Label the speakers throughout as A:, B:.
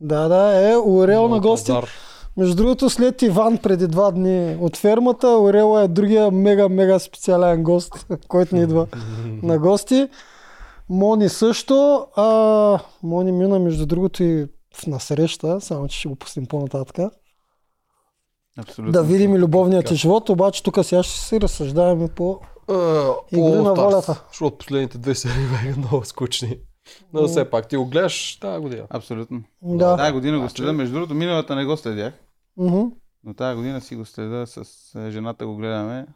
A: Да, да, е, Орел на гости.
B: Пазар.
A: Между другото, след Иван преди два дни от фермата, Орела е другия мега-мега специален гост, който не идва на гости. Мони също. А, Мони мина, между другото, и в насреща, само че ще го пуснем по-нататък.
C: Абсолютно.
A: Да видим и любовният ти живот, обаче тук сега ще си разсъждаваме по...
B: Е,
A: Игри
B: по
A: на
B: All Stars,
A: волята.
B: Защото последните две серии бяха много скучни. Но все пак ти го гледаш тази година.
C: Абсолютно.
A: Да.
C: Тая година го
B: Значи-
C: следя. Между другото, миналата не го следях.
A: Мгм.
C: Но тази година си го следа с е, жената, го гледаме.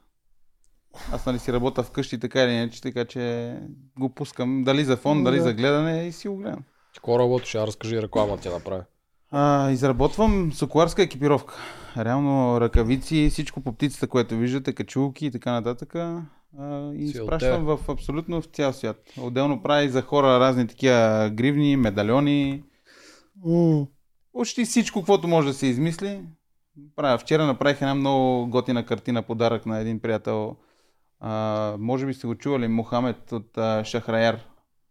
C: Аз нали си работя вкъщи така или иначе, така че го пускам дали за фон, дали
A: Да.
C: за гледане и си го гледам.
B: Какво работиш? А разкажи реклама ти направи.
C: А, изработвам соколарска екипировка. Реално ръкавици, всичко по птицата, което виждате, качулки и така нататък. А, и
B: Си от
C: изпращам в абсолютно в цял свят. Отделно прави за хора разни такива гривни, медальони.
A: М.
C: Почти всичко, каквото може да се измисли. Правя. Вчера направих една много готина картина, подарък на един приятел. А, може би сте го чували, Мохамед от а, Шахраяр.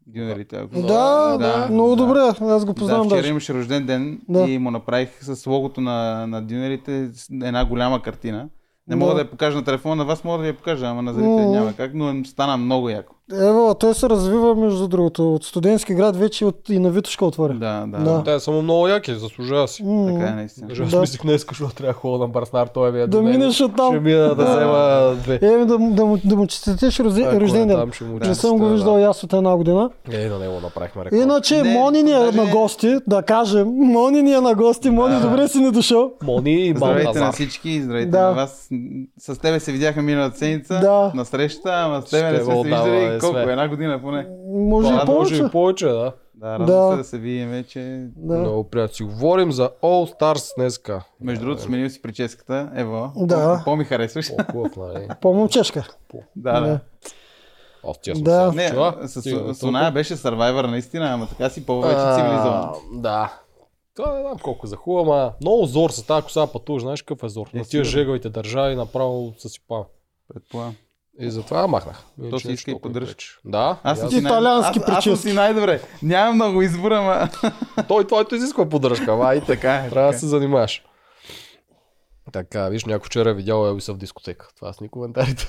C: Дюнерите. ако-
A: Да, да, много добре. Аз го
C: да,
A: познавам
C: вчера
A: даже.
C: имаше рожден ден
A: Да.
C: и му направих с логото на, на дюнерите с една голяма картина.
A: Да.
C: Не мога да я покажа на телефона, на вас мога да я покажа, ама на зрителите
A: М.
C: няма как, но стана много яко.
A: Ева, той се развива, между другото, от студентски град вече от... и на Витушка отворя.
C: Да, да,
A: Да.
C: да.
B: Те са му много яки, заслужава си.
A: М.
C: Така е наистина.
B: Даже аз
A: Да.
B: мислих днес, защото трябва да ходя на Барснар, той ми е
A: Да
B: до мен.
A: минеш оттам.
B: Ще мина да
C: Да.
B: взема две.
A: Еми да, му- да, му, да му честитиш
B: Ако
A: рози-
B: е
A: рожден ден.
B: там, ще му
A: Е, Не
B: честита,
A: съм го
B: да.
A: виждал и аз от една година.
B: Е, на него направихме реклама.
A: Иначе
C: Не,
A: Мони ни е
C: даже-
A: на гости, да кажем. Мони ни е на гости. Мони,
C: Да.
A: добре си не дошъл.
B: Мони и
C: Здравейте на
B: Балтазар.
C: всички, здравейте
A: Да.
C: на вас. С тебе се видяхме миналата седмица,
A: Да.
C: на среща, ама с тебе
B: С
C: не сме
B: тебе
C: се
B: отдавна
A: е,
C: виждали
B: не
C: колко,
B: сме.
C: една година поне.
A: Може
B: Да,
A: и
B: може
A: повече.
B: и повече, да.
C: Да, радвам
A: Да.
C: се да се видим, че...
A: Да.
B: Много приятно. Си говорим за All Stars днеска.
C: Между другото, сменил си прическата, ево,
A: Да.
C: Колко по-ми харесваш.
B: По-хубав, нали?
A: По-момчешка.
C: да, да.
B: Аз тя съм
A: Да.
B: се
C: Не,
B: разчула.
C: с,
B: Ти го
C: с, с оная беше Survivor наистина, ама така си по-вече цивилизован.
B: А, Да. Това не знам колко е за хубава, ма много зор са тази коса пътуваш, знаеш какъв е зор.
C: Е,
B: На тия
C: сигурно.
B: жеговите държави направо съсипава.
C: Предполагам.
B: И затова я махнах. Иначе
C: То си
B: нещо
C: иска и
B: толкова
C: поддръж.
B: прече. Да,
C: Аз съм
B: аз...
C: си най-
A: Италиански
C: аз- Аз съм
A: прически.
C: си най-добре. Нямам много избор, ама...
B: той твоето изисква поддръжка, ма и така.
C: така е.
B: Трябва
C: Трябва
B: да се занимаваш. Така, виж, някой вчера е видял Елвиса в дискотека. Това са ни коментарите.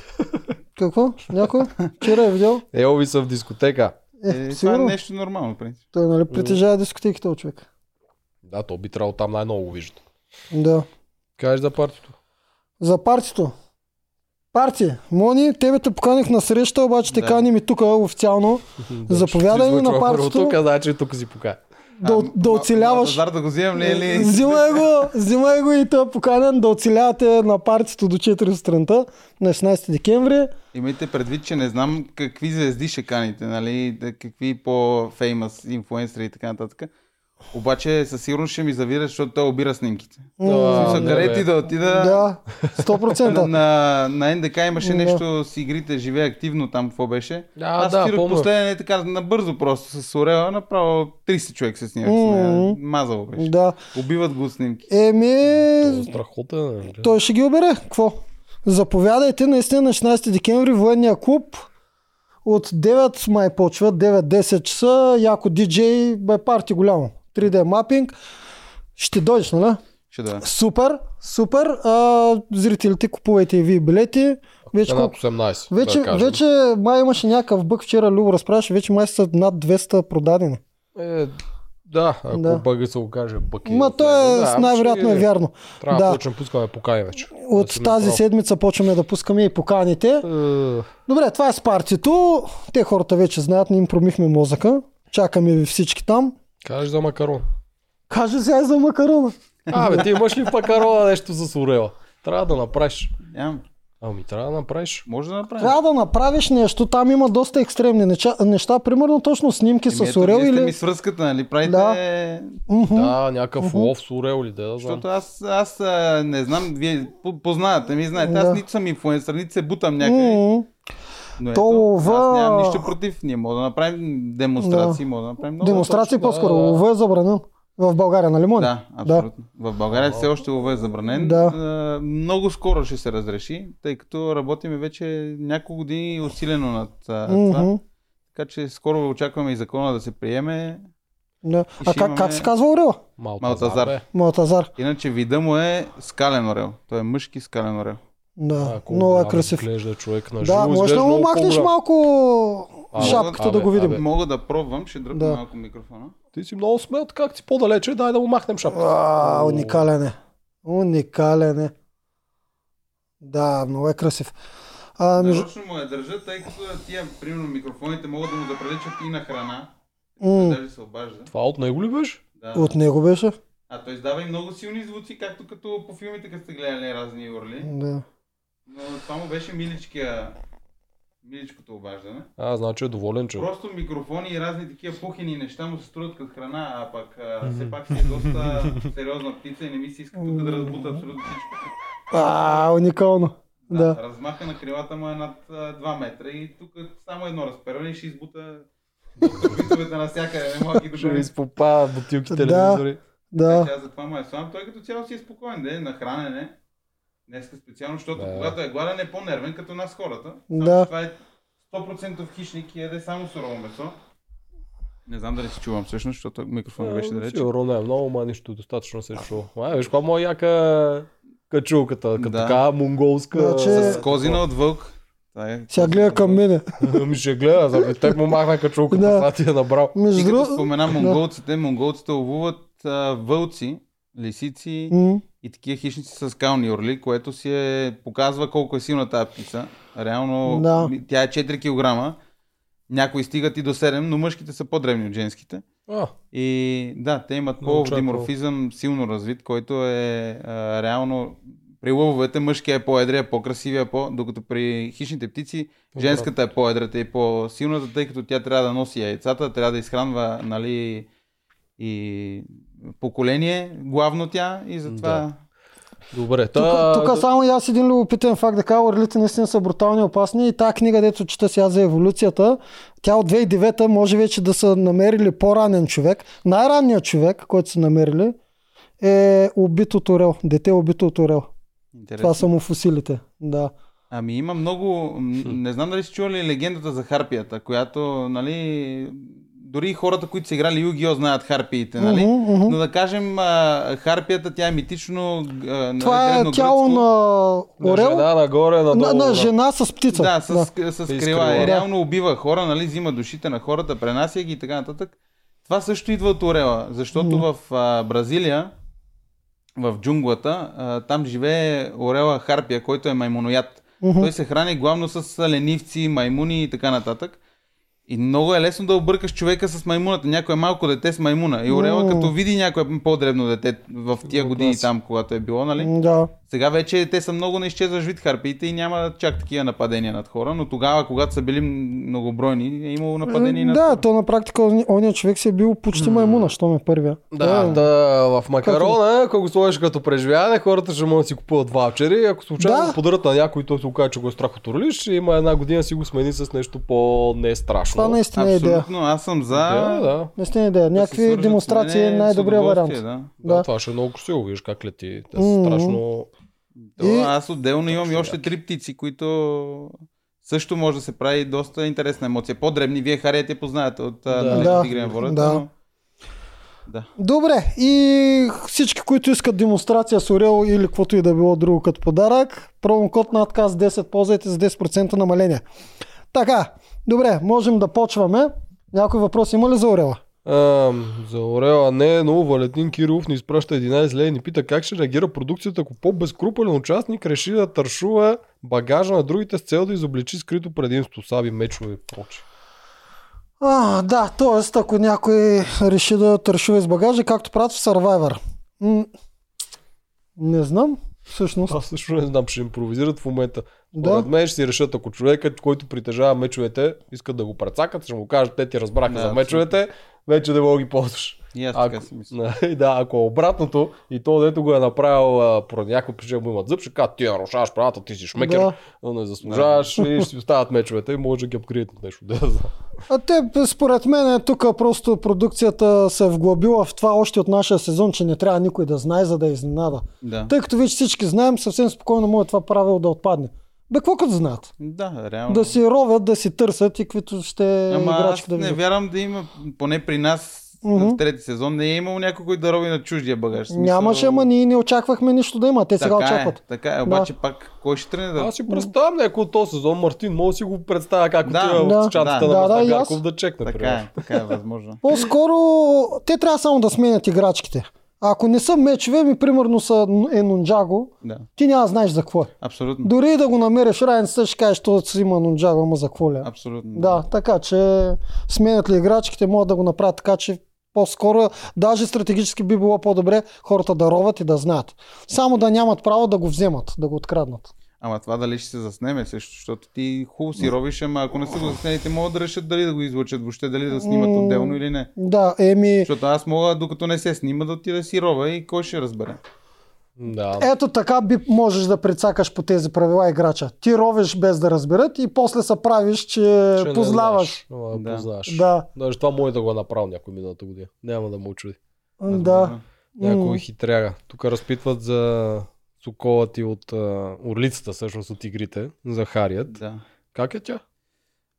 A: Какво? Някой? Вчера е видял?
B: Елвиса в дискотека.
A: Е,
C: Това е
A: сигурно.
C: нещо нормално, в принцип.
A: Той нали притежава дискотеките от човек.
B: Да, то би трябвало там най-много го виждат.
A: Да.
B: Кажеш за партито.
A: За партито. Парти, Мони, тебе те поканих на среща, обаче те
C: Да.
A: каним и тук официално. Заповядай ми на партито.
B: Тук, значи тук си пока.
A: Да,
C: А,
A: от- да
C: м-
A: оцеляваш.
C: Мазар да го вземем ли или...
A: Е, Взимай го, взимай го и той е поканен да оцелявате на партито до 4 сутринта на 16 декември.
C: Имайте предвид, че не знам какви звезди ще каните, нали? да- Какви по-феймас инфуенсъри и така нататък. Обаче със сигурност ще ми завираш, защото той обира снимките.
B: Да,
C: Смисъл,
B: да,
C: къде
B: бе.
C: ти да отида?
A: Да,
C: На,
A: 100%.
C: на, на НДК имаше
A: Да.
C: нещо с игрите Живее активно, там какво беше.
B: Да,
C: Аз
B: да,
C: спирах
B: помня.
C: последния нали, така набързо просто с Орела, направо 30 човек се снимах.
A: Мгм.
C: Mm-hmm. Мазало беше.
A: Да,
C: Убиват го снимки.
A: еми,
B: Страхотен. е.
A: той ще ги обере. Какво? Заповядайте наистина на 16 декември военния клуб. От 9 май почва, 9-10 часа, яко диджей, бе парти голямо. 3D мапинг. Ще дойдеш, нали?
C: Ще да.
A: Супер, супер. А, зрителите, купувайте и вие билети. Вече
B: Една
A: колко
B: 18.
A: Вече, да
B: да кажем.
A: вече май имаше някакъв бък вчера, Любо разправяше, вече май са над 200 продадени.
B: Е, да, ако
A: Да.
B: да. бъга се го каже бъки.
A: Ма то е,
B: Да, ама
A: най-вероятно
B: ще-
A: е вярно.
B: Трябва
A: Да.
B: да почнем пускаме покани вече.
A: От тази
B: сме Значи направо.
A: седмица почваме да пускаме и поканите.
B: Е,
A: Добре, това е с партито. Те хората вече знаят, не им промихме мозъка. Чакаме ви всички там.
B: Кажеш за макарон.
A: Кажа сега и за макарона.
B: Абе, ти имаш ли макарона нещо с орела? Трябва да направиш.
C: Нямам.
B: Ами трябва да направиш.
C: Може да направим.
A: Трябва да направиш нещо, там има доста екстремни неща, неща примерно точно снимки
C: Еми,
A: е с
C: ето,
A: Орел
C: вие сте
A: или...
C: ми свръзката, нали? Правите...
A: Мгм.
B: Да, някакъв лов с орел или да, да знам.
C: Защото аз, аз а, не знам, вие по- познавате ми, знаете,
A: Да.
C: аз нито съм инфуенсър, нито се бутам някъде.
A: Мгм.
C: Но
A: То
C: ето,
A: лова-
C: аз нямам нищо против. Ние мога да направим демонстрации, мога да направим много.
A: Демонстрации
B: точно, да,
A: по-скоро.
B: да, да.
A: Лова е забранен. В България, нали Мони?
C: Да, абсолютно. В България все още лова е забранен.
A: Да.
C: А, Много скоро ще се разреши, тъй като работиме вече няколко години усилено над а, това.
A: Мгм.
C: Така че скоро очакваме и закона да се приеме.
A: Да. А
C: ще
A: как,
C: имаме-
A: как се казва Орела?
B: Малтазар,
C: Малтазар.
B: бе.
A: Малтазар.
C: Иначе вида му е скален орел. Той е мъжки скален орел.
A: Да,
B: Ако
A: много е
B: голям
A: красив.
B: Изглежда човек на
A: Да,
B: живо,
A: може да
B: изглежда
A: му
B: много
A: махнеш
B: по-голям.
A: малко
B: А,
A: шапката
B: абе,
A: да го видим.
B: абе.
C: Мога да пробвам, ще дръпна
A: Да.
C: малко микрофона.
B: Ти си много смел, как си по-далече, дай да му махнем шапката.
A: А,
B: О.
A: уникален е. Уникален е. Да, много е красив. А, между...
C: Нарочно му я държа, тъй като тия, примерно, микрофоните могат да му заприличат и на храна.
A: М,
C: Даже се обажда.
B: Това от него ли беше?
C: Да.
A: от него беше?
C: А той издава и много силни звуци, както като по филмите, като сте гледали разни орли.
A: Да.
C: Но това му беше миличкия... миличкото обаждане.
B: А, значи е доволен, че.
C: Просто микрофони и разни такива пухени неща му се струват като храна, а пък а, все пак си е доста сериозна птица и не ми се иска тук да разбута абсолютно всичко.
A: А, уникално. Да.
C: Размаха на крилата му е над а, 2 метра и тук само едно разперване и ще избута битовете навсякъде, не мога да ги
B: Ще ви
C: добавя.
B: изпопа бутилки
A: Да.
B: телевизори.
A: Да.
C: Тя затова му е слаб. Той като цяло си е спокоен, да е на хранене. Днеска специално, защото
B: Да.
C: когато е гладен е по-нервен, като нас хората. Само,
A: Да.
C: че Това е 100% хищник и яде само сурово месо. Не знам дали се чувам всъщност, защото микрофонът беше далеч.
B: Сигурно не е много, ма нищо достатъчно се чува. А, виж каква моя яка качулката, като
C: Да.
B: така монголска.
A: Значи-
C: С козина от вълк. Това е-
A: Сега гледа към мене.
B: Ми Ами ще гледа, за теб му махна качулката,
A: Да.
B: това ти е набрал.
C: И
A: Между
C: като
A: другото.
C: спомена монголците, монголците ловуват а, вълци, лисици
A: М,
C: и такива хищници с кални орли, което си е, показва колко е силна тази птица. Реално
A: Да.
C: ли- тя е 4 кг. Някои стигат и до 7, но мъжките са по-древни от женските.
B: А,
C: И да, те имат
B: Научавам.
C: полов диморфизъм силно развит, който е а, реално при лъвовете мъжкия е по-едрия, по-красивия, по докато при хищните птици женската е по-едрата и по-силната, тъй като тя трябва да носи яйцата, трябва да изхранва нали, и поколение, главно тя и затова...
B: Да. добре.
A: Тук,
B: Та,
A: тук само и аз един любопитен факт да кажа, орлите наистина са брутални и опасни и тази книга, дето чета сега за еволюцията, тя от 2009 може вече да са намерили по-ранен човек. Най-ранният човек, който са намерили, е убит от орел. Дете е убито от орел. Това
C: Интересно.
A: са му фусилите. Да.
C: Ами има много... м, Не знам дали сте чували легендата за харпията, която, нали... Дори и хората, които са играли Югио, знаят харпиите, нали?
A: Мгм, мгм.
C: Но да кажем, а, харпията, тя е митично... г- а,
A: Това
C: нали,
A: е тяло
C: древногръцко.
A: на орел,
B: Жена нагоре,
A: на,
B: надолу.
A: на
B: да.
A: жена с птица.
C: Да, с, да. с,
B: Да,
C: с
B: и с
C: крила.
B: крила.
C: Е, реално убива хора, нали, взима душите на хората, пренася ги и така нататък. Това също идва от орела, защото
A: Мгм.
C: в а, Бразилия, в джунглата, а, там живее орела Харпия, който е маймуноят.
A: Мгм.
C: Той се храни главно с ленивци, маймуни и така нататък. И много е лесно да объркаш човека с маймуната. Някой е малко дете с маймуна. И орела,
A: М.
C: като види някое по-дребно дете в тия
B: Го
C: години
B: класи.
C: там, когато е било, нали?
A: М, да.
C: Сега вече те са много на изчезващ вид харпиите и няма чак такива нападения над хора, но тогава, когато са били многобройни, е имало нападения и над
A: да
C: хора.
A: то на практика он- ония човек си е бил почти маймуна, що ме първия.
B: Да,
A: Е,
B: да, в макарона, ако го сложиш като преживяване, хората ще могат да си купуват ваучери. Ако случайно
A: Да.
B: да. подарят на някой, той се окаже, че го е страх от орлиш, има една година си го смени с нещо по-не страшно.
A: Това наистина е идея.
C: Абсолютно, аз съм за...
B: Да, да.
A: Наистина е идея.
C: да се
A: Някакви
C: свържат с
A: демонстрации е
C: мене,
A: най-добрия
C: с
A: вариант.
C: удоволствие, Да.
B: Да,
A: Да.
B: това ще е много красиво, виж как лети. Те са
A: Мгм.
B: страшно...
C: То,
A: И-
C: Аз отделно имам и
B: Точно,
C: още три птици, които също може да се прави доста интересна емоция. По-дребни, вие харията я познавате от
B: Да.
C: да.
A: Да.
C: да. Тигри на волята,
A: Да.
C: но- Да.
A: Добре, и всички, които искат демонстрация с Орел или каквото и да било друго като подарък, промокод на отказ 10 ползвайте за 10% намаление. Така, добре, можем да почваме. Някой въпрос има ли за Орела?
B: Ам, за Орела не, но Валентин Киров ни изпраща 11 лея и ни пита как ще реагира продукцията, ако по-безкрупален участник реши да тършува багажа на другите с цел да изобличи скрито предимство, саби, мечове и прочее.
A: А, да, т.е. ако някой реши да тършува из багажа, както правят в Survivor. М- не знам, всъщност.
B: Аз също не знам, ще импровизират в момента.
A: Да,
B: Според мен ще си решат, ако човекът, който притежава мечовете, искат да го прецакат, ще му кажат, те ти разбраха
C: Да,
B: за
C: абсолютно.
B: мечовете, вече не мога да ги ползваш.
C: И аз
B: Ако,
C: така си мисля.
B: да, и да, ако е обратното и то, дето го е направил а, поради някакво причина, му имат зъб, ще кажат, ти нарушаваш правата, ти си шмекер,
A: Да.
B: но не заслужаваш и ще си остават мечовете и може да ги апгрейднат от нещо. Да, знам.
A: а те според мен е тук просто продукцията се е вглъбила в това още от нашия сезон, че не трябва никой да знае, за да е изненада.
C: Да.
A: Тъй като вече всички знаем, съвсем спокойно може това правило да отпадне. Бе, какво като знаят?
C: Да, реално.
A: Да си ровят, да си търсят и каквито ще
C: Ама аз
A: играчки да
C: не
A: видят.
C: вярвам да има, поне при нас
A: Мгм.
C: в трети сезон не е имало някой, който да роби на чуждия багаж. В Смисъл...
A: Нямаше, ама ние не очаквахме нищо да има. Те сега
C: така
A: очакват.
C: Е, така е, обаче пак кой ще тръгне да...
B: Аз си представям някой от този сезон, Мартин, мога да си го представя как
C: Да,
B: отива
A: да,
B: в чатата
A: да.
B: на
A: Да, да, и аз.
B: Мастагарков да чекне.
C: Така
B: примерно.
C: е, така е възможно.
A: По-скоро те трябва само да сменят играчките. Ако не са мечове, ми примерно са н- е Нунджаго,
C: Да,
A: ти няма да знаеш за какво е.
C: абсолютно.
A: Дори и да го намериш раницата, ще кажеш, то си има Нунджаго, ама за какво ли? е?
C: Абсолютно.
A: Да, така че сменят ли играчките, могат да го направят така, че по-скоро, даже стратегически би било по-добре хората да роват и да знаят. Само да нямат право да го вземат, да го откраднат.
C: Ама това дали ще се заснеме също, защото ти хубаво си робиш, ама ако не са го заснели, те могат да решат дали да го излъчат въобще, дали да снимат
A: М.
C: отделно или не.
A: Да, еми,
C: Защото аз мога, докато не се снима, да отида си роба и кой ще разбере.
B: Да.
A: ето така би можеш да прецакаш по тези правила играча. Ти ровиш без да разберат и после се правиш, че,
B: Че не
A: Е, познаваш.
B: знаеш. Ама
C: Да.
B: Познаваш.
A: Да,
B: Даже това може да го е направил някой миналата година. Няма да му чуди.
A: да.
B: Някой
A: М.
B: хитряга. Тук разпитват за соколът и от а, орлицата, всъщност от игрите, за Харият.
C: Да.
B: Как е тя?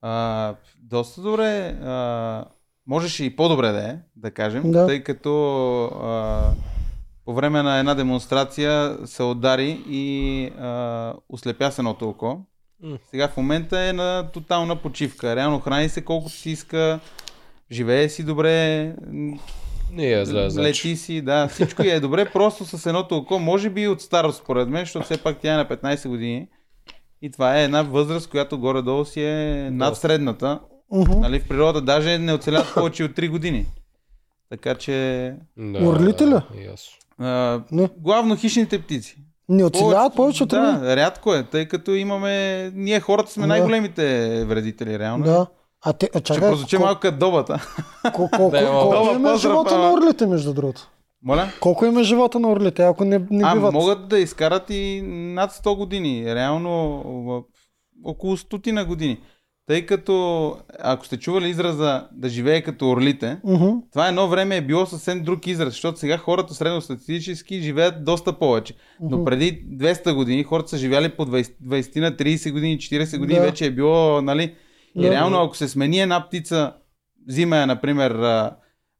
C: А, доста добре. А, можеше и по-добре да е, да кажем,
A: Да.
C: да. тъй като а, по време на една демонстрация се удари и а, ослепя се едното око.
B: М.
C: Сега в момента е на тотална почивка. Реално храни се колкото си иска, живее си добре, м,
B: Не е зле, значи.
C: лети си, да, всичко ѝ е добре, просто с едното око, може би и от старост според мен, защото все пак тя е на 15 години. И това е една възраст, която горе-долу си е над
B: Доста.
C: средната.
A: Мгм.
C: Нали, в природа даже не оцелят повече от 3 години. Така че...
B: Да,
A: Орлите ли?
B: и аз.
C: А,
A: Не.
C: главно хищните птици.
A: Не оцеляват повече от
C: Да,
A: други.
C: рядко е, тъй като имаме... Ние хората сме
A: Да.
C: най-големите вредители, реално.
A: Да. А те, а
C: Ще
A: чакай,
C: прозвучи
A: кол-
C: малко като добата.
A: кол- кол-
B: Да, има.
A: колко
C: Добър
A: им е
C: поздрав,
A: живота
C: ама.
A: на орлите, между другото?
C: Моля?
A: Колко им е живота на орлите, ако не, не
C: а,
A: биват?
C: могат да изкарат и над 100 години. Реално в... около стотина години. Тъй като, ако сте чували израза да живее като орлите,
A: Мгм.
C: това едно време е било съвсем друг израз, защото сега хората средностатистически живеят доста повече.
A: Мгм.
C: Но преди 200 години хората са живяли по 20 20 на 30 години, 40 години,
A: Да.
C: вече е било, нали? И
A: Да.
C: реално, ако се смени една птица, взима я, например, а,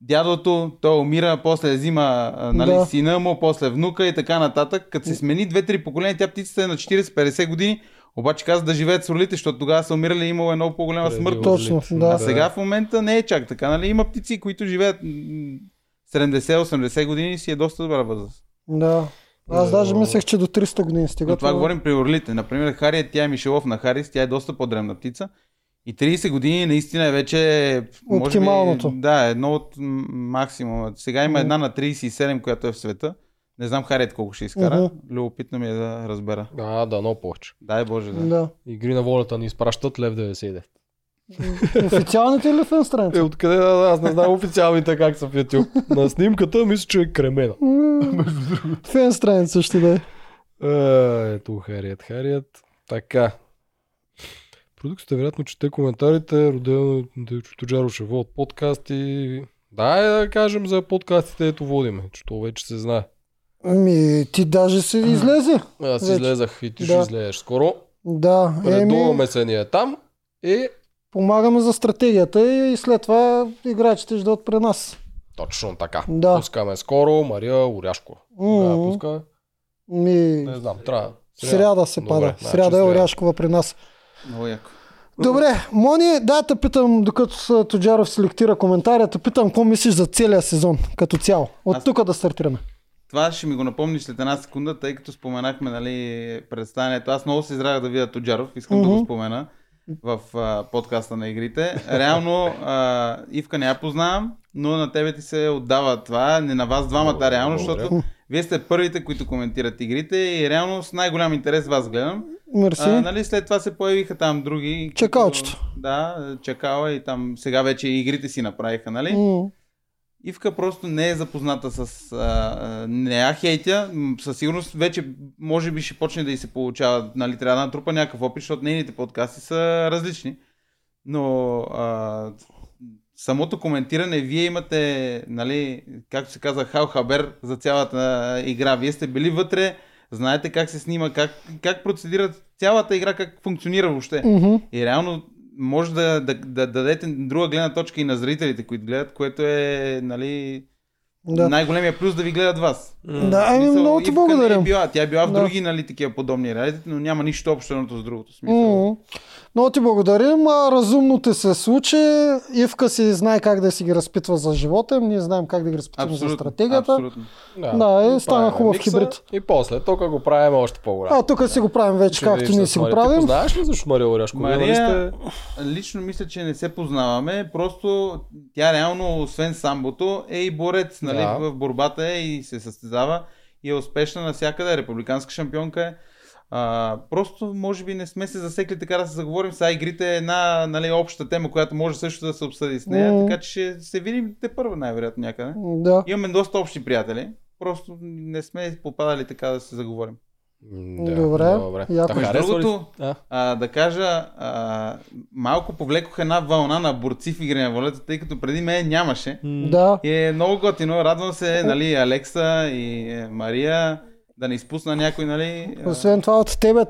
C: дядото, той умира, после взима а, нали,
A: Да.
C: сина му, после внука и така нататък. Като се смени 2-3 поколения, тя птицата е на 40-50 години, обаче каза да живеят с орлите, защото тогава са умирали и имало едно по-голяма
B: Преди
C: смърт.
A: Точно,
B: орлите.
A: да.
C: А сега в момента не е чак така, нали? Има птици, които живеят м, 70-80 години и си е доста добра възраст.
A: Да. Аз
B: Да.
A: даже мислех, че до 300 години стига.
C: Но това говорим при орлите. Например, Хария, тя е мишелов на Харис, тя е доста по-древна птица. И 30 години наистина е вече... може би,
A: Оптималното.
C: да, едно от м, максимума. Сега има
A: Мгм.
C: една на 37, която е в света. Не знам Хариет колко ще изкара.
A: Мгм.
C: Любопитно ми е да разбера.
B: А, да, но повече.
C: Дай Боже, да.
A: Да.
B: Игри на волята ни изпращат Лев 99.
A: Официалните ли фен страница?
B: Е, откъде да, да, аз не знам официалните как са в YouTube. На снимката мисля, че е кремена.
A: М, Фен страница ще да е.
B: Е, ето Харият, Харият. Така. Продукцията вероятно чете коментарите, родено Чутоджаро ще водят подкасти. Да, е, да кажем за подкастите, ето водиме, че то вече се знае.
A: Ами, ти даже си излезе.
B: Аз
A: Вече.
B: излезах и
A: Да.
B: ти ще излезеш скоро.
A: Да, еми,
B: Редуваме се ние е там и
A: помагаме за стратегията и след това играчите ще дойдат при нас.
B: точно така.
A: Да.
B: Пускаме скоро Мария Оряшко. Кога
A: М,
B: я пускаме?
A: Ми,
B: Не знам, трябва.
A: Ами, сряда се
B: Добре,
A: пада.
B: значи
A: Сряда е
B: сряда.
A: Оряшкова при нас.
C: Много яко.
A: Добре, Мони, да те питам, докато с- Тоджаров селектира коментарията, питам, какво мислиш за целия сезон като цяло? От
C: Аз-
A: тук да стартираме.
C: Това ще ми го напомни след една секунда, тъй като споменахме нали, представянето. Аз много се израх да видя Тоджаров, искам да
A: Мгм.
C: го спомена в а, подкаста на игрите. Реално, а, Ивка не я познавам, но на тебе ти се отдава това, не на вас двамата
B: Благодаря,
C: реално,
B: благодаря.
C: защото вие сте първите, които коментират игрите и реално с най-голям интерес вас гледам.
A: Мерси.
C: А, нали, след това се появиха там други. като-
A: Чакалчето.
C: Да, чакала и там сега вече и игрите си направиха, нали?
A: М,
C: Ивка просто не е запозната с... А, а, не я хейтя, м, със сигурност вече може би ще почне да й се получава, нали, трябва да натрупа някакъв опит, защото нейните подкасти са различни. Но а, самото коментиране, вие имате, нали, както се казва, хал хабер за цялата игра. Вие сте били вътре, знаете как се снима, как, как процедира цялата игра, как функционира въобще.
A: мгм.
C: И реално може да, да, да дадете друга гледна точка и на зрителите, които гледат, което е нали, да.
A: Да.
C: най-големия плюс да ви гледат вас.
A: Да, ами
C: Мисъл,
A: много ти
C: Ивка не Е
A: благодаря.
C: била, тя е била в
A: Да.
C: други нали, такива подобни реалити, но няма нищо общо едното с другото. Смисъл.
A: М. Много ти благодарим. А, разумно ти се случи. Ивка си знае как да си ги разпитва за живота. им, Ние знаем как да ги разпитваме за
C: Абсолютно.
A: стратегията.
C: абсолютно.
A: Да, е,
B: правим
A: стана хубав
B: микса
A: хибрид.
B: И после, тук го правим още по-голям.
A: А, тук си го правим вече,
B: Ще
A: както
B: видиш
A: ние
B: с
A: си го
B: Мария. Ти
A: правим.
B: Познаеш ли защо Мария Оряшкова? Вие нали
C: Мария,
B: сте-
C: лично мисля, че не се познаваме, просто тя реално, освен самбото, е и борец, нали,
B: Да.
C: в борбата е и се състезава и е успешна навсякъде, републиканска шампионка е. А, просто, може би, не сме се засекли така да се заговорим. Сега игрите е една нали, обща тема, която може също да се обсъди с нея,
A: М.
C: така че ще се видим те първа най-вероятно някъде.
A: Да.
C: Имаме доста общи приятели, просто не сме попадали така да се заговорим.
B: М, да,
A: Добре, яко. е.
B: Та
C: Между
B: харесва ли-
C: другото,
B: А,
C: а, да кажа, а, малко повлекох една вълна на борци в игри на волята, тъй като преди мен нямаше.
A: Да.
C: И е много готино, радвам се, нали, Алекса и е, Мария, да не изпусна някой, нали. а,
A: Освен това, от тебе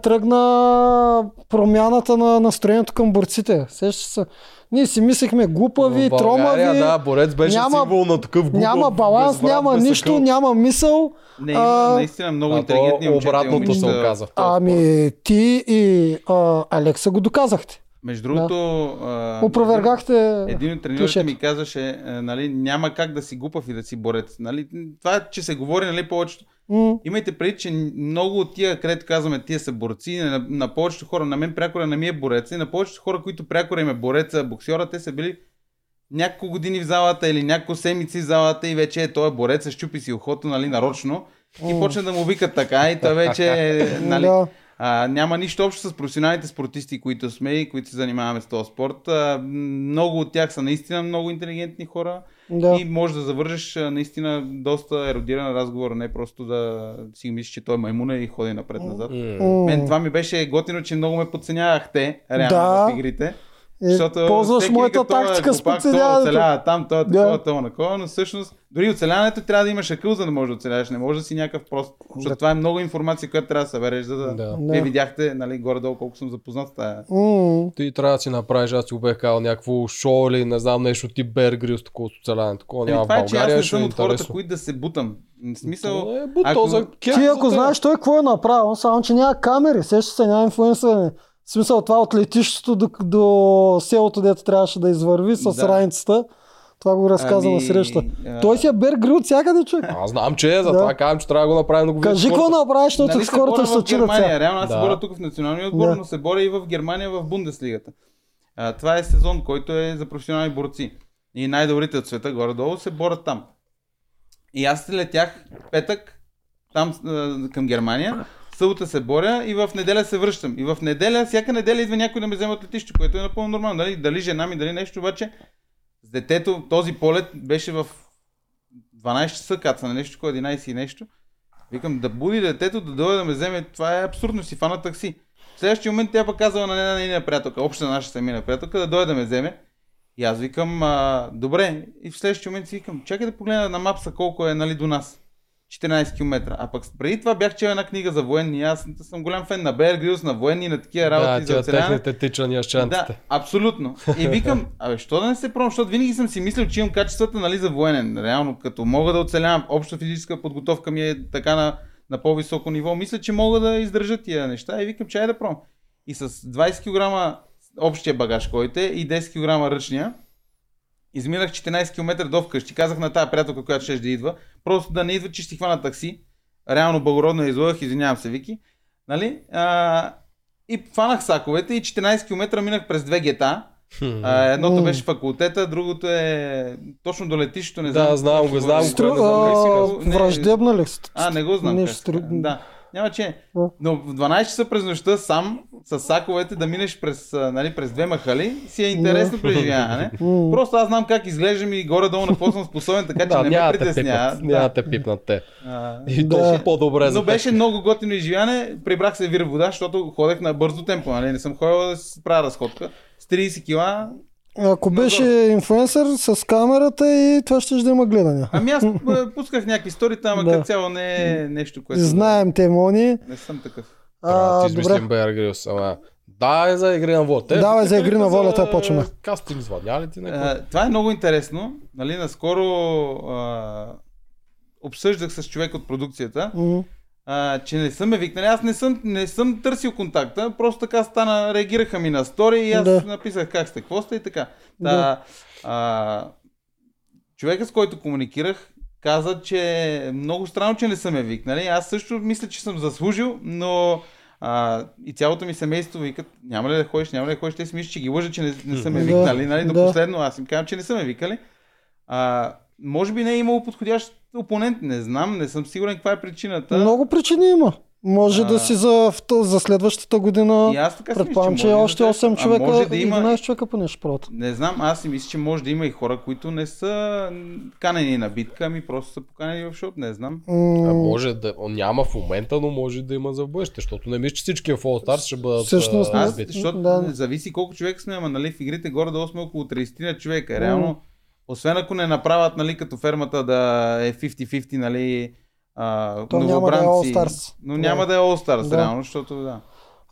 A: тръгна промяната на настроението към борците. Сещаш се. Ние си мислихме глупави,
B: в
A: тромави,
B: България, Да, борец беше
A: няма-
B: символ на такъв глупав.
A: няма баланс,
B: безврат,
A: няма
B: без
A: нищо,
B: акъл.
A: няма мисъл.
C: Не, има
A: а,
C: наистина много
B: А
C: интелигентни
B: то
C: момчета и
B: обратното се
C: момичета.
B: оказа. в този спорт.
A: Ами ти и а, Алекса го доказахте.
C: Между другото, а,
A: Опровергахте.
C: Ами, Един от треньорите
A: клишето.
C: ми казваше, а, нали, няма как да си глупав и да си борец. Нали, това, че се говори, нали, повечето.
A: М,
C: Имайте преди, че много от тия, където казваме, тия са борци, на, на повечето хора, на мен прякора не ми е борец, и на повечето хора, които прякора им е бореца, боксьора, те са били няколко години в залата или няколко седмици в залата и вече е, той е борец, щупи си ухото, нали, нарочно. И почна да му викат така и той вече, е, нали,
A: Да.
C: а, няма нищо общо с професионалните спортисти, които сме и които се занимаваме с този спорт. А, м, много от тях са наистина много интелигентни хора
A: Да.
C: и може да завържеш а, наистина доста еродиран разговор, не просто да си мислиш, че той е маймуна и ходи напред-назад.
B: М.
A: М.
C: Мен това ми беше готино, че много ме подценявахте реално
A: Да.
C: в игрите.
A: Е, ползваш моята тактика с
C: подценяването.
A: подценяването.
C: е оцелява там, той е
A: Да.
C: такова, това накова, но всъщност дори оцеляването трябва да имаш акъл, за да можеш да оцеляваш. Не може да си някакъв прост, защото
A: Да.
C: това е много информация, която трябва да събереш, за да...
B: Да.
A: Да.
C: Вие видяхте, нали, горе-долу колко съм запознат с тая.
A: М.
B: Ти трябва да си направиш, аз си го бях казал, някакво шоу или не знам нещо тип Bear Grylls, такова социален, такова
C: Еми,
B: няма в
C: това е, че аз
B: България,
C: не
B: ще е
C: съм от хората,
B: интересно.
C: които да се бутам. В смисъл,
B: То е буто за кеф
A: Ти
B: за
A: ако
B: теб.
A: знаеш той какво е направил, само че няма камери, сеща се, няма инфлуенсър. В смисъл това от летището до, до селото, дето трябваше да извърви с
C: Да.
A: раницата. Това го разказа
C: Ами,
A: на среща.
C: а-
A: Той си е бергри от всякъде, човек.
B: Аз знам, че е,
A: Да.
B: затова казвам, че трябва да го направим да го
A: Кажи
B: видят
A: какво
B: хората.
A: направиш, защото
C: нали
A: нали хората
C: боря
A: ще се
C: в
A: чудят
C: Германия.
A: сега.
C: Реално аз се
B: Да.
C: боря тук в националния отбор,
A: Да.
C: но се боря и в Германия в Бундеслигата. А, това е сезон, който е за професионални борци. И най-добрите от света горе-долу се борят там. И аз летях петък там а, към Германия. Събота се боря и в неделя се връщам. И в неделя, всяка неделя идва някой да ме вземе от летище, което е напълно нормално. Дали, дали жена ми, дали нещо, обаче с детето този полет беше в 12 часа каца на нещо, такова, 11 и нещо. Викам, да буди детето, да дойде да ме вземе, това е абсурдно, си фана такси. В следващия момент тя пък казала на една нейна приятелка, обща наша семейна приятелка, да дойде да ме вземе. И аз викам, а, добре, и в следващия момент си викам, чакай да погледна на мапса колко е нали, до нас. 14 км. А пък преди това бях чел една книга за военни. Аз съм голям фен на Bear Grylls, на военни, на такива работи
B: Да,
C: за
B: тя
C: оцеляване.
B: техните тичания с
C: Да,
B: чантите.
C: абсолютно. И викам, абе, що да не се пробвам, защото винаги съм си мислил, че имам качествата нали, за военен. Реално, като мога да оцелявам, обща физическа подготовка ми е така на, на по-високо ниво, мисля, че мога да издържа тия неща и викам, чай да пробвам. И с 20 кг общия багаж, който е, и 10 кг ръчния, изминах 14 км до вкъщи. Казах на тази приятелка, която ще да идва, просто да не идва, че ще хвана такси. Реално благородно я излъгах, извинявам се, Вики. Нали? А, и фанах саковете и 14 км минах през две гета. А, едното
A: М.
C: беше факултета, другото е точно до летището, не
B: Да,
C: знам.
B: знам го, знам го.
A: Стру...
B: не знам как се
A: а,
B: казва.
C: Не,
A: Враждебна ли? е?
C: А, не го знам.
A: Нещо
C: как се казва.
A: друго.
C: Да. Няма че.
A: Да.
C: Но в 12 часа през нощта сам с саковете да минеш през, а, нали, през две махали си е интересно преживяване.
A: М.
C: Просто аз знам как изглеждам и горе-долу на какво съм способен, така че
B: Да,
C: не ме
B: няма те
C: притеснява.
B: пипнат. Няма те пипнат те.
C: А,
B: И
A: Да.
B: то по-добре
C: но
B: за теб.
C: беше много готино изживяване. Прибрах се вир вода, защото ходех на бързо темпо. Нали? Не съм ходил да си правя разходка. С 30 кила.
A: Ако беше инфлуенсър с камерата и това ще да има гледания.
C: Ами аз б, пусках някакви стори там,
A: Да.
C: като цяло не е нещо, което...
A: Знаем те, Мони.
C: Не съм такъв.
A: А,
B: Трябва да ти
A: добре.
B: измислим Bear Grylls, ама Да, е за игри на волята. Те
A: Давай за
B: питаха
A: игри на
B: за
A: волята почваме.
B: Кастинг с владялите.
C: А, това е много интересно. Нали, наскоро а, обсъждах с човек от продукцията,
A: М.
C: а, че не са ме викнали. Аз не съм, не съм търсил контакта, просто така стана, реагираха ми на стори и аз
A: Да.
C: да. написах как сте, какво сте и така. Да.
A: Да.
C: а, човека, с който комуникирах, каза, че е много странно, че не са ме викнали. Аз също мисля, че съм заслужил, но а, и цялото ми семейство викат, няма ли да ходиш, няма ли да ходиш, те си мислят, че ги лъжа, че не, не са ме
A: Да,
C: викнали. Нали? До
A: да.
C: последно аз им казвам, че не са ме викали. А, може би не е имало подходящ опонент, не знам, не съм сигурен каква е причината.
A: Много причини има. Може да
C: А.
A: си за, в- за следващата година.
C: И аз така си мисля,
A: Предполагам, че
C: може да
A: още
C: да е.
A: 8
C: А
A: човека,
C: може да има...
A: 11 човека поне ще правят.
C: Не знам, аз си мисля, че може да има и хора, които не са м, канени на битка, ами просто са поканени в шот, не знам.
B: А
A: М,
B: може да о, няма в момента, но може да има за в бъдеще, защото не мисля, че всички в All Stars ще бъдат
A: Всъщност,
B: а,
A: не.
C: Аз,
B: разбити.
C: защото
A: Да.
C: да. зависи колко човек сме, ама нали в игрите горе-долу сме около 30 на човека. Реално, освен ако не направят, нали, като фермата да е 50-50, нали, а,
A: То няма да е
C: новобранци.
A: All Stars.
C: Но няма да е All Stars,
A: Да.
C: реално, защото да.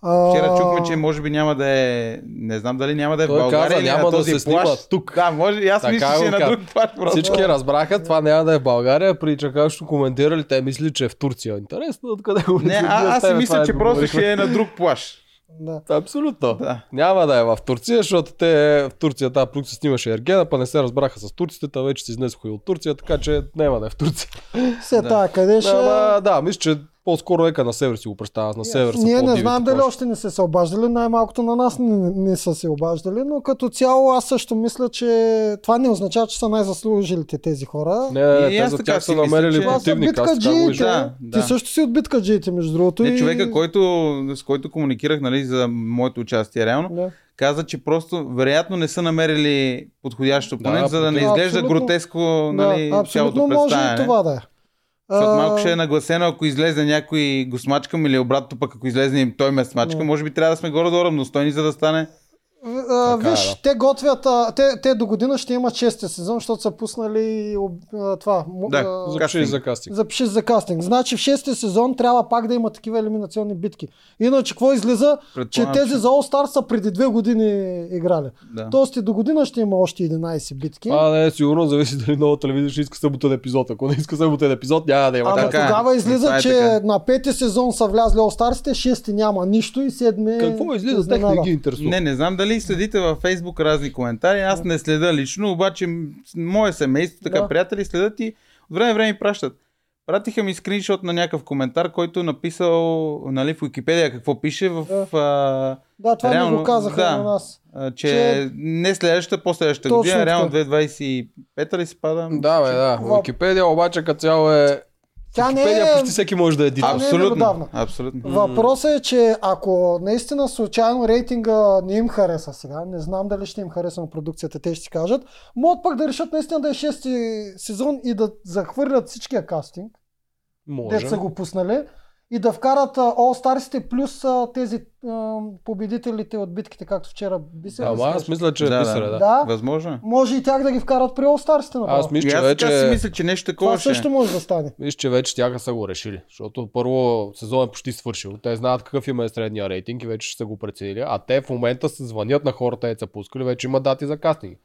A: а,
C: Вчера чухме, че може би няма да е, не знам дали няма да е в
B: Той
C: България
B: каза,
C: или
B: няма
C: на
B: да
C: този
B: се снима
C: плаж.
B: тук.
C: Да, може, и аз
B: Така
C: мисля, че
B: го
C: е на
B: каза.
C: друг плаж просто.
B: Всички разбраха, това няма да е в България, при чакащо коментирали, те мисли, че е в Турция. Интересно, откъде го
C: Не,
B: мислят? Ние
C: а,
B: с
C: аз си
B: тебе това
C: мисля,
B: не
C: че просто
B: говорихме.
C: ще е на друг плаш.
A: Да.
B: Абсолютно.
C: Да.
B: Няма да е в Турция, защото те в Турция тази продукция снимаше Ергена, па не се разбраха с турците, та вече се изнесоха и от Турция, така че няма да е в Турция.
A: Все
C: Да.
A: така, къде ще...
B: Ама, да, мисля, че по-скоро ека на север си го представя. аз На север са
A: Ние не
B: по-дивите
A: знаем дали
B: площи.
A: още не са се обаждали, най-малкото на нас не, не са се обаждали, но като цяло аз също мисля, че това не означава, че са най-заслужилите тези хора.
B: Не, не,
C: И
B: те
C: аз
B: за
C: така
B: тях
C: си
B: са
C: мисля,
B: намерили
C: че- Това
A: Това са
B: противник. Аз така го
A: биткаджиите.
B: виждам.
C: Да, да.
A: Ти също си от биткаджиите, между другото.
C: Не,
A: и-
C: човека, който, с който комуникирах нали, за моето участие реално,
A: Да.
C: каза, че просто вероятно не са намерили подходящ опонент,
B: Да,
C: за да не
A: абсолютно.
C: изглежда гротеско нали,
A: Да,
C: цялото
A: абсолютно може и
C: представяне.
A: това да е.
C: Защото
A: А,
C: малко ще е нагласено, ако излезе някой го смачкам или обратно пък ако излезе им той ме смачка,
A: Да.
C: може би трябва да сме горе-долу равностойни, за да стане.
A: В- а,
B: Така е,
A: виж, те готвят, а, те, те до година ще имат шести сезон, защото са пуснали об- а, това. м-
C: Да,
A: а,
C: за-
B: Запиши
C: Кастинг.
B: за кастинг.
A: запиши за кастинг. Значи в шести сезон трябва пак да има такива елиминационни битки. Иначе какво излиза, че
C: Предполагам,
A: тези
C: че-
A: за All Star са преди две години играли.
C: Да.
A: Тоест и до година ще има още 11 битки.
B: А, не, сигурно зависи дали нова телевизия ще иска съботен епизод. Ако не иска съботен епизод, няма да има.
A: Ама
B: Така,
C: така е.
A: тогава излиза,
C: Това е
A: че
C: така.
A: на пети сезон са влязли All Stars, шести няма нищо и седми...
B: Какво излиза? Тех не
A: изненада.
B: ги интересува.
C: Не, не знам дали следите във Facebook разни коментари. Аз не следа лично, обаче м, с- мое семейство, така
A: Да.
C: да. приятели следят и от време на време ми пращат. Пратиха ми скриншот на някакъв коментар, който е написал нали, в Уикипедия какво пише, в, а,
A: Да, това ми
C: Реално,
A: го казаха
C: да.
A: на нас.
C: а,
A: Че-
C: че, че не следващата, по-следващата
A: Точно
C: година, реално
A: така.
C: 2025 ли се пада?
B: Да, бе, да.
A: Ва-
B: Уикипедия обаче като цяло е...
A: Тя не е...
B: Уикипедия почти всеки може да е дитя.
A: не е меродавна.
C: Абсолютно. Абсолютно.
A: Въпросът е, че ако наистина случайно рейтинга не им хареса сега, не знам дали ще им хареса на продукцията, те ще си кажат, могат пък да решат наистина да е шести сезон и да захвърлят всичкия кастинг,
B: Може.
A: дет са го пуснали, и да вкарат а, All Starsите плюс а, тези а, победителите от битките, както вчера би се
B: Ама аз мисля, че е
C: Да,
B: писаре,
C: да.
B: да.
A: Да,
C: Възможно. е.
A: може и тях да ги вкарат при All Starsите направо.
B: Аз мисля,
C: И
B: че
C: аз така си
B: вече...
C: мисля, че нещо
A: Това
C: такова ще е.
A: също може да стане.
B: Виж, че вече тяха са го решили, защото първо сезон е почти свършил. Те знаят какъв им е средния рейтинг и вече ще са го преценили. А те в момента се звънят на хората, които са пускали, вече има дати за кастинги.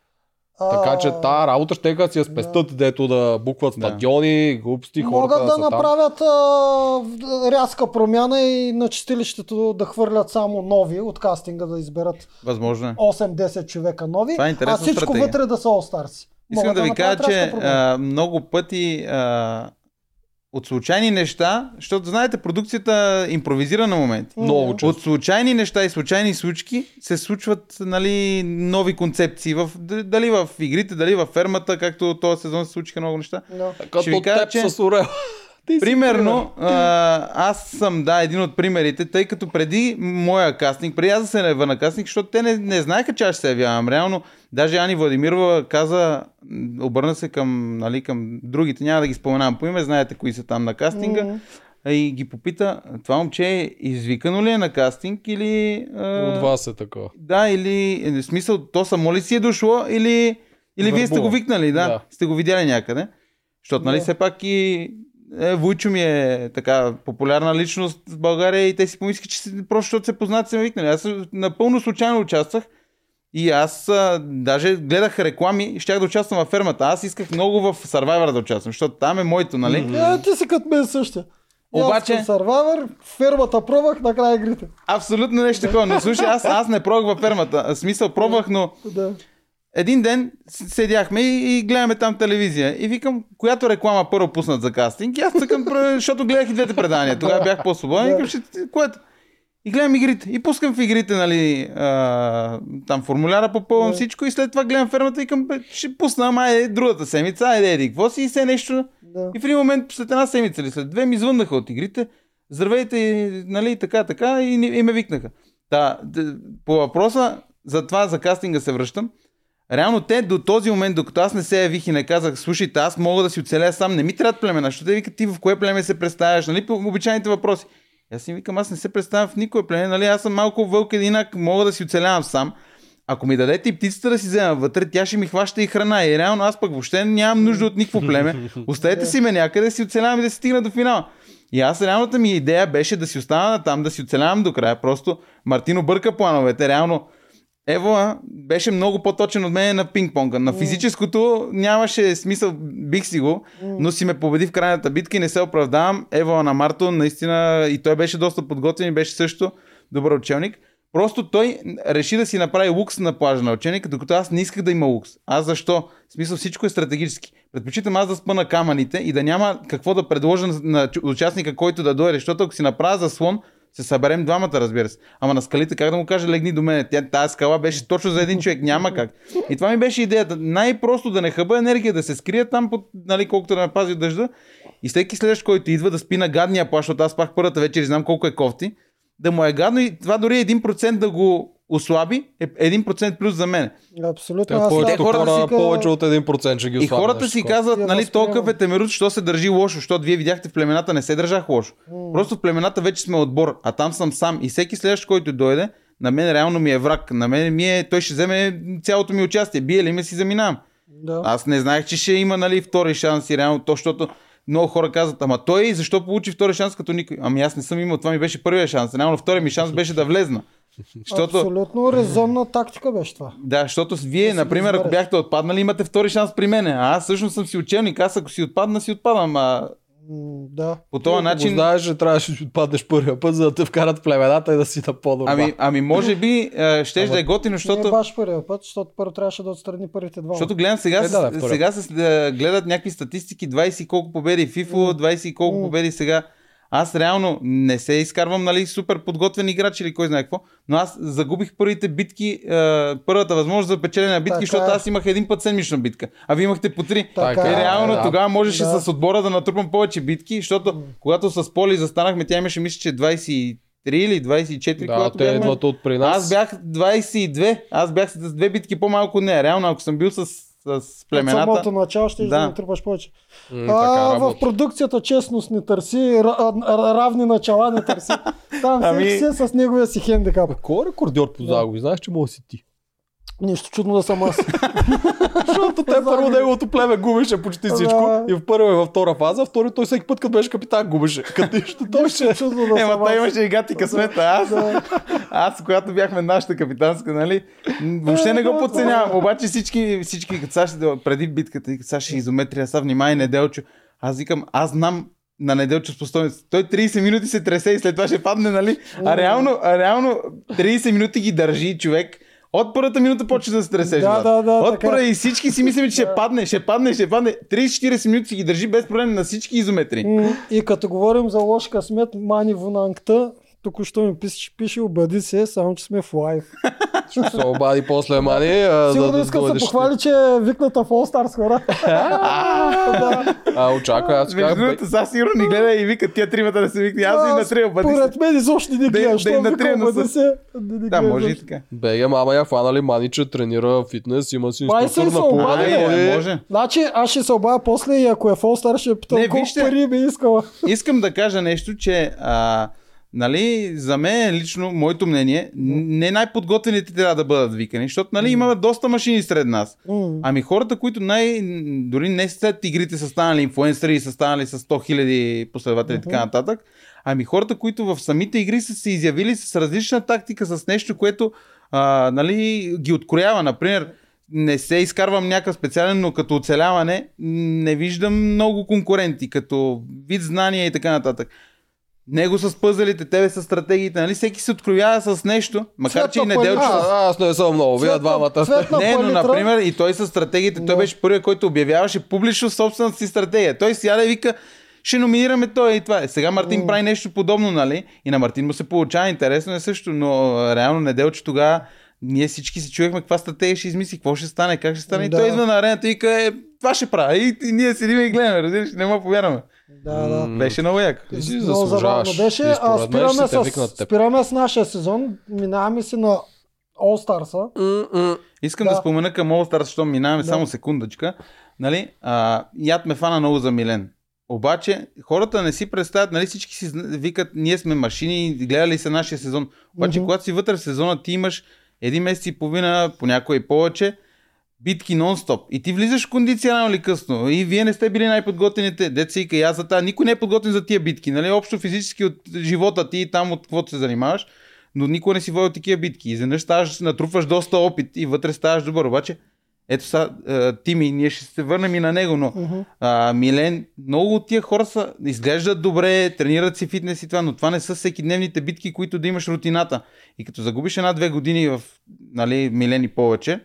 B: Така че
A: А,
B: тази работа ще да си я спестят, дето да букват
C: Да.
B: стадиони, глупости, хората
A: Могат да
B: са там.
A: направят а, в- рязка промяна и на чистилището да хвърлят само нови от кастинга, да изберат
C: Възможно е.
A: 8-10 човека нови,
C: Това е
A: а
C: интересна
A: всичко
C: стратегия.
A: вътре да са остарси.
C: Искам да, ви кажа, че а, много пъти а, от случайни неща, защото знаете, продукцията импровизира на моменти.
B: Много често.
C: От случайни неща и случайни случки се случват нали, нови концепции. В, д- дали в игрите, дали в фермата, както този сезон се случиха много неща.
A: Да.
C: Ще ви
B: Като
C: кажа,
B: теб
C: че-
B: с орел. Ти си
C: Примерно, а, аз съм, да, един от примерите, тъй като преди моя кастинг, преди аз да се наева на кастинг, защото те не, не знаеха, че аз ще се явявам. Реално, даже Ани Владимирова каза, м, обърна се към, нали, към другите, няма да ги споменавам по име, знаете кои са там на кастинга.
A: Мгм.
C: И ги попита, това момче извикано ли е на кастинг или... а,
B: От вас е такова.
C: Да, или... е, В смисъл, то само ли си е дошло или... Или вие сте
B: Върбува.
C: го викнали, да.
B: Да.
C: Сте го видяли някъде. Защото, нали,
A: Да.
C: все пак и Е, Вуйчо ми е така популярна личност в България и те си помислиха, че си- просто защото се познат са ме викнали. Аз напълно случайно участвах и аз а, даже гледах реклами и щях да участвам във фермата. Аз исках много в Survivor да участвам, защото там е моето, нали?
A: Е, ти си като мен същия.
C: Обаче-
A: Аз съм Survivor, фермата пробвах, накрая игрите.
C: Абсолютно нещо такова. Но слушай, аз, аз не пробвах във фермата. В смисъл, пробвах, но
A: Да.
C: един ден с- седяхме и, и гледаме там телевизия. И викам, която реклама първо пуснат за кастинг. И аз цъкам, пр- защото гледах и двете предания. Тогава бях по-свободен. и Викам, ще, което? И гледам игрите. И пускам в игрите, нали, а, там формуляра, попълвам
A: Да.
C: всичко. И след това гледам фермата и викам, бе, ще пусна, ама е другата седмица, айде, еди, какво си и се нещо.
A: Да.
C: И в един момент, след една седмица или след две, ми звъннаха от игрите. Здравейте, и, нали, и така, така, и, ни- и ме викнаха. Та, д- по въпроса за това, за кастинга се връщам. Реално те до този момент, докато аз не се явих и не казах, слушайте, аз мога да си оцеля сам, не ми трябват племена, защото те викат ти в кое племе се представяш, нали, по обичайните въпроси. И Аз си викам, аз не се представям в никое племе, нали, аз съм малко вълк единак, мога да си оцелявам сам. Ако ми дадете и птицата да си взема вътре, тя ще ми хваща и храна. И реално аз пък въобще нямам нужда от никакво племе. Оставете си ме някъде, да си оцелявам и да се стигна до финала. И аз реалната ми идея беше да си остана там, да си оцелявам до края. Просто Мартино бърка плановете. Реално Ева беше много по-точен от мен на пинг-понга. На физическото нямаше смисъл, бих си го, но си ме победи в крайната битка и не се оправдавам. Ева на Марто наистина и той беше доста подготвен и беше също добър учелник. Просто той реши да си направи лукс на плажа на ученик, докато аз не исках да има лукс. Аз защо? В смисъл всичко е стратегически. Предпочитам аз да спа на камъните и да няма какво да предложа на- на чу- участника, който да дойде, защото ако си направя заслон, се съберем двамата, разбира се. Ама на скалите, как да му кажа, легни до мен. Тя, тая скала беше точно за един човек, няма как. И това ми беше идеята. Най-просто да не хъба енергия, да се скрия там, под, нали, колкото да ме пази от дъжда. И всеки следващ, който идва да спи на гадния плащ, защото аз пак първата вечер и знам колко е кофти, да му е гадно и това дори 1% да го ослаби е 1% плюс за мен.
A: Абсолютно.
B: Те, повечето
C: хората
B: хора
A: си ка-
B: повече от 1% ще ги
C: И
B: ослабят.
C: хората
B: нещо
C: си
B: такова.
C: казват,
A: Ти я
C: нали,
A: възприемам.
C: толкова е темерут, що се държи лошо, защото вие видяхте в племената не се държах лошо. Просто в племената вече сме отбор, а там съм сам и всеки следващ, който дойде, на мен реално ми е враг. На мен ми е, той ще вземе цялото ми участие. Бие ли ме си заминавам.
A: Да.
C: Аз не знаех, че ще има нали, втори шанс и реално то, защото много хора казват, ама той защо получи втори шанс като никой? Ами аз не съм имал, това ми беше първия шанс. Реално втори ми шанс беше да влезна. Защото
A: Абсолютно резонна тактика беше това.
C: да, защото вие,
A: Да си
C: например, ако
A: избереш.
C: бяхте отпаднали, имате втори шанс при мене. А аз всъщност съм си учебник, аз ако си отпадна, си отпадам. А
A: М, Да. е
C: по
B: Ти, ако
C: този
B: го
C: начин...
B: знаеш, че трябваше да си отпаднеш първия път, за да те вкарат в племената и да си на по-добра.
C: Ами, ами може би а, щеш да е готино,
A: Не
C: защото...
A: баш първия път, защото първо трябваше да отстрани първите два.
C: Защото гледам сега,
B: Е,
C: е,
B: да, да,
C: да,
B: втория
C: сега се да, гледат някакви статистики, 20 и колко победи в FIFA, 20 и колко победи сега. Аз реално не се изкарвам, нали, супер подготвен играч или кой знае какво, но аз загубих първите битки, е, първата възможност за печелене на битки,
A: Така
C: защото
A: е.
C: аз имах един път седмична битка, а вие имахте по три.
A: Така
C: и
A: е,
C: реално
B: да.
C: тогава можеше
A: Да.
C: с отбора да натрупам повече битки, защото когато с Поли застанахме, тя имаше, мисля, че 23 или 24,
B: да, е
C: когато
B: те
C: бяхме.
B: идват от при нас.
C: Аз бях 22. Аз бях с две битки по-малко не. Реално, ако съм бил с, с
A: От самото
C: племената.
A: начало ще да.
C: Да.
A: натрупаш повече.
B: М, така
A: А, в
B: работи.
A: продукцията честност не търси, ра- ра- ра- равни начала не търси. Там
C: Ами-
A: всеки си е с неговия си хендикап.
B: А Кой е рекордьор по загуби? Знаеш, че мога си ти.
A: Нещо чудно да съм аз.
B: Защото те първо неговото племе губеше почти всичко.
A: Да.
B: И в първа и във втора фаза, втори той всеки път, като беше капитан, губеше. Като нищо, той ще...
A: чудно да
C: Ема
A: съм
C: той
A: аз.
C: имаше и гати късмета. Аз,
A: Да.
C: аз, когато бяхме нашата капитанска, нали, м, въобще не
A: Е,
C: го подценявам. Обаче всички, всички като Саши, преди битката, и като
A: Е.
C: Саши изометрия, са внимание, неделчо. Аз викам, аз знам на неделчо способност. Той 30 минути се тресе и след това ще падне, нали?
A: Е.
C: А реално, а реално 30 минути ги държи човек. От първата минута почва да се тресе.
A: Да,
C: живота.
A: да, да,
C: От
A: така.
C: първа и всички си мислим, че ще падне, ще падне, ще падне. 30-40 минути си ги държи без проблем на всички изометри.
A: М, И като говорим за лош късмет, Мани Вунанкта, току-що ми пише, че пише, обади се, само че сме в лайф.
B: Ще се обади после, мани. а, за
A: Сигурно
B: да
A: иска да се
B: дойдеш ти.
A: похвали, че е викната в All Stars хора. Да.
B: А, очаквай, аз
C: Между
B: казах, бе,
C: другото, сега сигурно ни гледа и вика тия тримата да се викне. Аз и на три бъди.
A: Поред мен изобщо не ни
C: Да-
A: гледа.
C: да
A: Що
C: им
A: викам,
C: натрия
A: бъди
C: носа.
A: се. не ни
C: Да,
A: гледа
C: може и
A: изобщо.
C: така.
B: Бега, мама я хванали мани, че тренира фитнес, има си
A: Май
B: инструктор
A: се
B: на
A: са
B: плуване.
A: обадили.
B: ходи.
C: Е, може.
A: Значи аз ще се обая после и ако е в All Star ще питам
C: Не,
A: колко
C: вижте.
A: пари би искала.
C: Искам да кажа нещо, че а, Нали, за мен лично, моето мнение, н- не най-подготвените трябва да бъдат викани, защото нали, имаме доста машини сред нас.
A: М.
C: Ами хората, които най... дори не след игрите са станали инфуенсъри и са станали с 100 000 последователи и така нататък, ами хората, които в самите игри са се изявили с различна тактика, с нещо, което а, нали, ги откроява. Например, не се изкарвам някакъв специален, но като оцеляване м, не виждам много конкуренти, като вид знания и така нататък. Него с пъзелите, тебе с стратегиите, нали? Всеки се откроява с нещо, макар че и
A: Цветна палитра.
C: неделче
A: А,
C: с
B: А, аз не съм много, вие
A: Цветна-
B: двамата сте.
A: Цветна
C: не, но
A: палитра.
C: например и той със стратегиите, той
A: Да.
C: беше първият, който обявяваше публично собствената си стратегия. Той сега да вика, ще номинираме той и това. Сега Мартин прави нещо подобно, нали? И на Мартин му се получава интересно е също, но а, реално неделче тогава ние всички си чуехме каква стратегия ще измисли, какво ще стане, как ще стане.
A: Да.
C: И той идва на арената и вика, е, това ще правя. И, и ние седим и гледаме, разбираш, ли? не му повярваме.
A: Да, да.
C: Беше много яко.
B: Ти си
A: Много забавно
B: заслужаваш. И
A: беше. А
B: според мен ще
A: спираме,
B: те
A: с,
B: викнат теб.
A: спираме с нашия сезон. Минаваме си на All Stars.
B: М-м.
C: Искам
A: Да.
C: да, спомена към All Stars, защото минаваме
A: Да.
C: само секундочка. Нали? А, яд ме фана много замилен. Обаче хората не си представят, нали всички си зна- викат, ние сме машини, гледали са нашия сезон. Обаче
A: Мгм.
C: когато си вътре в сезона, ти имаш един месец и половина, понякога и повече, битки нон-стоп. И ти влизаш в кондиция рано или късно. И вие не сте били най-подготвените. Деца и аз за тази. Никой не е подготвен за тия битки. Нали? Общо физически от живота ти и там от каквото се занимаваш. Но никога не си водил такива битки. Изведнъж ставаш, натрупваш доста опит и вътре ставаш добър. Обаче, ето сега, а, Тими, ние ще се върнем и на него, но а, Милен, много от тия хора са, изглеждат добре, тренират си фитнес и това, но това не са всекидневните битки, които да имаш рутината. И като загубиш една-две години в нали, Милен и повече,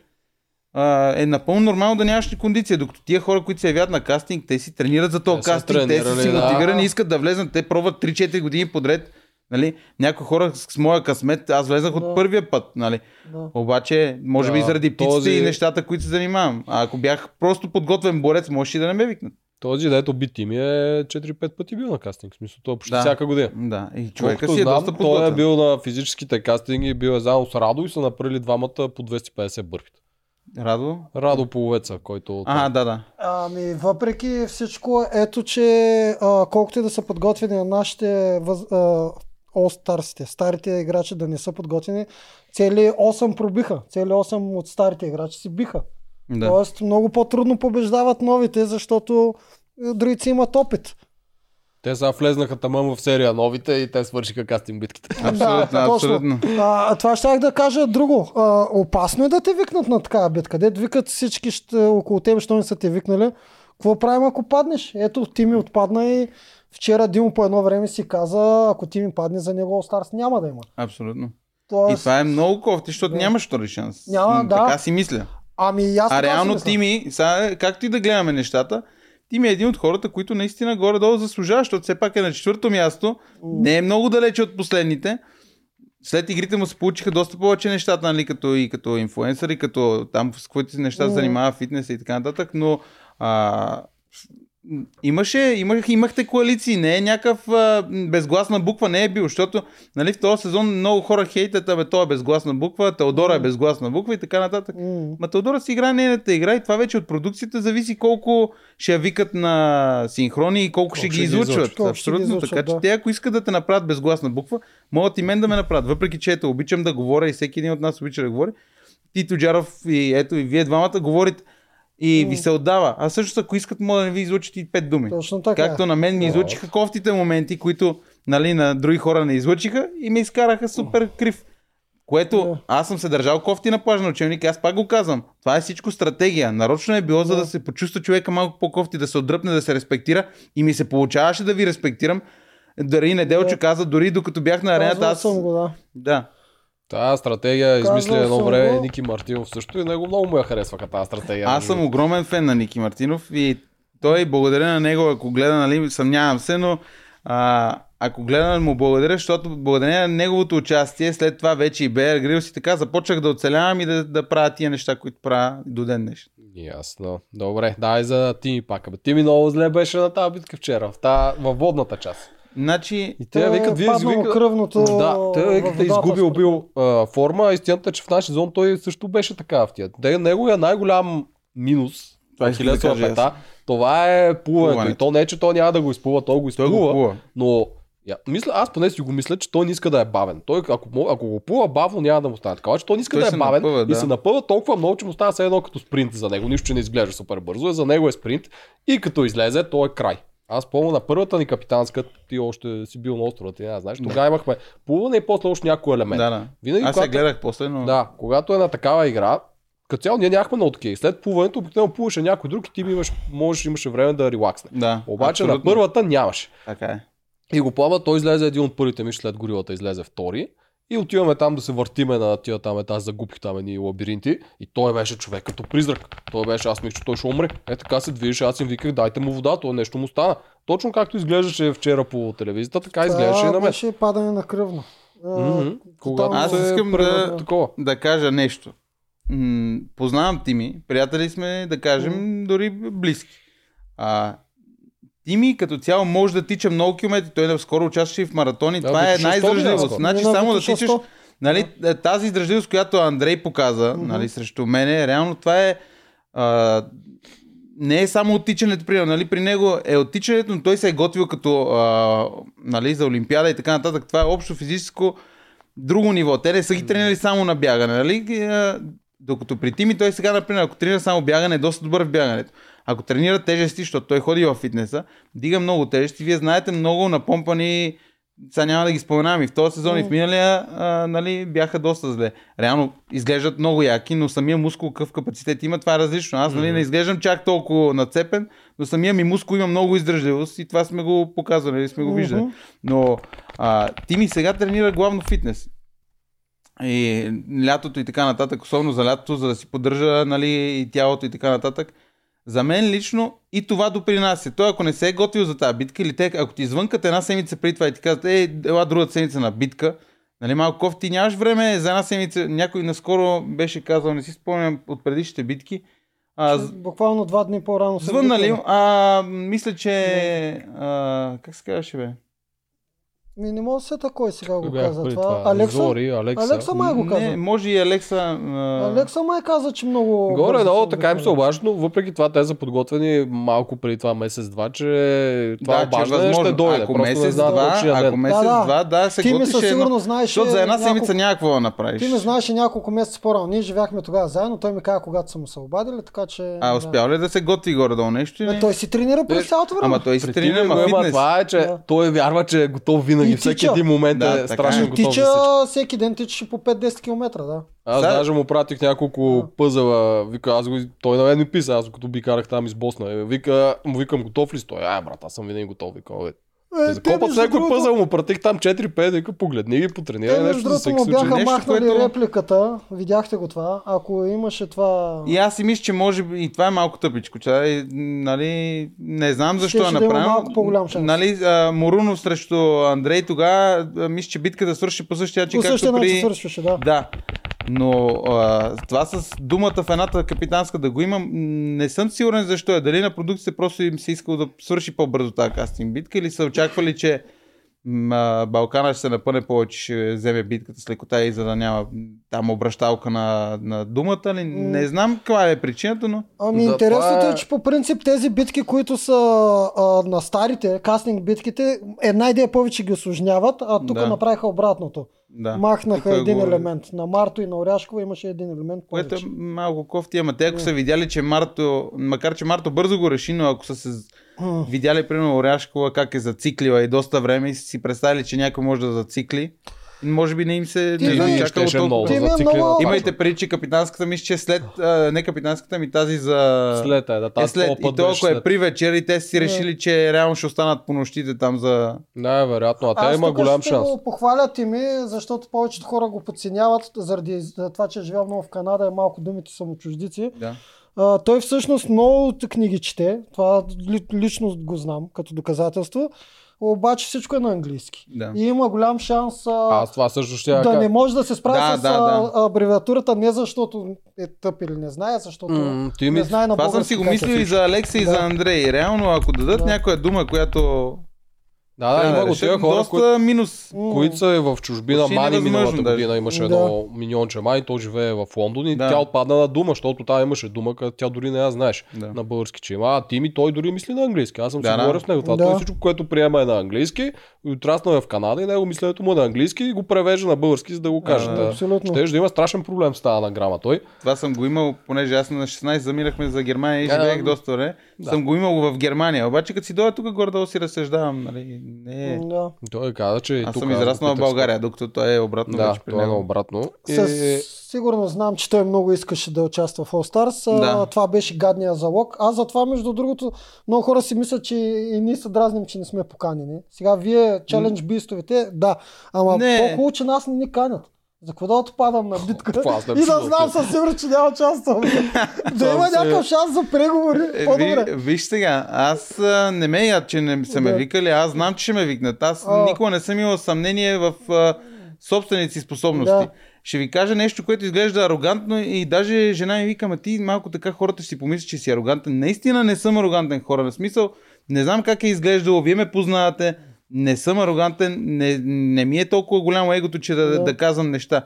C: а, е напълно нормално да нямаш кондиция. Докато тия хора, които се явят на кастинг, те си тренират за
B: Те
C: този
B: са
C: кастинг, те са
B: тренирали,
C: си
B: да.
C: мотивирани, искат да влезнат, те пробват 3-4 години подред. Нали? Някои хора с с моя късмет, аз влезнах
A: Да.
C: от първия път. Нали?
A: Да.
C: Обаче, може би
B: Да,
C: заради птиците
B: този-
C: и нещата, които се занимавам. А ако бях просто подготвен борец, можеше и да не ме викнат.
B: Този, дето би ти ми е 4-5 пъти бил на кастинг. В смисъл, той почти
C: Да.
B: всяка година.
C: Да, и човека
B: Колкото
C: си е
B: знам,
C: доста
B: той е
C: подготвен.
B: бил на физическите кастинги, бил е заедно с Радо и са направили двамата по 250 бърфита.
C: Радо?
B: Радо Половеца, който...
C: А, да, да.
A: Ами, въпреки всичко, ето, че а, колкото и да са подготвени на нашите въз, а, All Stars-ите, старите играчи да не са подготвени, цели 8 пробиха, цели 8 от старите играчи си биха. Да.
C: да.
A: Тоест, много по-трудно побеждават новите, защото е, другите имат опит.
B: Те сега влезнаха тамам в серия новите и те свършиха кастинг битките.
C: Абсолютно,
A: е- точно.
C: абсолютно.
A: А, това щях да кажа друго. А, опасно е да те викнат на такава битка. Дед викат всички ще, около теб, що не са те викнали. Какво правим ако паднеш? Ето ти ми отпадна и вчера Димо по едно време си каза, ако ти ми падне за него All Stars няма да има.
C: Абсолютно. И
A: Тоест,
C: това е много кофти, защото
A: Да.
C: нямаш втори шанс.
A: Няма,
C: М,
A: да.
C: Така си мисля.
A: ами и аз
C: А
A: така си
C: реално
A: мисля.
C: ти ми, сега, както и да гледаме нещата, ти ми е един от хората, които наистина горе-долу заслужава, защото все пак е на четвърто място. Не е много далече от последните. След игрите му се получиха доста повече нещата, нали, като и като инфуенсър, и като там с които си неща се
A: Мгм.
C: занимава фитнеса и така нататък, но а, имаше, имах, имахте коалиции, не е някакъв а, м, безгласна буква, не е бил, защото нали, в този сезон много хора хейтят, абе, той е безгласна буква, Теодора е безгласна буква и така нататък.
A: М.
C: Ма Теодора си играе нейната игра и това вече от продукцията зависи колко ще я викат на синхрони и колко, ще ги излучват.
A: Колко ще ги
C: Абсолютно.
A: излъчват,
C: така че
A: да.
C: те, ако искат да те направят безгласна буква, могат и мен да ме направят. Въпреки че ето, обичам да говоря и всеки един от нас обича да говори. Ти, Тоджаров и ето и вие двамата говорите и ви се отдава. А също, ако искат, могат да не ви излучат и пет думи.
A: Точно така.
C: Както на мен ми излучиха кофтите моменти, които нали, на други хора не излучиха и ми изкараха супер крив. Което
A: Да.
C: аз съм се държал кофти на плажа на учебник, и аз пак го казвам. Това е всичко стратегия. Нарочно е било, за да се почувства човека малко по-кофти, да се отдръпне, да се респектира и ми се получаваше да ви респектирам. Дори неделче каза, дори докато бях на арената,
A: Казвал
C: аз...
A: съм го, да.
C: Да.
B: Тая стратегия
A: Казал
B: измисли едно
A: съм
B: време
A: го.
B: Ники Мартинов също и него много му я харесваха тази стратегия. Ами,
C: Аз съм огромен фен на Ники Мартинов и той благодаря на него, ако гледа, нали, съмнявам се, но а, ако гледа, му благодаря, защото благодарение на неговото участие, след това вече и Беер Грилс и така, започнах да оцелявам и да, да правя тия неща, които правя до ден днешен.
B: Ясно. Добре, дай за Тими пак. Абе, Тими много зле беше на тази битка вчера, в та, във водната част.
C: Значи,
B: И те викат, вие
A: Падна му
B: извика...
A: е кръвното
B: Да, те
A: във
B: викат, е
A: водата,
B: изгубил
A: според
B: бил а, форма. Истината е, че в нашия сезон той също беше така в тия. Те, неговия най-голям минус
C: Това
B: в
C: искам да
B: хилядата
C: кажа и аз.
B: пета, това е плуването. И
C: Плуването.
B: то не е, че той няма да го изплува, той го
C: той го
B: изплува.
C: плува.
B: Но Я, мисля, аз поне си го мисля, че той не иска да е бавен. Той, ако, му- ако го плува бавно, няма да му стане така. Обаче той не иска
C: Той
B: да е
C: се
B: бавен
C: напъва,
B: и
C: да.
B: се напъва толкова много, че му става все едно като спринт за него. Нищо, че не изглежда супер бързо. Е, за него е спринт и като излезе, то е край. Аз помня на първата ни капитанска, ти още си бил на острова, ти не аз знаеш. Тогава имахме плуване и после още някой елемент.
C: Да, да.
B: Винаги,
C: Аз се
B: когато-
C: гледах после, но...
B: Да, когато е на такава игра, като цяло ние нямахме на откей. След плуването обикновено плуваше някой друг и ти имаш, можеш, имаше време да релаксне.
C: да
B: Обаче на
C: абсолютно.
B: първата нямаше.
C: Така е.
B: И го плава, той излезе един от първите ми след горилата, излезе втори. И отиваме там да се въртиме на тия там етаж, загубих там едни лабиринти. И той беше човек като призрак. Той беше, аз мисля, че той ще умре. Е така се движеше, аз им виках, дайте му вода, то нещо му стана. Точно както изглеждаше вчера по телевизията, така изглеждаше и на
A: Това
B: мен.
A: беше падане на кръвно. А,
B: Мгм. Когато
A: Аз
B: се
C: искам да-
B: превърна в такова.
C: да кажа нещо. М, Познавам Тими, приятели сме, да кажем, дори близки. А, Тими като цяло може да тича много километри, той е скоро участваше и в маратони,
B: Да,
C: това е
B: обичаше
C: една
B: 100
C: издръжливост.
B: минава.
C: Значи
A: Минава
C: само да
A: като
C: тичаш,
A: 100.
C: нали, тази издръжливост, която Андрей показа, нали, срещу мене, реално това е а, не е само оттичането, примерно, нали, при него е оттичането, но той се е готвил като а, нали, за Олимпиада и така нататък. Това е общо физическо друго ниво. Те не са ги тренирали само на бягане, нали? Ги, а, Докато при Тими той сега, например, ако тренира само бягане, е доста добър в бягането. Ако тренира тежести, защото той ходи в фитнеса, дига много тежести, вие знаете много напомпани, сега няма да ги споменавам и в този сезон и в миналия, а, нали, бяха доста зле. Реално изглеждат много яки, но самия мускул какъв капацитет има, това е различно. Аз нали, не изглеждам чак толкова нацепен, но самия ми мускул има много издържливост и това сме го показвали, нали, сме го виждали.
A: Мгм.
C: Но а, Тими сега тренира главно фитнес. И лятото и така нататък, особено за лятото, за да си поддържа нали, и тялото и така нататък. За мен лично и това допринася. Той ако не се е готвил за тази битка или те, ако ти звънкат една седмица преди това и ти казват, е, ела другата седмица на битка, нали малко кофти, ти нямаш време за една седмица. Някой наскоро беше казал, не си спомням от предишните битки, а, з-
A: Буквално два дни по-рано. съм
C: звъннали,
A: викнал.
C: а, мисля, че... А, как се казваше, бе?
A: Ми не мога да се сета кой сега го
B: Бях
A: каза
B: преди
A: това. Алекса?
B: Зори, Алекса.
A: Алекса май е го
C: Не,
A: каза.
C: може и Алекса. а,
A: Алекса май каза, че много...
B: Горе,
A: бързо
B: долу,
A: се
B: така им се
A: обикаля.
B: обажда, но въпреки това те са подготвени малко преди това месец-два, че това
C: да, че е
B: обаждане ще
C: възможно.
B: дойде.
C: ако
B: Просто не
C: месец,
B: знаят
C: два,
B: точния
C: ако
B: ден.
C: месец,
A: Да, да.
C: два, да, се
A: Ти ми със
C: готвиш едно.
A: сигурност знаеш... е,
C: Защото за една седмица
A: няколко-
C: няма какво да направиш.
A: Ти ме знаеше няколко месеца по-рано. Ние живяхме тогава заедно. Той ми каза, когато са му се обадили, така че...
C: А успял ли да се готви горе-долу нещо?
A: Да.
C: или
A: Бе,
C: не?
A: той си тренира
B: Е,
A: през цялото време.
C: Ама той се
B: При
C: тренира,
B: Тими го
C: ма
B: има
C: фитнес.
B: Това е, че
A: Да.
B: той вярва, че е готов винаги.
A: И
B: Всеки
A: тича.
B: един момент
C: Да,
B: е
C: така
B: страшно
C: е.
A: И
B: готов за
A: тича
B: всичко.
A: всеки ден тичаше по 5-10 км, да.
B: Аз
C: Сега-
B: даже му пратих няколко пъзела. Вика, аз го, той на мен ми писа, аз като би карах там из Босна. Е, Вика, му викам готов ли си той? Ай, брат, аз съм винаги готов. Вика, бе. Те Е, за
A: Е, те,
B: колко път
A: между
B: някой
A: другото-
B: пъзел му пратих там 4-5, вика, погледни ги,
A: Те,
B: потренирай
A: между
B: нещо за
A: другото
B: всеки
A: му
B: случай.
A: бяха
C: нещо,
A: махнали
C: което-
A: репликата. Видяхте го това. Ако имаше това...
C: И аз си мисля, че може би и това е малко тъпичко. Че, ай, нали, не знам защо е
A: Щеше да има
C: направено.
A: малко по-голям шанс.
C: Нали, а, Морунов срещу Андрей тогава, а, мисля, че битката свърши по същия начин,
A: По същия
C: както
A: начин
C: при...
A: свършваше, да.
C: Да. Но а, това с думата в едната капитанска да го имам, не съм сигурен защо е. Дали на продукцията просто им се искало да свърши по-бързо тази кастинг битка или са очаквали, че м, а, Балкана ще се напъне повече, ще вземе битката с лекота и за да няма м, там обращалка на, на думата. Ли? Не знам каква е причината, но
A: Ами
B: Затова
A: интересното
B: е-
A: е, че по принцип тези битки, които са а, на старите, кастинг битките, една идея повече ги осложняват, а тук
C: Да.
A: направиха обратното.
C: да.
A: Махнаха
C: Тук е
A: един
C: го-
A: елемент. На Марто и на Оряшкова имаше един елемент
C: Което
A: повече.
C: е малко кофти, ама те ако са видяли, че Марто, макар че Марто бързо го реши, но ако са се
A: М.
C: видяли, примерно, Оряшкова как е зациклила и доста време и са си представили, че някой може да зацикли, може би не им се
A: Ти
C: не
A: бе, Ти
C: им чакало
B: щеше много
C: толкова.
A: Ти бе,
B: зациклен
A: много-
B: на това.
C: Имайте преди, че капитанската мисля, че е след, а, не капитанската ми, тази за...
B: След е, да,
C: е
B: тази
C: след.
B: този
C: И
B: път
C: то,
B: беше
C: ако е
B: след.
C: при вечер и те са си решили, че реално ще останат по нощите там за...
B: Най-вероятно, а те
A: Аз
B: има
A: тук
B: голям
A: ще
B: шанс.
A: го похвалят и ми, защото повечето хора го подценяват заради за това, че е живял много в Канада и малко думите са му чуждици.
C: Да.
A: А, той всъщност много от книги чете, това ли- лично го знам като доказателство, обаче всичко е на английски.
C: Да.
A: И има голям шанс а,
B: Аз това също ще я
A: да
B: кажа.
A: не може да се справи
C: Да,
A: с
C: да,
A: а,
C: да.
A: абревиатурата, не защото е тъп или не знае, защото
B: М, ти ми-
A: не знае на
C: ами, Това съм
A: български
C: си го
A: как е
C: мислил и
A: всичко.
C: за Алекса и
A: Да.
C: за Андрей. Реално, ако дадат
A: Да.
C: някоя дума, която
B: Да, да,
C: Трябва
B: има
C: да
B: го тези
C: решат
B: хора,
C: Е, доста
B: които,
C: минус.
B: които са и е в чужбина.
C: Почти
B: Мани
C: невъзможно
B: миналата
C: даже.
B: година имаше
A: Да.
B: едно миньонче Мани, то живее в Лондон и
C: Да.
B: тя отпадна на дума, защото там имаше дума, където тя дори не я знаеш.
C: Да.
B: на български, че има. А Тими, той дори мисли на английски. Аз съм
C: Да,
B: си
C: да.
B: говорил с него. Това
A: Да.
B: той всичко, което приема е на английски. Отраснал е в Канада и него мисленето му е на английски и го превежда на български, за да го каже.
C: да,
B: Да,
A: абсолютно.
B: Щеш да има страшен проблем с тази анаграма той.
C: Това съм го имал, понеже аз на 16 заминахме за Германия и
B: Да,
C: живеех
B: да.
C: доста време.
B: Да.
C: Съм го имал в Германия. Обаче като си дойда тук горе-долу си разсъждавам. Нали? Не.
A: Да.
B: Той каза, че и
C: Аз
B: Е, тук
C: съм израснал в
B: го питах
C: България, докато той е
B: с-
C: обратно
B: Да,
C: вече при
B: той е на
C: него.
B: обратно. И-
C: Е,
A: Със сигурност знам, че той много искаше да участва в All Stars.
C: Да.
A: Да. Това беше гадния залог. Аз затова, между другото, много хора си мислят, че и ние се дразним, че не сме поканени. Сега вие, чалендж бистовете, да. Ама
C: Не.
A: по-хубаво, че нас не ни канят. За кого да отпадам на битка?
B: Това аз не
A: и да
B: чувам,
A: знам
B: човек.
A: със сигурност, че няма участвам. да има
B: се-
A: някакъв шанс за преговори.
C: Е,
A: По-добре.
C: ви, виж сега, аз а, не ме яд, че не са ме
A: Да.
C: викали, аз знам, че ще ме викнат. Аз
A: А.
C: никога не съм имал съмнение в а, собствените си способности.
A: Да.
C: Ще ви кажа нещо, което изглежда арогантно и даже жена ми вика, ма ти малко така хората ще си помислят, че си арогантен. Наистина не съм арогантен хора, на смисъл, не знам как е изглеждало, вие ме познавате, не съм арогантен, не, не ми е толкова голямо егото, че да, да.
A: Да.
C: да казвам неща.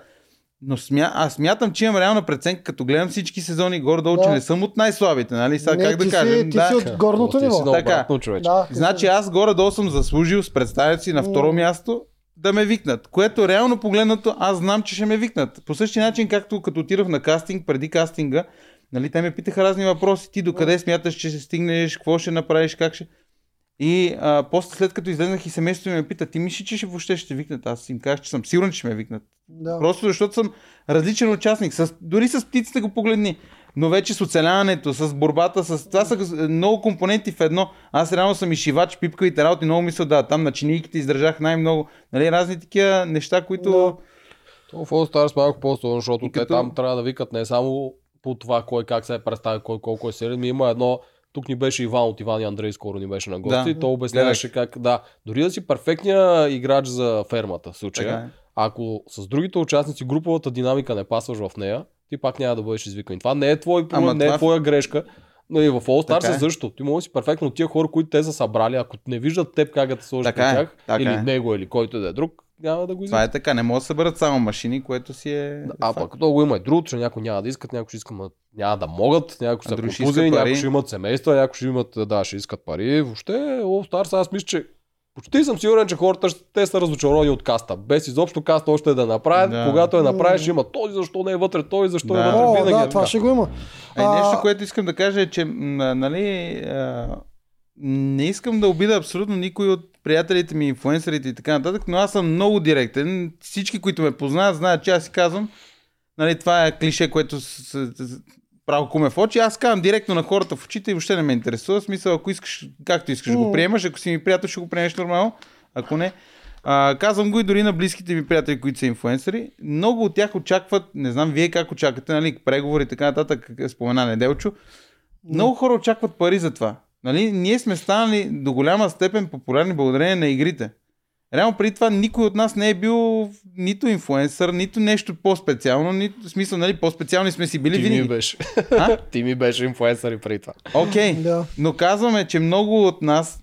C: Но смя... аз смятам, че имам реална преценка, като гледам всички сезони горе-долу, да.
A: Да.
C: че не съм от най-слабите, нали? Сега
A: Не,
C: как да
A: ти си-
C: кажем?
A: ти
C: да.
A: си от
B: Е,
A: горното
B: ти си
A: ниво.
B: на
C: Така.
B: обратно, човече.
A: Да,
C: Значи аз горе-долу съм заслужил с представят си на второ
A: М.
C: място да ме викнат, което реално погледнато аз знам, че ще ме викнат. По същия начин, както като отидох на кастинг, преди кастинга, нали, те ме питаха разни въпроси, ти докъде смяташ, че ще стигнеш, какво ще направиш, как ще... И а, после след като излезнах и семейството ми ме пита, ти мислиш, че ще въобще ще викнат? Аз им казах, че съм сигурен, че ще ме викнат.
A: да.
C: Просто защото съм различен участник. С, дори с птиците го погледни. Но вече с оцеляването, с борбата, с... това са много компоненти в едно. Аз реално съм и шивач, пипкавите работи, много мисля, да, там на чинийките издържах най-много. Нали, разни такива неща, които...
A: Да.
B: То в All Stars малко по-сложно, защото
C: И
B: те
C: като-
B: там трябва да викат не само по това кой как се е представил, кой колко е силен, ми има едно тук ни беше Иван от Иван и Андрей, скоро ни беше на гости.
C: Да.
B: и то обясняваше как, да, дори да си перфектния играч за фермата в случая,
C: Така е.
B: ако с другите участници груповата динамика не пасваш в нея, ти пак няма да бъдеш извикан. И Това не е твой проблем,
C: Ама
B: не
C: това-
B: е твоя грешка. Но и в All
C: Така
B: Stars
C: е.
B: е също. Ти може да си перфектно от тия хора, които те са събрали. Ако не виждат теб как да те сложиш
C: Така
B: при
C: е,
B: тях,
C: така
B: или
C: е.
B: него, или който и да е друг, няма да го извикат.
C: Това е така, не могат да съберат само машини, което си е...
B: А
C: факт.
B: пък то го има и другото, че някои няма да искат, някои ще искат, ма няма да могат, някои
C: А
B: ще са
C: други ще
B: контузени,
C: искат
B: някои
C: пари.
B: ще имат семейства, някои ще имат, да, ще искат пари. Въобще, All Stars, аз мисля, че почти съм сигурен, че хората ще- те са разочаровани от каста. Без изобщо каста още да направят.
C: Да.
B: Когато я направиш,
A: М.
B: ще има този, защо не е вътре, той, защо
C: Да.
B: е вътре.
A: О,
B: винаги е
A: да,
B: така.
A: това ще го има.
C: А...
A: А-
C: Е, Нещо, което искам да кажа е, че м, нали, а, не искам да обида абсолютно никой от приятелите ми, инфуенсерите и така нататък, но аз съм много директен. Всички, които ме познават, знаят, че аз си казвам, нали, това е клише, което с, с, с, право куме в очи. Аз казвам директно на хората в очите и въобще не ме интересува. В смисъл, ако искаш, както искаш, го
A: М.
C: приемаш. Ако си ми приятел, ще го приемеш нормално. Ако не, а, казвам го и дори на близките ми приятели, които са инфуенсъри. Много от тях очакват, не знам вие как очаквате, нали, преговори и така нататък, как спомена Неделчо. Много хора очакват пари за това. Нали, ние сме станали до голяма степен популярни благодарение на игрите. Реално преди това никой от нас не е бил нито инфуенсър, нито нещо по-специално, нито, в смисъл, нали, по-специални сме си били
B: Ти ми е
C: винаги.
B: беше.
C: А?
B: Ти ми беше инфуенсър и преди това.
C: Окей,
A: Да.
C: но казваме, че много от нас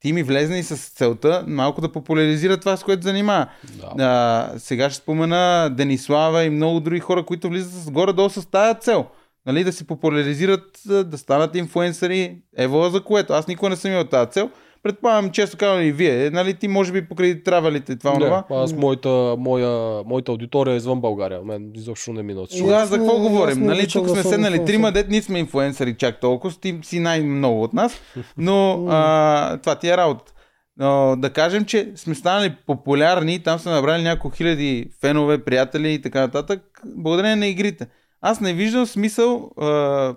C: ти ми влезна и с целта малко да популяризира това, с което занимава.
B: Да.
C: А, сега ще спомена Денислава и много други хора, които влизат с горе-долу с тая цел. Нали, да се популяризират, а, да станат инфуенсъри, ево за което. Аз никога не съм имал тази цел. Предполагам, често казвам и вие, нали, ти може би покрай травелите и това, онова.
B: Не, аз моята, моя, моята аудитория е извън България. Мен изобщо не ми носи.
A: И аз
C: Тогава за какво
A: не- аз
C: говорим?
A: не
C: Нали,
A: обичам
C: тук
A: да
C: сме
A: съм
C: седнали
A: инфлуенсър.
C: трима, дет ние сме инфлуенсъри чак толкова, с ти си най-много от нас, но а, това ти е работа. Но да кажем, че сме станали популярни, там сме набрали няколко хиляди фенове, приятели и така нататък, благодарение на игрите. Аз не виждам смисъл а,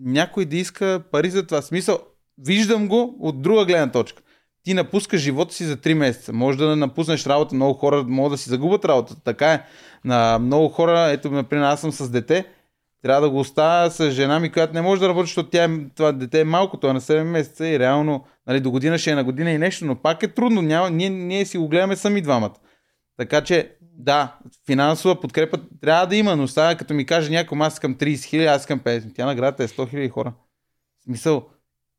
C: някой да иска пари за това. Смисъл, виждам го от друга гледна точка. Ти напускаш живота си за 3 месеца. Може да напуснеш работа, много хора могат да си загубят работата. Така е. На много хора, ето, например, аз съм с дете, трябва да го оставя с жена ми, която не може да работи, защото тя, е- това дете е малко, той е на 7 месеца и реално нали, до година ще е на година и нещо, но пак е трудно. Няма, ние, ние си го гледаме сами двамата. Така че, да, финансова подкрепа трябва да има, но става като ми каже някой, аз искам 30 хиляди, аз искам 50. Тя наградата е 100 хиляди хора. В Смисъл,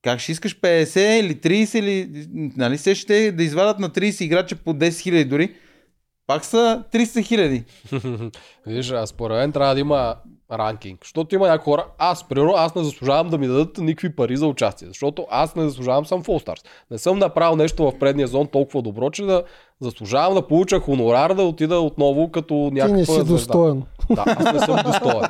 C: Как ще искаш 50 или 30 или... Нали се ще да извадат на 30 играча по 10 хиляди дори. Пак са 300 хиляди.
B: Виж, а според мен трябва да има ранкинг. Защото има някои хора, аз, примерно, аз не заслужавам да ми дадат никакви пари за участие. Защото аз не заслужавам съм в All Stars. Не съм направил нещо в предния зон толкова добро, че да заслужавам да получа хонорар, да отида отново като някаква
A: Ти
C: е
A: не си
B: звезда.
A: достоен.
B: Да, аз не съм достоен.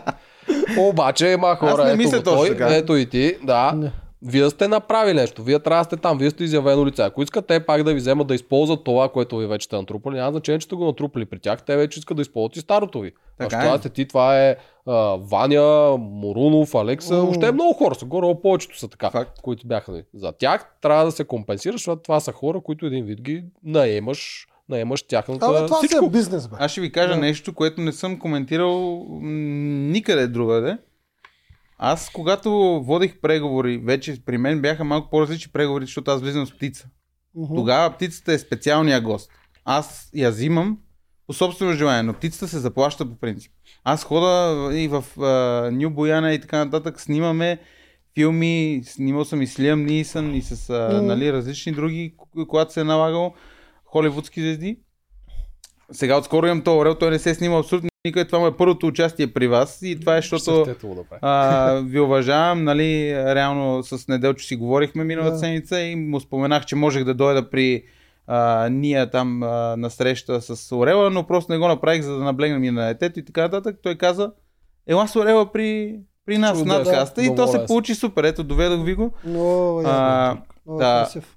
B: Обаче има хора,
C: Аз не мисля
B: ето, го той,
C: точно така.
B: ето и ти, да.
A: Не.
B: Вие сте направили нещо, вие трябва да сте там, вие сте изявено лице. Ако искат те пак да ви вземат да използват това, което ви вече сте натрупали, няма значение, че сте го натрупали при тях, те вече искат да използват и старото ви. А
C: Така
B: що да
C: е.
B: сте ти, това е а, Ваня, Морунов, Алекса,
A: М.
B: още е много хора са, горе повечето са така,
C: Факт.
B: които бяха. нали. За тях трябва да се компенсира, защото това са хора, които един вид ги наемаш, наемаш тяхната...
A: Абе, това си
B: всичко.
A: е бизнес, бе.
C: Аз ще ви кажа
A: Да.
C: нещо, което не съм коментирал м, никъде другаде. Аз, когато водих преговори, вече при мен бяха малко по-различни преговори, защото аз влизам с птица.
A: Мгм.
C: Тогава птицата е специалния гост. Аз я взимам по собствено желание, но птицата се заплаща по принцип. Аз хода и в а, Ню Бояна и така нататък, снимаме филми, снимал съм и с Лиам Нисън и с а,
A: Мгм.
C: нали, различни други, ко- когато се е налагал холивудски звезди. Сега отскоро имам този орел, той не се е снимал абсолютно никъде. Това му е първото участие при вас и това е, защото
B: Съществото да прави.
C: а, ви уважавам, нали, реално с Неделчо си говорихме миналата
A: Да.
C: седмица и му споменах, че можех да дойда при а, ние там а, на среща с Орела, но просто не го направих, за да наблегнем и на детето и така нататък. Той каза, ела с Орела при, при нас,
B: Чудесно,
C: на каста и то
B: много
C: се
B: лесно.
C: получи супер. Ето, доведох ви го.
A: Много ясно.
C: А,
A: Много
C: да.
A: красив.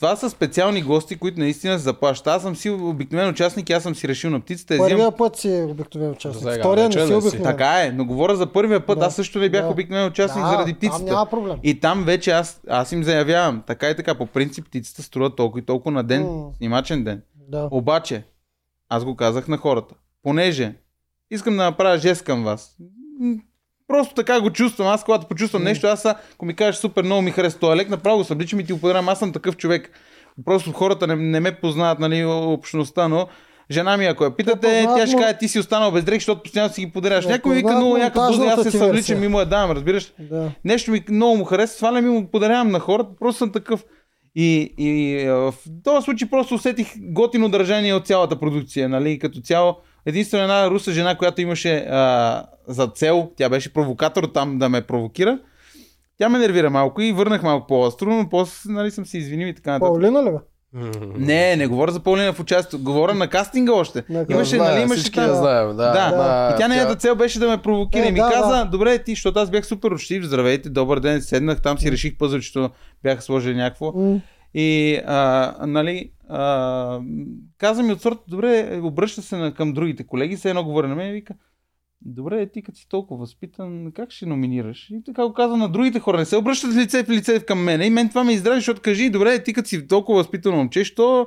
C: това са специални гости, които наистина се заплащат. Аз съм си обикновен участник, и аз съм си решил на птицата. я взимам
A: Първия път си е обикновен
B: За сега
A: участник. Втория
B: вече
A: не си
B: не си.
A: обикновен.
C: Така е, но говоря за първия път.
A: Да.
C: Аз също не бях
A: Да.
C: обикновен участник
A: Да,
C: заради
A: Там
C: птицата.
A: няма проблем.
C: И там вече аз, аз им заявявам, така и така, по принцип птицата струва толкова и толкова на ден,
A: М.
C: снимачен ден.
A: Да.
C: Обаче, аз го казах на хората, понеже искам да направя жест към вас. М, Просто така го чувствам. Аз когато почувствам нещо, аз, са- ако ми кажеш супер много ми харесва този лек, направо го събличам и ти го подарам. Аз съм такъв човек. Просто хората не, не ме познават, нали, общността, но жена ми, ако я питате,
A: познават,
C: тя ще
A: но-
C: каже, ти си останал без дрехи, защото постоянно си ги подаряваш.
A: Не
C: Някой ми вика
A: познават
C: много яка буза, и аз
A: монтажната
C: се
A: ти
C: събличам
A: версия.
C: и му я давам, разбираш?
A: Да.
C: нещо ми много му харесва, свалям и му подарявам на хората, просто съм такъв. И, и а, в този случай просто усетих готино държание от цялата продукция, нали, като цяло. Единствено една руса жена, която имаше а, за цел, тя беше провокатор там да ме провокира. Тя ме нервира малко и върнах малко по-остро, но после нали, съм се извинил и така нататък.
A: Паулина ли бе?
C: Не, не говоря за Паулина в участието, говоря на кастинга още.
A: На кастинга.
C: Имаше, нали, имаше
B: Всички я знаем, да.
C: да,
B: на-
C: и тя нейната цел беше да ме провокира.
A: Е,
C: и ми
A: да,
C: каза,
A: да.
C: добре, ти, защото аз бях супер учтив, здравейте, добър ден, седнах, там си реших пъзълчето, бяха сложили някакво.
A: М,
C: И, а, нали, а, каза ми от сорта, добре, е, обръща се на, към другите колеги, все едно говори на мен и вика, добре, ти като си толкова възпитан, как ще номинираш? И така го казвам на другите хора, не се обръщат лице в лице към мене. И мен това ме издрави, защото кажи, добре, ти като си толкова възпитан момче, що...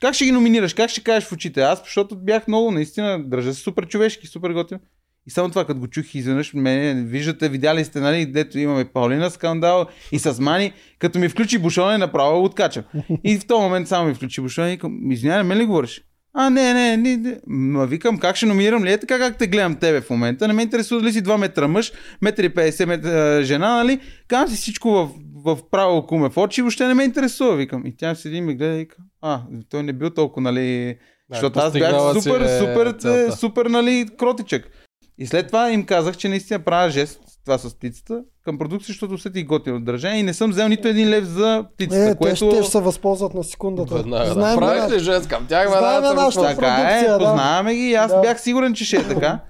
C: Как ще ги номинираш? Как ще кажеш в очите? Аз, защото бях много, наистина, държа се супер човешки, супер готин. И само това, като го чух изведнъж, мене, виждате, видяли сте, нали, дето имаме Паулина скандал и с Мани, като ми включи бушоне, направо откачам. И в този момент само ми включи бушоне и викам, извинявай, мен ли говориш? А, не, не, не, не. Ма викам, как ще номинирам ли? Е така, как те гледам тебе в момента. Не ме интересува дали си 2 метра мъж, 1,50 метра жена, нали? Казвам си всичко в, в право куме в очи, въобще не ме интересува, викам. И тя седи и ме гледа и вика, а, той не бил толкова, нали,
B: Да,
C: защото аз бях
B: постигнала си
C: супер,
B: е
C: супер,
B: целта.
C: е, супер, нали, кротичък. И след това им казах, че наистина правя жест, това с птицата, към продукция, защото усетих готино държание и не съм взел нито един лев за птицата,
A: Е, те
C: което...
A: ще ще се възползват на секундата.
B: Веднага, да.
A: Знаем
B: Правих
A: да.
B: ли женска? Тях
A: Знаем
B: веднага съм
A: нашата
B: изпълнил.
C: Така
A: продукция, да.
C: е, познаваме ги и аз
A: Да.
C: бях сигурен, че ще е така.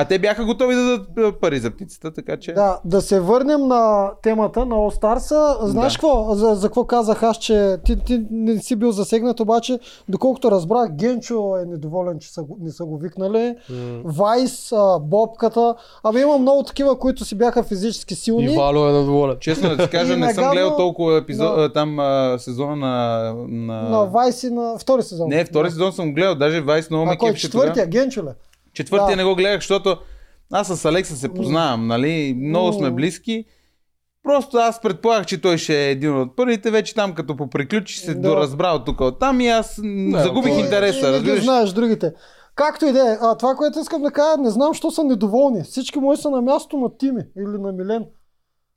C: А те бяха готови да дадат е, пари за птицата, така че...
A: Да, да се върнем на темата на All Stars. Знаеш
C: Да.
A: какво, за, за какво казах аз, че ти, ти не си бил засегнат, обаче, доколкото разбрах, Генчо е недоволен, че са, го- не са го викнали.
B: М.
A: Вайс, а, Бобката. Абе има много такива, които си бяха физически силни.
B: И Вало е недоволен.
C: Честно да ти
A: И
C: кажа, не съм
A: нагавно-
C: гледал толкова епизод,
A: Да.
C: е, там а, сезона на... на...
A: На Вайс и на втори сезон.
C: Не, втори сезон съм го гледал, даже Вайс много
A: А
C: ме
A: кой?
C: кефеше тогава.
A: Четвъртия, Генчо ли?
C: Четвъртия
A: Да.
C: не го гледах, защото аз с Алекса се познавам, нали? Много сме
A: М.
C: близки. Просто аз предполагах, че той ще е един от първите. Вече там като поприключи се
A: Да.
C: доразбрал тук от там и аз
B: Да,
C: не, загубих
B: той-
C: интереса,
A: Не ги
C: разбираш?
A: знаеш другите. Както и да е, а, това, което искам да кажа, не знам, що са недоволни. Всички мои са на място на Тими или на Милен.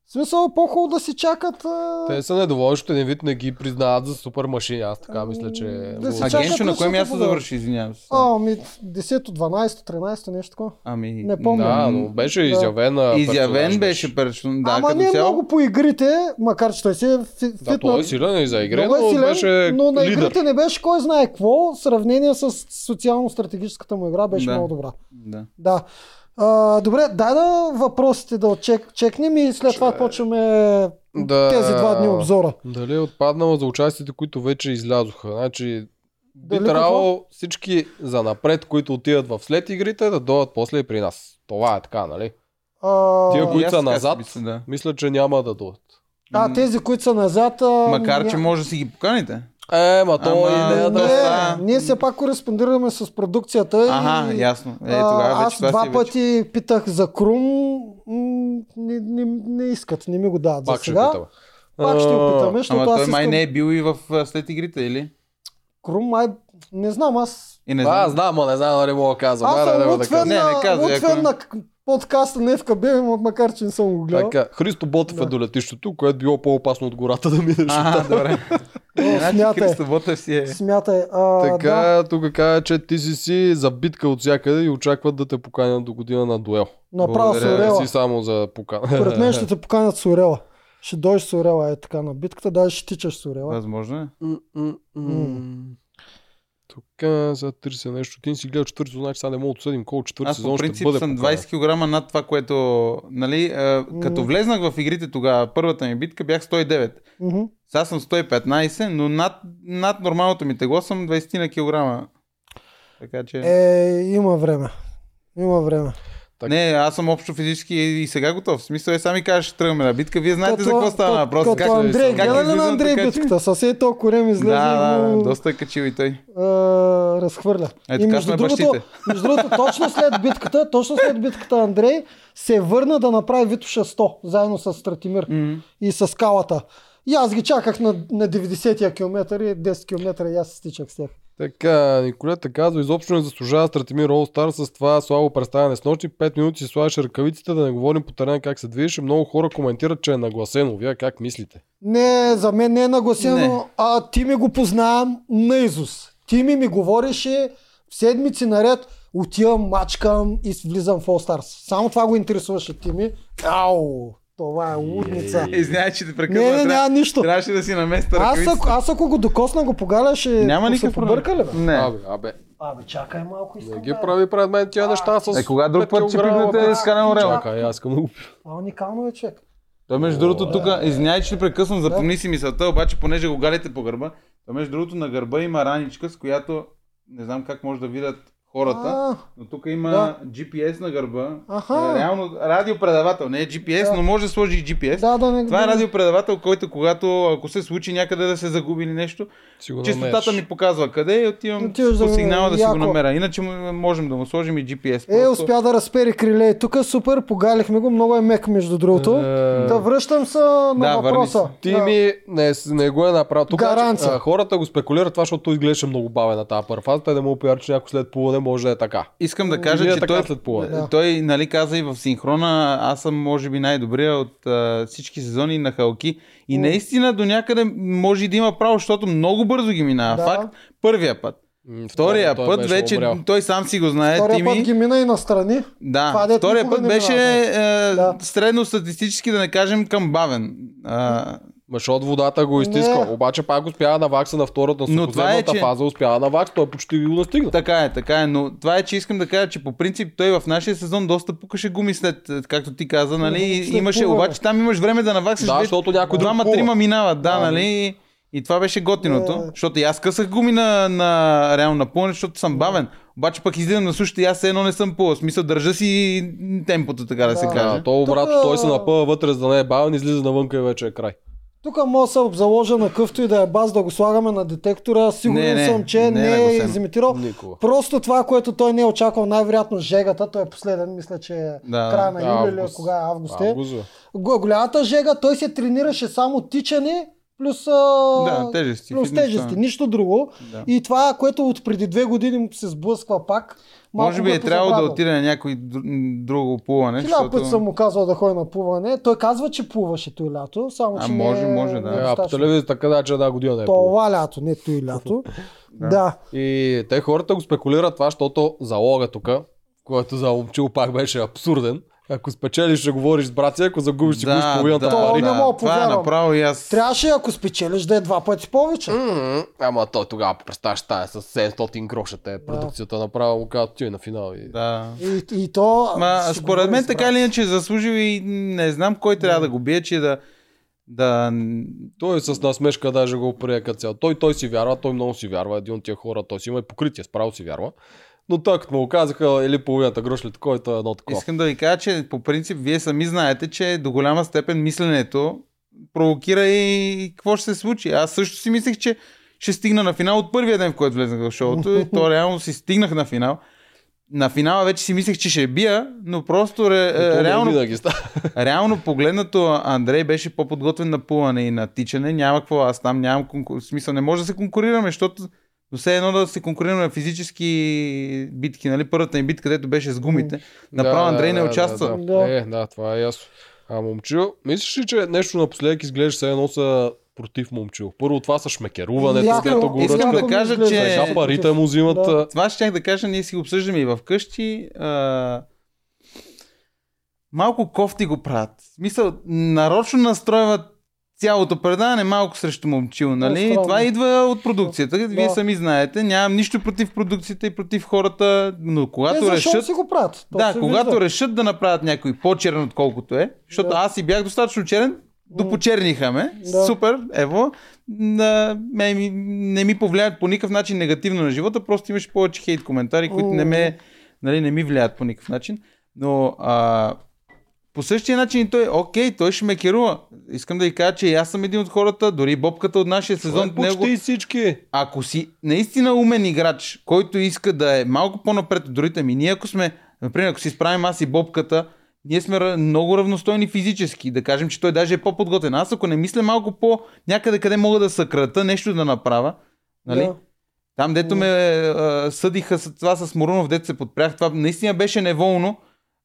A: В смисъл, по-хубаво да си чакат... а,
B: Те са недоволни, защото един вид не ги признават за супер машини. Аз така мисля, че...
A: Ами,
B: е
A: Да се
C: А
B: го-
A: чака
C: Генчо на кое
A: пръстата
C: място
A: вода.
C: завърши, извинявам се.
A: А, ами, ми 10-то, 12-то, 13-то, нещо такова.
C: Ами,
A: Не помня.
B: Да, но беше изявена. персонаж
C: Изявен беше персон. Да,
A: Ама
C: като
A: не е
C: цяло.
A: много по игрите, макар че той си е фи-
B: Да, той е
A: фитнат.
B: силен и за игре,
A: Много е
B: но
A: силен,
B: беше
A: но на
B: лидер.
A: игрите не беше кой знае какво. В сравнение с социално-стратегическата му игра беше
C: Да.
A: много добра.
C: Да.
A: Да. А, добре, дай да въпросите да отчек, чекнем и след това почваме
B: Да.
A: тези два дни обзора.
B: Дали е отпаднала за участите, които вече излязоха? Значи, би
A: Дали
B: трябвало всички за напред, които отиват в след игрите, да дойдат после и при нас. Това е така, нали?
A: А,
B: Тия,
C: И
B: които
C: аз
B: са
C: така си
B: назад,
C: мисля, да.
B: мисля, че няма да дойдат.
A: а, тези, които са назад... А,
C: Макар, че
A: ня-
C: може да си ги поканите.
B: Е, ма то
C: Ама,
B: идеята
A: не,
B: е...
C: да.
A: ние все пак кореспондираме с продукцията.
C: Ага,
A: и,
C: ясно. Е, тогава
A: а,
C: вече
A: аз
C: това си
A: два
C: е вече.
A: пъти питах за Крум, м, не, не, не искат, не ми го дават
B: Пак
A: за
B: ще
A: сега.
B: питаме.
A: Пак ще го питаме, защото
C: Ама
A: аз
C: той
A: искам...
C: май не е бил и в а, след игрите, или?
A: Крум, май... Не знам, аз...
C: И не
B: А,
C: знам.
B: знам, ма не знам дали мога да казвам.
A: аз
B: Айде,
A: съм
B: няма да
A: лутвен
B: казвам.
C: Не, не
A: на,
C: казвай,
A: лутвен
C: ако-
A: на к- подкаста на FKB, ами макар че не съм го гледал.
B: Така, Христо Ботев
A: Да.
B: е до летището, което било по-опасно от гората да минеш.
C: А, добре.
A: О,
C: Значи
A: смятай.
C: Христо Ботев си е.
A: Смятай. А,
B: Така,
A: Да,
B: тук каза, че ти си си за битка от всякъде и очакват да те поканят до година на дуел.
A: направо с
C: благодаря,
B: Не
A: Орела.
B: си само за покана.
A: Според мен ще те поканят с Орела. Ще дойдеш с Орела, е така на битката, даже ще тичаш с Орела.
C: Възможно е.
B: Тук сега търся нещо. Ти не си гледал четвърти, значи сега не мога да отсъдим колко четвърти
C: Аз по
B: сезон ще
C: принцип
B: бъде.
C: съм
B: поканен.
C: 20 кг над това, което... Нали, а, като
A: М.
C: влезнах в игрите тогава, първата ми битка бях 109.
A: Мгм.
C: Сега съм 115, но над, над нормалното ми тегло съм 20 на килограма. Така че...
A: Е, има време. Има време.
B: так.
C: Не, аз съм общо физически и сега готов. В смисъл е, сами кажеш, ще тръгваме на битка. Вие знаете за
A: Като-
C: какво става
A: като-
C: въпрос.
A: Като
C: Как,
A: Андрей,
C: как
A: гледа ли на
C: излизам,
A: Андрей
C: така че-
A: битката? Със е толкова корем
C: да,
A: излезе
C: да,
A: и
C: да,
A: го
C: доста е качил и той.
A: а, разхвърля.
C: Е,
A: и
C: така
A: между
C: сме
A: другото,
C: бащите.
A: между другото, точно след битката, точно след битката Андрей се върна да направи Витуша 100, заедно с Стратимир и с Калата. И аз ги чаках на, на 90-я километър и 10 км и аз се стичах с тях.
B: Така, Николета казва, изобщо не заслужава Стратимир Олстар с това слабо представяне с нощи. Пет минути си слагаш ръкавиците, да не говорим по терен как се движиш. и Много хора коментират, че е нагласено. Вие как мислите?
A: Не, за мен не е нагласено.
C: Не.
A: А ти ми го познавам наизус. Ти ми ми говореше седмици наред, отивам, мачкам и влизам в All Stars. Само това го интересуваше ти ми. Ау, това е лудница.
B: Е,
C: Извинявай, че те прекъсна.
A: Не, не,
C: Тря-
A: няма нищо.
C: Трябваше да си наместа
A: Аз ако,
C: ръкавицата.
A: аз ако го докосна, го погаля, ще
C: Няма
A: се
C: никакъв проблем.
A: побърка ли, бе?
C: Не.
B: Абе, абе,
A: Абе, чакай малко, искам
B: не ги
A: да е.
B: прави пред мен тия неща с
C: Е, кога друг
B: пет
C: път ще
B: килограма,
C: пипнете
B: брат?
C: скален орел?
B: Чакай, аз искам да го пия.
A: Това уникално е, човек.
C: Той между другото тук, извинявай, че те прекъсвам, запомни си мисълта, обаче понеже го галите по гърба, той между другото на гърба има раничка, с която не знам как може да видят хората,
A: А,
C: но тук има
A: Да.
C: GPS на гърба.
A: Аха.
C: Е, Реално радиопредавател, не е GPS,
A: Да.
C: но може да сложи и GPS.
A: да, да не
C: Това е
A: да-
C: радиопредавател, който когато ако се случи някъде да се загуби или нещо,
B: Си го
C: чистотата
B: намериш.
C: ми показва къде и отивам
A: Отиваш да
C: по
A: го-
C: сигнала да си го
A: яко.
C: намеря. Иначе му- можем да му сложим и GPS.
A: Е,
C: просто.
A: успя да разпери криле. И Тук е супер, погалихме го, много е мек между другото.
B: Е.
A: Да връщам се на
C: Да, върни
A: въпроса.
C: се.
B: Ти ми не, с- не го е направил. Тук
A: Гаранция.
B: а, хората го спекулират това, защото той изглеждаше много бавен на тази първа фаза. Те не му пиар, че някой след полуден може да е така.
C: Искам да
B: Ние
C: кажа, че
B: така
C: той, е-
B: след пола.
A: Да.
C: той нали, каза и в синхрона, аз съм може би най-добрия от а, всички сезони на Халки. И
A: М.
C: наистина до някъде може и да има право, защото много бързо ги минава.
A: Да.
C: Факт, първия път.
B: М,
C: Втория
B: той
C: път
B: беше
C: вече
B: умрял.
C: той сам си го знае.
A: Втория
C: Тими.
A: път ги мина и настрани. Това,
C: Да,
A: дето
C: втория
A: никога
C: път
A: не
C: беше е,
A: Да.
C: средно статистически, да не кажем към бавен. А,
B: Ма, Защото водата го изтиска.
A: Не.
B: Обаче пак успява на вакса на втората, на
C: Но това е,
B: сухоземната
C: че-
B: фаза, успява на вакс. Той почти го настигна.
C: така е, така е, но това е, че искам да кажа, че по принцип той в нашия сезон доста пукаше гуми след, е, както ти каза, нали,
A: След
C: имаше,
A: плуване.
C: обаче там имаш време да наваксаш,
B: Да,
C: вече
B: защото някой друг
C: двама,
B: плува.
C: трима минават, да,
B: Да,
C: нали, и, и това беше готиното,
A: Е.
C: защото и аз късах гуми на, на реално на пълне, защото съм бавен, обаче пък излизам на сушата и аз все едно не съм пълъл, В смисъл държа си темпото, така да, се
A: Да.
C: каже.
B: Да, то обратно,
A: Тук-
B: той се напъва вътре, за да не е бавен, излиза навънка и вече е край.
A: Тук мога да се обзаложа на къвто и да е баз, да го слагаме на детектора. Сигурен
C: Не, не,
A: съм, че не,
C: не, не
A: е
C: го сем.
A: изимитирал.
B: Никога.
A: Просто това, което той не е очаквал, най-вероятно жегата, той е последен, мисля, че е
C: Да,
A: края на юли или
B: август.
A: кога е август. е.
B: Август, бе.
A: Го- Голямата жега, той се тренираше само тичане, плюс, а...
C: Да, тежести.
A: плюс
C: фитнес,
A: тежести,
C: това-
A: нищо друго.
C: Да.
A: И това, което от преди две години му се сблъсква пак, малко
C: Може би
A: го
C: е трябвало да
A: позабравил.
C: отиде на някой дру- друго плуване,
A: Хиляда
C: защото...
A: пъти съм му казвал да ходи на плуване. Той казва, че плуваше той лято, само
C: А,
A: че
C: може,
A: не,
C: може, да.
A: не
C: Е,
A: е
B: А по
A: достатъчно.
B: телевизията така да, че една година да е. пил.
A: Това лято, не той лято. да.
B: И те хората го спекулират това, защото залога тук, който за момчил пак беше абсурден. Ако спечелиш, ще говориш с брат си, ако загубиш, ще губиш половината
A: да,
B: пари.
A: да. не мога
C: това е
A: повярвам.
C: направо и аз...
A: Трябваше, ако спечелиш, да е два пъти повече.
B: М, Ама той тогава представяш тая с 700 гроша те продукцията направо му казва ти на финал. И...
C: Да.
A: И, и то...
C: Ма,
A: ще
C: според
A: говорим
C: мен
A: с
C: така
A: брат.
C: или иначе е заслужил и не знам кой трябва да го бие, че да... да...
B: Той с насмешка даже го прие като цял. Той, той си вярва, той много си вярва. Един от тия хора, той си има и покритие, справо си вярва. Но той като му го казаха, или половината грош ли такова, и той е едно такова.
C: Искам да ви кажа, че по принцип вие сами знаете, че до голяма степен мисленето провокира и какво ще се случи. Аз също си мислех, че ще стигна на финал от първия ден, в който влезнах в шоуто. И то реално си стигнах на финал. На финала вече си мислех, че ще бия, но просто ре,
B: И то не
C: реално
B: Винаги става.
C: Реално погледнато, Андрей беше по-подготвен на плуване и на тичане. Няма какво, аз там нямам конкур... смисъл. Не може да се конкурираме, защото до все едно да се конкурираме на физически битки. Нали? Първата ни битка, където беше с гумите. Направо Андрей не участва.
B: Да, да.
A: Да.
B: Е, да, това е ясно. А момчил, мислиш ли, че нещо напоследък изглежда все едно са против момчил? Първо това са шмекеруването,
A: Яко-
B: дето го
C: искам
B: ръчкат.
C: да кажа,
A: изглежда,
C: че-
B: Сега парите му взимат.
A: Да.
B: а,
C: Това ще щях да кажа, ние си го обсъждаме и вкъщи. А... Малко кофти го правят. В Смисъл, нарочно настройват цялото предаване малко срещу момчил, нали?
A: Странно.
C: Това идва от продукцията. Вие
A: Да.
C: сами знаете, нямам нищо против продукцията и против хората, но
A: Те
C: когато
A: Е, защо
C: решат...
A: си го правят? То
C: Да,
A: се
C: когато
A: вижда.
C: решат да направят някой по-черен, отколкото е, защото
A: Да.
C: аз и бях достатъчно черен, допочерниха ме.
A: Да.
C: Супер, ево. На, ме, ми- не ми повлияят по никакъв начин негативно на живота, просто имаше повече хейт коментари, които не, ме, нали, не ми влияят по никакъв начин. Но а, по същия начин и той, окей, той ще ме керува. Искам да ви кажа, че и аз съм един от хората, дори бобката от нашия сезон,
B: Е, Почти и всички.
C: ако си наистина умен играч, който иска да е малко по-напред от другите ми, ние ако сме, например, ако си справим аз и Бобката, ние сме ра- много равностойни физически. Да кажем, че той даже е по-подготвен. Аз ако не мисля малко по някъде къде мога да съкрата нещо да направя, нали?
A: Да.
C: Там, дето ме а, съдиха с това с Морунов, дето се подпрях, това наистина беше неволно.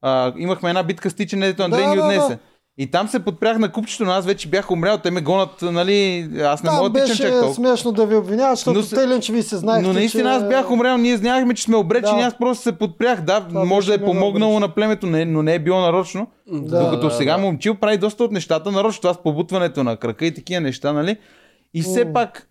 C: А, имахме една битка с тичане, дето Андрей
A: Да,
C: ни
A: да,
C: отнесе.
A: да.
C: И там се подпрях на купчето, но аз вече бях умрял, те ме гонат, нали, аз не мога
A: Там
C: да тичам чак
A: беше
C: толкова.
A: смешно да ви обвиняваш, защото
C: Но
A: но,
C: се-
A: те че ви се знаехте,
C: Но наистина
A: че...
C: аз бях умрял, ние знаехме, че сме обречени,
A: Да.
C: аз просто се подпрях. Да,
A: Това
C: може да
A: беше
C: е
A: много
C: помогнало на племето, не, но не е било нарочно.
B: Да,
C: Докато
B: да,
C: сега
B: да.
C: момчил прави доста от нещата нарочно, това с побутването на крака и такива неща, нали? И все пак,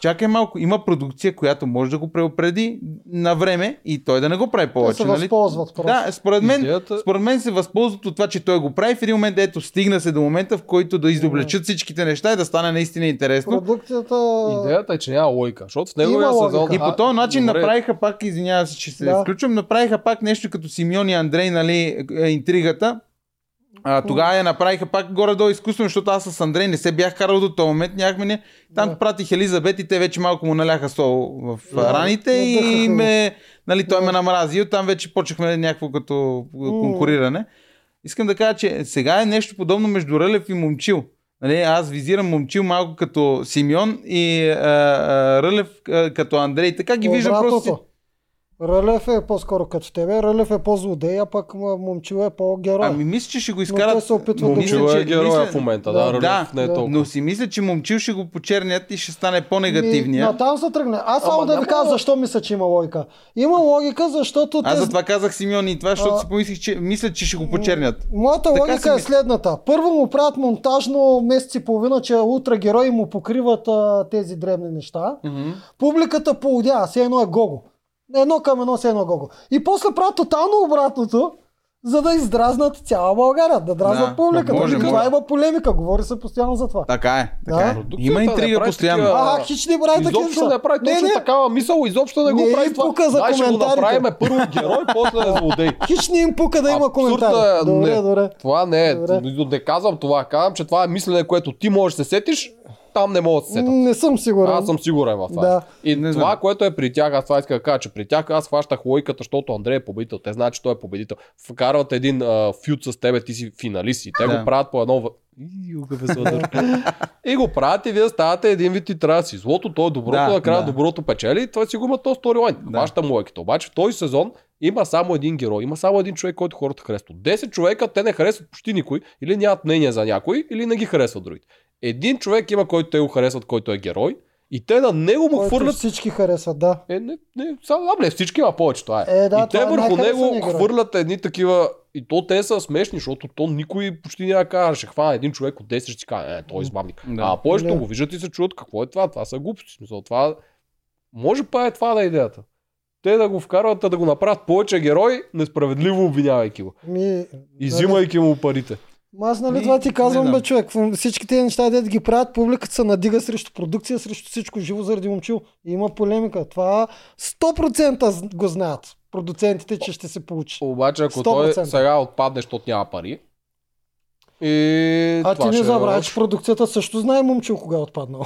C: чакай малко, има продукция, която може да го преопреди на време и той да не го прави повече.
A: се
C: нали?
A: възползват просто.
C: Да, според мен,
B: Идеята-
C: според мен се възползват от това, че той го прави в един момент, ето стигна се до момента, в който да изобличат всичките неща и да стане наистина интересно.
A: Продукцията...
B: Идеята е, че няма лойка, защото в неговия
A: Има логика.
B: сезон...
C: И
B: А,
C: по този начин
B: добре.
C: направиха пак, извинявам се, че се
A: Да.
C: включвам, направиха пак нещо като Симеон и Андрей, нали, е, интригата. А, тогава я направиха пак горе-долу изкуствено, защото аз с Андрей не се бях карал до този момент, нямахме не. Там
A: Да.
C: пратих Елизабет и те вече малко му наляха сол в а,
A: Да.
C: раните и
A: Надъхаха го.
C: ме, нали, той ме намрази и оттам вече почнахме някакво като конкуриране. Искам да кажа, че сега е нещо подобно между Рълев и Момчил. Нали, аз визирам Момчил малко като Симеон и а, а, Рълев а, като Андрей. Така ги виждам
A: Обратното.
C: просто. си-
A: Рълев е по-скоро като тебе, Рълев е по-злодей, а пък м- момчил е по-герой.
C: Ами мисля, че ще го
A: те
C: изкарат.
A: се опитват да-
B: Момчил
C: мисля,
B: е
C: че-
B: героя
C: мисля-
B: в момента, да,
A: Да,
B: Рълев не е
A: да.
B: толкова.
C: Но си мисля, че Момчил ще го почернят и ще стане
A: Ми,
C: по-негативния.
A: но там Ами, се тръгне. Аз само
B: Ама
A: да ви
B: няма-
A: кажа защо мисля, че има логика. Има логика, защото
C: Аз
A: те...
C: затова казах Симеон и това, защото
A: е- А.
C: си помислих, че мисля, че ще го почернят.
A: Моята
C: Така си
A: логика е
C: мисля.
A: следната. Първо му правят монтажно месец и половина, че е ултра герой и му покриват а, тези древни неща. Публиката поудя, все едно е Гого. Едно към едно, все едно е Гого. И после правят тотално обратното, за да издразнат цяла България, да дразнат
C: Да,
A: публиката.
C: може,
A: това
C: може.
A: има полемика, говори се постоянно за това.
C: Така е. Така
A: Да.
C: е.
B: Продукцията
C: Има
B: не
C: интрига
B: прави
C: постоянно.
B: такива-
A: Ага, хич не прави такива.
B: Изобщо не прави точно такава мисъл, изобщо не го
A: Не
B: прави
A: им
B: това.
A: пука за
B: Дай ще го
A: коментарите.
B: направим първо герой, после злодей.
A: Хич не им пука да има
B: Абсурдно
A: коментари.
B: е,
A: Добре,
B: не.
A: добре.
B: Това не е.
A: Добре.
B: но Не казвам това. Казвам, че това е мислене, което ти можеш да се сетиш, там не мога да се
A: М,
B: сета.
A: Не съм сигурен.
B: Аз съм сигурен в това.
A: Да.
B: И
C: Не
B: това,
C: знам.
B: което е при тях, аз това искам да кажа, че при тях аз хващах лойката, защото Андрей е победител. Те знаят, че той е победител. Вкарват един а, фют с тебе, ти си финалист и те
C: Да.
B: го правят по едно в- Иу, какъв е сладър. и го прати, вие ставате един вид и трябва да си злото, то е доброто,
C: Да,
B: накрая
C: да.
B: доброто печели и той си го има то сторилайн. Да.
C: Да.
B: Вашата му екита. Обаче в този сезон има само един герой, има само един човек, който хората харесват. 10 човека те не харесват почти никой, или нямат мнение за някой, или не ги харесват другите. Един човек има, който те го харесват, който е герой, и те на него му
A: който
B: хвърлят
A: всички харесват, да.
B: е, не, не, само да, бе, всички, ма повече това е.
A: Е, да,
B: и те
A: това е
B: върху него
A: най-харесвания герой.
B: хвърлят едни такива, и то те са смешни, защото то никой почти няма да каже, ще хвана един човек от 10, ще си каже, е, той е измамник.
C: Да.
B: А повечето
A: Да.
B: го виждат и се чуят, какво е това, това са глупости. В Смисъл, това... Може па е това да е идеята. Те да го вкарват, а да го направят повече герой, несправедливо обвинявайки го.
A: Ми,
B: Изимайки му парите.
A: Ма Аз нали
C: Ми,
A: това ти казвам,
C: не
A: бе
C: знам.
A: човек, всички тези неща, дед ги правят, публиката се надига срещу продукция, срещу всичко живо заради момчил. И има полемика. Това 100% з- го знаят продуцентите, че ще се получи.
B: Обаче, ако той
A: 100%.
B: сега отпадне, защото няма пари, и
A: А
B: това
A: ти
B: ще
A: не
B: е
A: забравяй,
B: лошо.
A: че продукцията също знае момчил кога е отпаднал.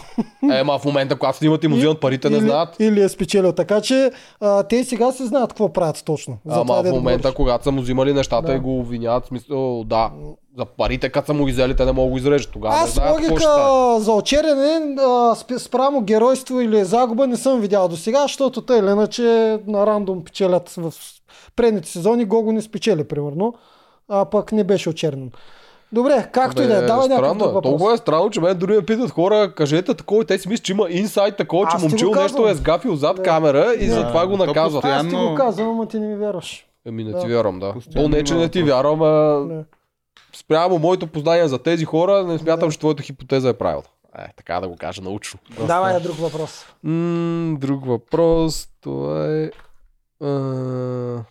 B: Е, ма в момента, когато снимат и му взимат парите, не
A: или,
B: знаят.
A: Или е спечелил. Така че а, те и сега се знаят какво правят точно. За това, е
B: Ама в
A: дето
B: момента,
A: говориш.
B: когато са му взимали нещата
A: Да.
B: и го обвиняват, в смисъл, да, за парите, като са му ги взели, те не могат да го изрежат. Тогава не
A: Аз
B: знаят какво ще
A: логика
B: стане.
A: за очерене а, спи- спрямо геройство или загуба не съм видял до сега, защото тъй или иначе на рандом печелят в предните сезони. Гого не спечели, примерно, а пък не беше очернен. Добре, както и да е, давай някакъв
B: странно,
A: друг
B: е.
A: въпрос.
B: Толкова е странно, че мен дори ме питат хора, кажете такова, и те си мислят, че има инсайт такова,
A: Аз
B: че
A: ти го
B: момчил нещо
A: казвам.
B: е сгафил зад
A: Да.
B: камера и
C: Да.
B: затова го
C: То
B: наказват.
C: постоянно-
A: Аз ти го
C: Постоянно-
A: казвам, ама ти не ми вярваш.
B: Еми не
A: Да.
B: ти вярвам, да. То
C: Постоянно
B: не, че
C: има
B: не ти вярвам, а
A: Не.
B: спрямо моето познание за тези хора, не смятам, че твоята хипотеза е правилна. Е, така да го кажа научно.
A: Давай е друг въпрос.
B: М, друг въпрос. Това е. А...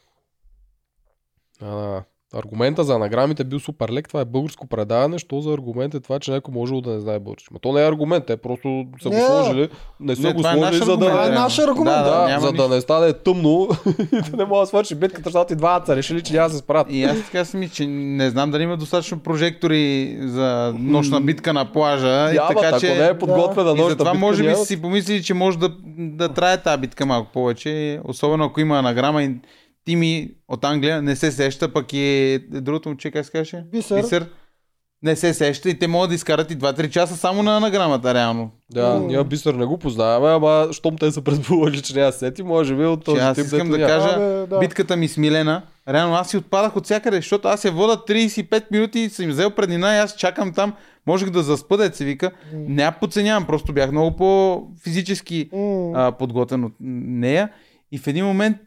B: А, аргумента за анаграмите бил супер лек. Това е българско предаване. Що за аргумент е това, че някой можело да не знае български? Ма то не е аргумент. Те просто са го
A: Не.
B: сложили. Не са
C: Не,
B: го
C: това е наш
B: сложили, за да
A: аргумент.
B: не.
A: е наш аргумент,
C: Да, да,
B: Да,
C: няма
B: за да
C: нищо.
B: не стане тъмно и да не мога да свърши битката, защото и двамата са решили, че няма да се справят.
C: И аз така си мисля, че не знам дали има достатъчно прожектори за нощна битка на плажа. и
B: Няма,
C: така,
B: ако
C: че...
B: не е подготвена
C: и
B: нощта
C: затова
B: битка,
C: може би
B: няма
C: са си помисли, че може да, да трае тази битка малко повече. Особено ако има анаграма и Тими от Англия не се сеща, пък и другото момче, как се каже?
A: Бисер.
C: Не се сеща и те могат да изкарат и 2-3 часа само на анаграмата, реално.
B: Да,
A: М.
B: ние бисер не го познаваме, ама щом те са предположили, че няма да се сети, може би от този
C: Че аз
B: тип,
C: искам
B: дето няма.
C: да кажа,
A: Абе, да.
C: битката ми с Милена, реално аз си отпадах от всякъде, защото аз я вода 35 минути и съм им взел преднина и аз чакам там, можех да заспа, да се вика. Не я подценявам, просто бях много по-физически
A: М.
C: а, подготвен от нея и в един момент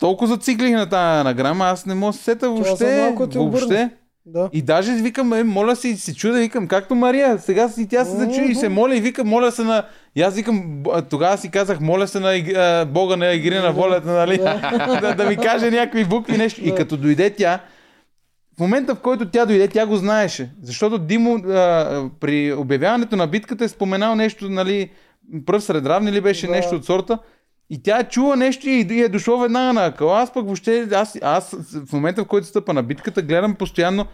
C: толкова зациклих на тази анаграма, аз не мога да се сета
A: за
C: въобще,
A: малко е те
C: въобще.
A: обърна. Да.
C: И даже викам, е, моля се и се чуда, викам, както Мария, сега си тя се зачуди и се моля и викам, моля се на... И аз викам, б- а, тогава си казах, моля се на Иг- а, Бога на игри на волята, нали? да, да ми каже някакви букви, нещо. И като дойде тя, в момента в който тя дойде, тя го знаеше. Защото Димо а, а, при обявяването на битката е споменал нещо, нали, пръв сред равни ли беше
A: Да.
C: нещо от сорта. И тя е чула нещо и, и е дошло веднага на акъла. Аз пък въобще, аз, аз в момента в който стъпа на битката, гледам постоянно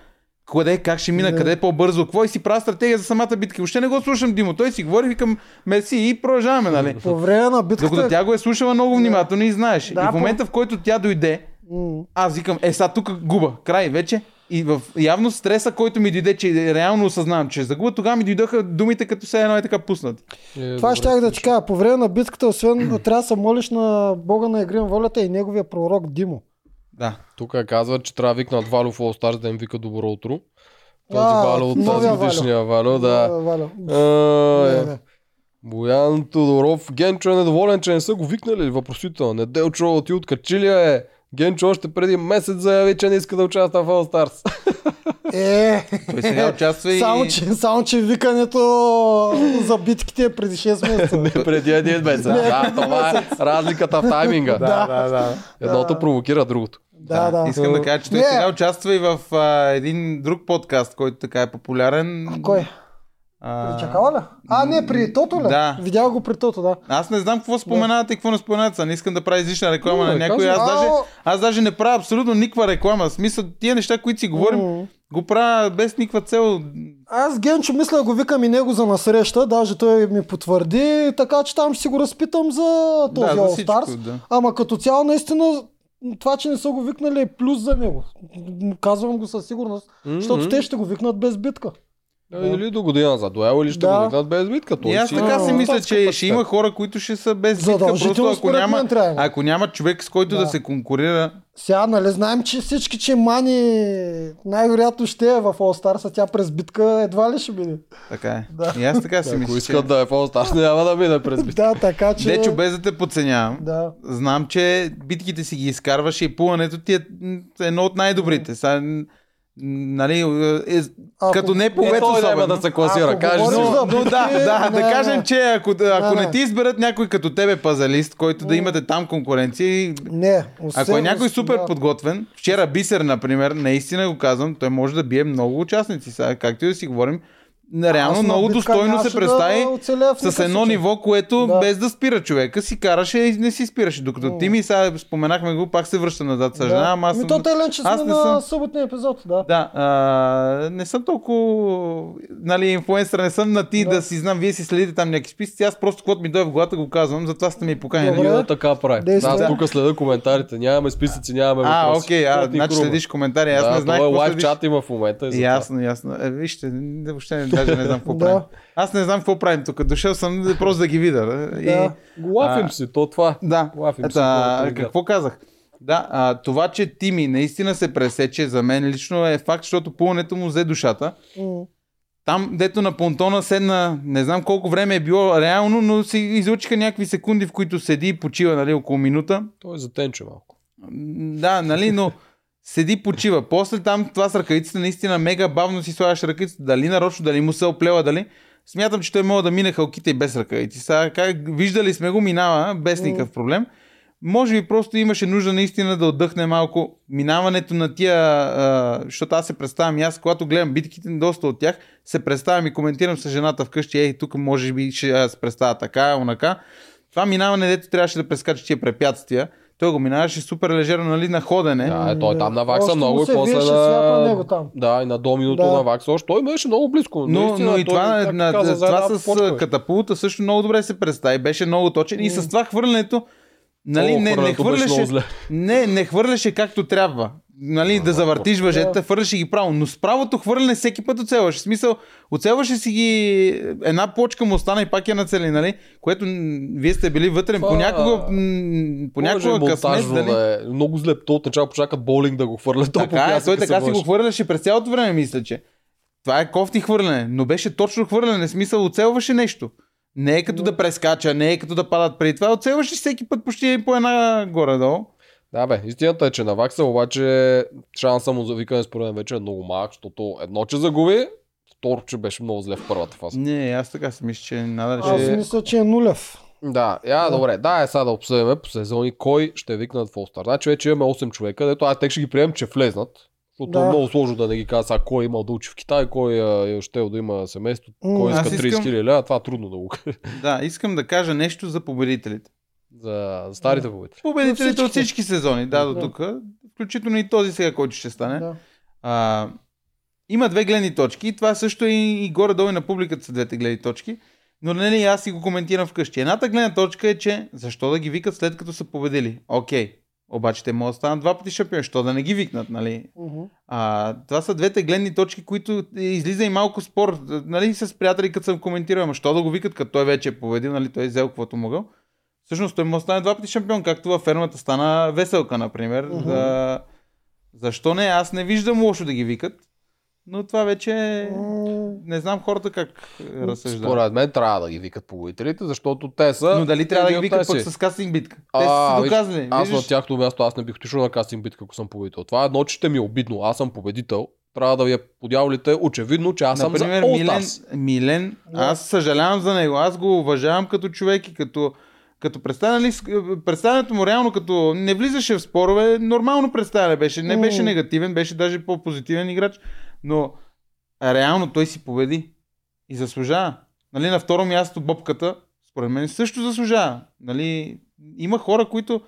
C: къде, как ще мина,
A: Да.
C: къде е по-бързо, какво и си правя стратегия за самата битка. Въобще не го слушам Димо. Той си говори, викам Меси и продължаваме, нали?
A: По време на
C: Докато
A: битката...
C: тя го е слушала много внимателно и знаеше.
A: Да,
C: и в
A: по-
C: момента, в който тя дойде,
A: М.
C: аз викам, е, сега тук губа, край вече. И в явно стреса, който ми дойде, че реално осъзнавам, че загуба, тогава ми дойдоха думите, като се едно е така пуснат.
B: Е,
A: Това
B: добре.
A: щях да ти кажа. По време на битката, освен трябва да се молиш на Бога на Игрин волята и неговия пророк Димо.
C: Да.
B: Тук казват, че трябва да викнат Валю в All Stars да им вика добро утро. Този
A: А,
B: Валю от тази
A: новия
B: годишния Валю, да.
A: А, Е, Валя.
B: А,
A: Не,
B: е.
A: не.
B: Боян Тодоров. Генчо е недоволен, че не са го викнали. Въпросително. Неделчо от и от Качилия е. Генчо още преди месец заяви, че не иска да участва в All Stars.
A: Е,
C: Той сега участва и...
A: само, че, само, че викането за битките е преди 6 месеца.
B: преди един месец. да, това е разликата в тайминга.
A: Да,
C: да, да.
B: Едното провокира другото.
A: Да, да.
C: Искам да кажа, че той е
A: Не.
C: сега участва и в а, един друг подкаст, който така е популярен.
A: Кой? Е,
C: А,
A: При Чакала ли? А, не, при Тото ли?
C: Да.
A: Видял го при Тото, да.
C: Аз не знам какво споменавате и какво не споменавате. сега Не искам да правя излишна реклама
B: Не,
C: на някой.
B: казвай.
C: Аз даже,
A: Ало.
C: аз даже не правя абсолютно никаква реклама. В смисъл, тия неща, които си говорим,
A: М.
C: го правя без никаква цел.
A: Аз Генчо мисля да го викам и него за насреща, даже той ми потвърди, така че там ще си го разпитам за този
C: да, за
A: All
C: всичко,
A: Stars.
C: да.
A: Ама като цяло наистина това, че не са го викнали е плюс за него. М, Казвам го със сигурност, защото те ще го викнат без битка.
B: Да. Или до година за дуел, или ще
A: Да.
B: го викнат без битка. Той
C: И аз
B: си
C: така си
B: има
C: мисля,
B: нататък
C: че ще
B: капацитет.
C: има хора, които ще са без битка. Просто
A: Задължително
C: ако
A: според
C: няма,
A: мен трябва.
C: ако няма човек, с който да,
A: Да.
C: да се конкурира,
A: Сега, нали, знаем, че всички, че Мани най-вероятно ще е в All Stars, а тя през битка едва ли ще мине.
C: така е.
A: Да.
C: И аз така си
B: Ако
C: мисля.
B: искат
C: Че...
B: да е по-старш, няма да мине през битка.
A: Да, така че...
C: Дечо, без да те подценявам.
A: Да.
C: Знам, че битките си ги изкарваш и плуването ти е м, едно от най-добрите. Са, м, нали, е,
A: Ако-
C: като не по
B: Е,
C: вето
B: той няма
C: особено.
B: да се класира.
A: Ако
B: Кажеш,
A: говориш
B: но...
A: за-
C: Но, но да,
A: Битки,
C: да, да
A: не,
C: кажем,
A: не.
C: че ако, ако
A: Не,
C: не
A: не.
C: ти изберат някой като тебе пазалист, който да имате там конкуренция, и
A: Не, освен,
C: ако е някой супер
A: да.
C: подготвен, вчера Бисер, например, наистина го казвам, той може да бие много участници. Сега, както и да си говорим, на реално
A: Аз на
C: много
A: битка
C: достойно
A: нямаше
C: се представи
A: да оцеля в
C: с
A: никакъв
C: едно
A: случай.
C: ниво, което
A: Да.
C: без да спира човека си караше и не си спираше. Докато ти ми сега споменахме го, пак се връща назад с жена, ама аз
A: Ми
C: съм...
A: Ами то те ленче сме
C: аз не
A: на
C: съм-
A: съботния епизод, да.
C: Да, а, не съм толкова нали, инфлуенсър, не съм на ти да. си знам, вие си следите там някакви списъци, аз просто каквото ми дойде в главата го казвам, затова сте ми поканили.
A: Добре.
B: Юра така прави.
A: Действай.
B: Аз
A: Да.
B: тук следа коментарите. Нямаме списъци, нямаме
C: А,
B: въпроси.
C: окей, а,
B: Просто ни
C: значи
B: хрумна.
C: следиш коментари, аз
B: да,
C: не знаех
B: това е
C: какво
B: лайв
C: следиш.
B: чат има в момента. И за
C: Ясно, ясно. Е, вижте, н- въобще не- даже не знам какво
A: Да.
C: правим. Аз не знам какво правим тук. Дошъл съм да- просто да ги видя. Да. И,
A: Да.
B: това. Го Лафим
C: А,
B: си, то това.
C: да.
B: Лафим си,
C: Та,
B: хората
C: какво казах? Да, а, това, че Тими наистина се пресече за мен лично е факт, защото плуването му взе душата.
A: М.
C: Там, дето на понтона седна, не знам колко време е било реално, но си излучиха някакви секунди, в които седи и почива, нали, около минута.
B: Той е затенче малко.
C: М, Да, нали, но седи почива. После там това с ръкавицата наистина мега бавно си слагаш ръкавицата. Дали нарочно, дали му се оплева, дали. Смятам, че той мога да мине халките и без ръкавици. Сега, как виждали сме го, минава без никакъв проблем. Може би просто имаше нужда наистина да отдъхне малко минаването на тия, а, защото аз се представям, и аз когато гледам битките, доста от тях, се представям и коментирам с жената вкъщи, ей, тук може би ще а, се представя така, онака. Това минаване, дето трябваше да прескача тия препятствия, той го минаваше супер лежерно, нали, на ходене.
B: Да, е, той
A: да.
B: там навакса
A: Още му
B: много и
A: се
B: после
A: виеше свят на него там.
B: Да, и на доминото
A: Да.
B: навакса. Още той беше много близко.
C: Но,
B: Наистина,
C: но
B: той,
C: и това,
B: както
C: на,
B: каза, за
C: това
B: една
C: с
B: почва.
C: катапулта също много добре се представи. Беше много точен. И с това хвърлянето, нали,
B: О,
C: не, не,
B: хвърлянето беше много
C: хвърляше,
B: зле.
C: не, не хвърляше както трябва. Нали, да завъртиш въжетата, хвърляше ги право. Но с правото хвърляне всеки път оцелваше. В смисъл, оцелваше си ги една плочка му остана и пак я нацели, нали? Което м, вие сте били вътре.
B: Това-
C: Понякога, м,
B: Може
C: понякога късмет, нали?
B: монтажно
C: дали?
B: да е. Много зле. То отначало почакат боулинг да го хвърля. То по
C: Така е, той
B: пясъка се
C: така си го
B: върши.
C: хвърляше през цялото време, мисля, че. Това е кофти хвърляне, но беше точно хвърляне, в смисъл оцелваше нещо. Не е като да прескача, не е като да падат преди това, оцелваше всеки път почти по една горе-долу.
B: Да, бе, истината е, че навакса, обаче шанса му за викане според мен вече е много малък, защото едно, че загуби, второ, че беше много зле в първата фаза.
C: Не, аз така си мисля, че надали
A: Аз
C: ще...
A: мисля, че е нулев.
B: Да, я,
A: Да.
B: добре, да, е сега да обсъдим по сезони кой ще викнат в All-Star. Значи вече имаме 8 човека, дето аз тек ще ги приемам, че влезнат. Защото
A: Да.
B: е много сложно да не ги казва сега кой е имал да учи в Китай, кой а, е щел да има семейство,
A: М,
B: кой
C: аз
B: иска 30
C: искам-
B: 000 лева, това е трудно да го кажа.
C: Да, искам да кажа нещо за победителите.
B: За за старите победители.
C: Победителите
A: всички.
C: от всички сезони, да, до
A: Да.
C: тук, включително и този сега, който ще стане.
A: Да.
C: А, има две гледни точки. и Това също е и, и горе-долу и на публиката са двете гледни точки. Но нали, аз си го коментирам вкъщи. Едната гледна точка е, че защо да ги викат след като са победили? Окей. Обаче те могат да станат два пъти шампиони. Що да не ги викнат, нали?
A: Мгм.
C: А, това са двете гледни точки, които е, излиза и малко спор. Нали, с приятели, като съм коментирал, ама що да го викат, като той вече е победил, нали, той е взел каквото могъл. Всъщност той му стане два пъти шампион, както във фермата стана веселка, например.
A: Мгм.
C: Да... Защо не? Аз не виждам лошо да ги викат, но това вече е-
A: М,
C: не знам хората как е, разсъждават.
B: Според мен трябва да ги викат победителите, защото те са...
C: Но дали трябва да ги
B: един от
C: викат
B: тези.
C: пък с кастинг битка? Те
B: А,
C: са се
B: виж,
C: доказали.
B: Аз на
C: виждаш?
B: тяхното място аз не бих отишъл на кастинг битка, ако съм победител. Това е едно, че ще ми е обидно. Аз съм победител. Трябва да ви е подявалите очевидно, че аз
C: Например,
B: съм за
C: Милен,
B: All-Stars.
C: Милен,
A: Да.
C: аз съжалявам за него. Аз го уважавам като човек и като, като представяне ли- представянето му реално като не влизаше в спорове, нормално представяне беше. Не беше
A: М.
C: негативен, беше даже по-позитивен играч, но реално той си победи и заслужава. Нали, на второ място бобката, според мен също заслужава. Нали, има хора, които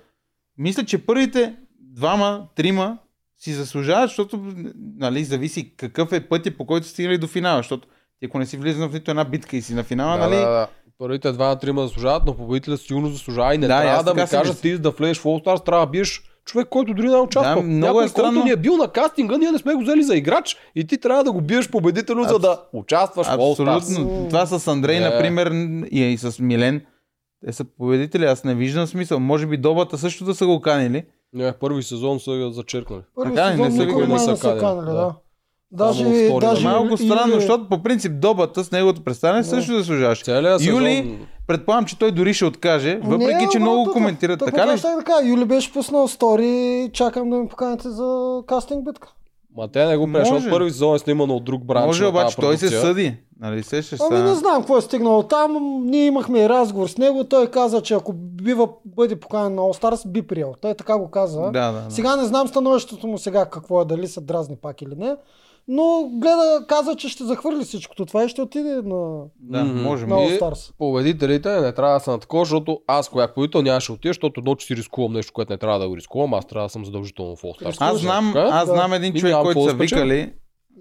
C: мисля, че първите двама, трима си заслужават, защото нали, зависи какъв е пътя, по който сте стигнали до финала. Защото ти ако не си влизал в нито една битка и си на финала,
B: Да,
C: нали?
B: да, да. Първите два на трима заслужават, но победителят сигурно заслужава и не
C: Да, и
B: трябва
C: аз
B: да ми
C: така си
B: кажат
C: мисля.
B: ти за да влезеш в All-Stars, трябва да биеш човек, който дори не е участвал.
C: Да,
B: Да,
C: много
B: Някой,
C: е странно.
B: който ни е бил на кастинга, ние не сме го взели за играч и ти трябва да го биеш победителю, за
C: Абс-
B: да участваш в All Stars.
A: Stars.
C: Абсолютно. Това с Андрей,
B: Да.
C: например, и, и с Милен. Те са победители, аз не виждам смисъл. Може би добата също да са го канили.
B: Не, Е, първи сезон са я зачеркнали.
A: Първи
C: Така ли? Не
A: сезон
C: са ли
A: никой
C: го
A: май не са
B: насъкали?
A: канали,
B: Да.
A: да. Даже,
B: втори,
A: даже
B: да.
C: Е, Малко
A: Юли-
C: странно,
A: Юли-
C: защото по принцип добата с неговото представяне също заслужаваше.
B: Целият сезон...
C: Юли, предполагам, че той дори ще откаже, въпреки
A: Не,
C: че
A: ама
C: много
A: тук-
C: коментират.
A: тук
C: Така ли?
A: точно е Така, Юли беше пуснал стори, чакам да ми поканите за кастинг битка.
B: Ма те не го правят, защото
C: Може.
B: първи сезон е снимано от друг бранш.
C: Може
B: на тази
C: обаче той се
B: продукция.
C: съди. Нали, сещаш
A: Ами не
C: са...
A: знам какво е стигнало там. Ние имахме и разговор с него. Той каза, че ако бива, бъде поканен на All Stars, би приел. Той така го каза.
C: Да, да, да.
A: Сега не знам становището му сега какво е, дали се дразни пак или не. Но гледа, каза, че ще захвърли всичкото това и ще отиде на,
C: Да,
B: Мгм.
C: може.
A: на
C: може.
A: All
B: И-
A: Stars.
B: Победителите не трябва да са на такова, защото аз, коя победител, нямаше да отида, защото едно, че си рискувам нещо, което не трябва да го рискувам, аз трябва да съм задължително в All Stars.
C: Аз знам, аз
A: Да.
C: знам един
B: И
C: човек,
B: няма
C: който
B: какво
C: са
B: да спечели.
C: викали.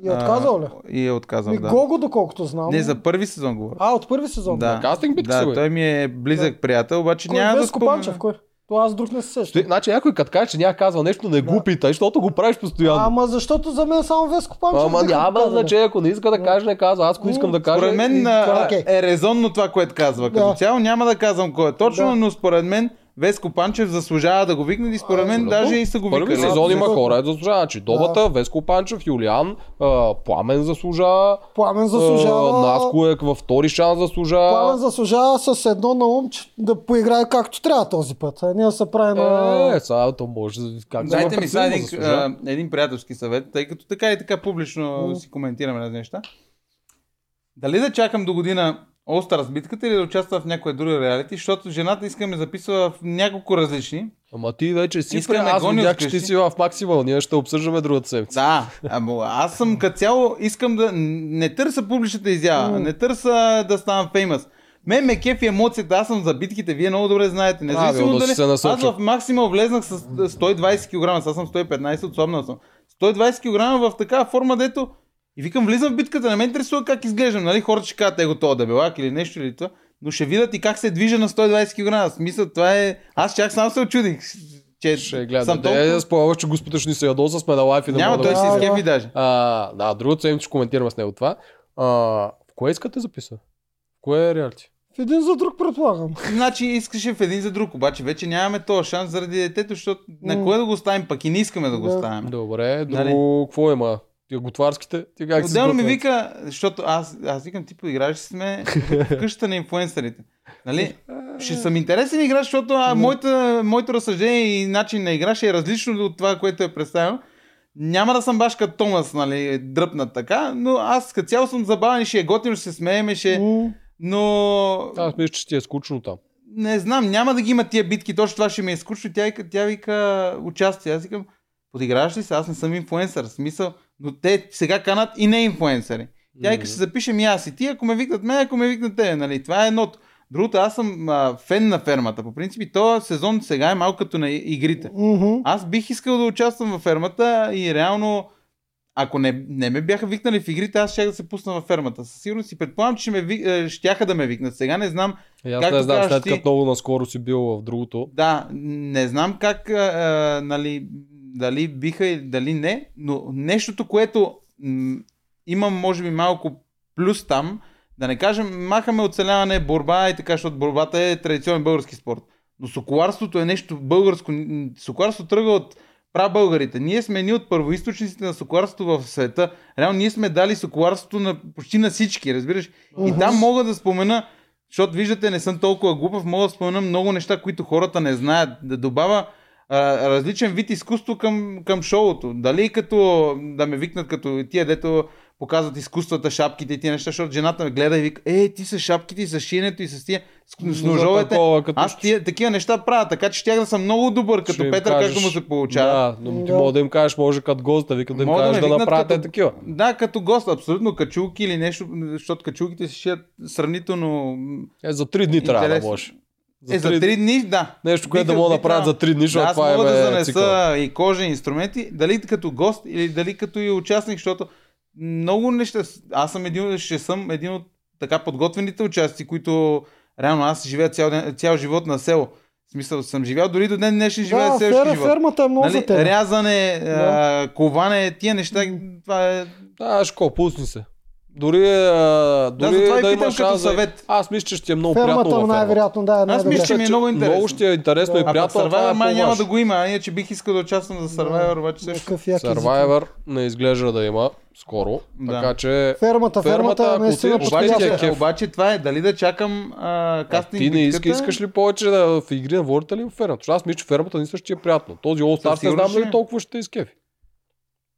A: И е отказал ли?
C: а, И е отказал,
A: Ми
C: да.
A: Гого, доколкото знам.
C: Не, за първи сезон говоря.
A: А, от първи сезон.
C: Да.
B: На кастинг битка са,
C: Да,
B: бе.
C: той ми е близък приятел, обаче
A: Кой
C: няма
A: е
C: да
A: Веско Панчев?
C: спомня.
A: Кой? То аз друг не се
B: Ти-
A: сещам.
B: Значи някой като каже, че няма казва нещо, не го
A: Да.
B: питай, защото го правиш постоянно.
A: Ама защото за мен само Веско Панчев.
B: Ама
A: биха
B: няма
A: показали.
B: значение, ако не иска да каже, не казва. Аз ако искам да кажа...
C: Според мен
B: и-
C: а,
A: окей.
C: е резонно това, което казва.
A: е? Да.
C: Като цяло няма да казвам кой е точно,
A: Да.
C: но според мен Веско Панчев заслужава да го викнат и според мен
B: Абсолютно.
C: даже и са го
B: Първи
C: викали.
B: сезон има
A: Абсолютно.
B: хора, е заслужава. Значи Добата, Веско Панчев, Юлиан, а, Пламен заслужава.
A: Пламен
B: а,
A: заслужава.
B: Наско е във втори шанс
A: Пламен
B: заслужава.
A: заслужава с едно на ум, че да поиграе както трябва този път. А не да се прави на...
B: Е, сега то може... Как да
C: Дайте
B: ме
C: ми сега един,
B: заслужава.
C: а, един приятелски съвет, тъй като така и така публично си коментираме разни неща. Дали да чакам до година Остар с битката или да участвам в някоя друга реалити, защото жената иска да ме записва в няколко различни.
B: Ама ти вече си
C: Искаме
B: Искаме аз
C: гони
B: видях,
C: откъщи.
B: че ти си в максимал. Ние ще обсъждаме другата седмица.
C: Да, ама аз съм като цяло, искам да не търся публичната изява, не търся да ставам феймъс. Мен ме кефи емоцията, аз съм за битките, вие много добре знаете. Независимо
B: Правилно си
C: дали,
B: се
C: аз
B: насочил.
C: в максимал влезнах с е, 120 кг, сега съм 115, отслабнал съм. 120 кг в такава форма, дето и викам, влизам в битката, не ме интересува как изглеждам, нали? Хората ще кажат, его това дебелак или нещо или това, но ще видят и как се движа на 120 кг. Смисъл, това е... Аз чак сам се очудих, че
B: Ще гледам.
C: съм
B: Да, толкова...
C: толкова...
B: е, спомняш, че господа ще ни се ядоса, сме на лайф и не мога
C: Няма,
B: да
C: той се
A: Да, да.
C: изкефи даже.
B: А, да, другата седмица ще коментираме с него това. А, в кое искате записа? В кое е реалити?
A: В един за друг предполагам.
C: Значи искаше в един за друг, обаче вече нямаме този шанс заради детето, защото
A: М.
C: на кое да го оставим, пък и не искаме да го
A: Да.
C: оставим.
B: Добре,
C: Нали?
B: друго, какво има? Ти готварските? Ти как си
C: Отделно ми
B: готвен?
C: вика, защото аз, аз викам, ти играч сме в къщата на инфуенсърите. Нали? Ще съм интересен играч, защото а, моята, моето разсъждение и начин на игра ще е различно от това, което е представено. Няма да съм баш като Томас, нали, дръпнат така, но аз като цяло съм забавен и ще е готино, ще се смееме, ще...
A: М,
C: Но
B: Аз мисля, че ти е скучно там.
C: не знам, няма да ги има тия битки, точно това ще ми е скучно. Тя, вика- тя вика участие. Аз викам, подиграваш ли се? Аз не съм инфуенсър. В Смисъл, но те сега канат и не инфуенсъри. Тя вика, ще запишем и аз и ти, ако ме викнат мен, ако ме викнат те, нали? Това е едното. Другото, аз съм а, фен на фермата. По принцип, и този сезон сега е малко като на и- игрите.
A: мгм.
C: Аз бих искал да участвам във фермата и реално, ако не, не ме бяха викнали в игрите, аз щях да се пусна във фермата. Със сигурност си предполагам, че ме вик... е, щяха да ме викнат. Сега не знам
B: И аз
C: Както
B: не знам,
C: казваш
B: след
C: ти-
B: като много наскоро си бил в другото.
C: Да, не знам как, а, а, нали, дали биха или дали не, но нещото, което м, имам, може би, малко плюс там, да не кажем, махаме оцеляване, борба и така, защото борбата е традиционен български спорт. Но соколарството е нещо българско. М, Соколарството тръгва от прабългарите. Ние сме едни от първоисточниците на соколарството в света. Реално ние сме дали соколарството на почти на всички, разбираш? И
A: Мгм.
C: там мога да спомена, защото виждате, не съм толкова глупав, мога да спомена много неща, които хората не знаят. Да добавя а, различен вид изкуство към, към шоуто. Дали като да ме викнат като тия, дето показват изкуствата, шапките и тия неща, защото жената ме гледа и вика, е, ти с шапките и с шиенето и с тия, с, с ножовете.
B: Такова, като
C: Аз тия, такива неща правя, така че щях да съм много добър,
B: ще
C: като
B: им
C: Петър,
B: кажеш-
C: както му се получава.
B: Да, но ти
A: Да.
B: мога да им кажеш, може като гост да викат да им
C: Мога да
B: кажеш
C: ме
B: да,
C: викнат
B: направят
C: като-
B: е такива.
C: Да, като гост, абсолютно качулки или нещо, защото качулките се шият сравнително... м,
B: Е, за три дни трябва да
C: Интересно.
B: можеш.
C: е, за три дни, да.
B: Нещо, което да
C: Биха-
B: мога да
C: биха-
B: направят за три дни,
C: Да,
B: защото
C: аз
B: това е
C: мога да
B: бе,
C: занеса
B: цикъл.
C: и кожени инструменти, дали като гост или дали като и участник, защото много неща... Аз съм един, ще съм един от така подготвените участници, които реално аз живея цял, ден, цял живот на село. В В смисъл, съм живял дори до ден днешен живея
A: да,
C: да, селски
A: фер,
C: живот.
A: фермата е много
C: нали,
A: за теб.
C: рязане,
A: Да.
C: а, коване, тия неща, това е...
B: Да, Шко, пусни се. Дори, а,
C: Да,
B: дори
C: затова
B: да,
C: и питам
B: имаш
C: като
B: шанс. да-
C: съвет.
B: Аз мисля, че ще ти е много приятно.
A: Фермата
B: във
A: най-вероятно, да, е
C: Аз мисля, че
A: най-добре.
C: ми е много интересно.
B: Много ще е интересно и
A: Да.
C: а пък
B: приятно. това е
C: Survivor май няма
B: по-важно.
C: да го има, а иначе бих искал да участвам за Survivor, обаче също.
A: Какъв як език.
B: Survivor не изглежда да има скоро.
C: Да.
B: Така че
A: Фермата,
B: Фермата,
A: фермата,
B: ако
A: наистина
B: отидеш, обаче
A: подходяща.
B: е
C: Обаче,
B: кеф.
C: обаче това е дали да чакам а,
B: а
C: кастинг
B: ти не иска,
C: битката.
B: искаш ли повече да в игри на волята ли в фермата? Защото Аз мисля, че фермата не ще ти е приятно. Този All Stars
C: Със
B: не знам
C: сигурност е.
B: дали
C: ще.
B: толкова ще те изкефи.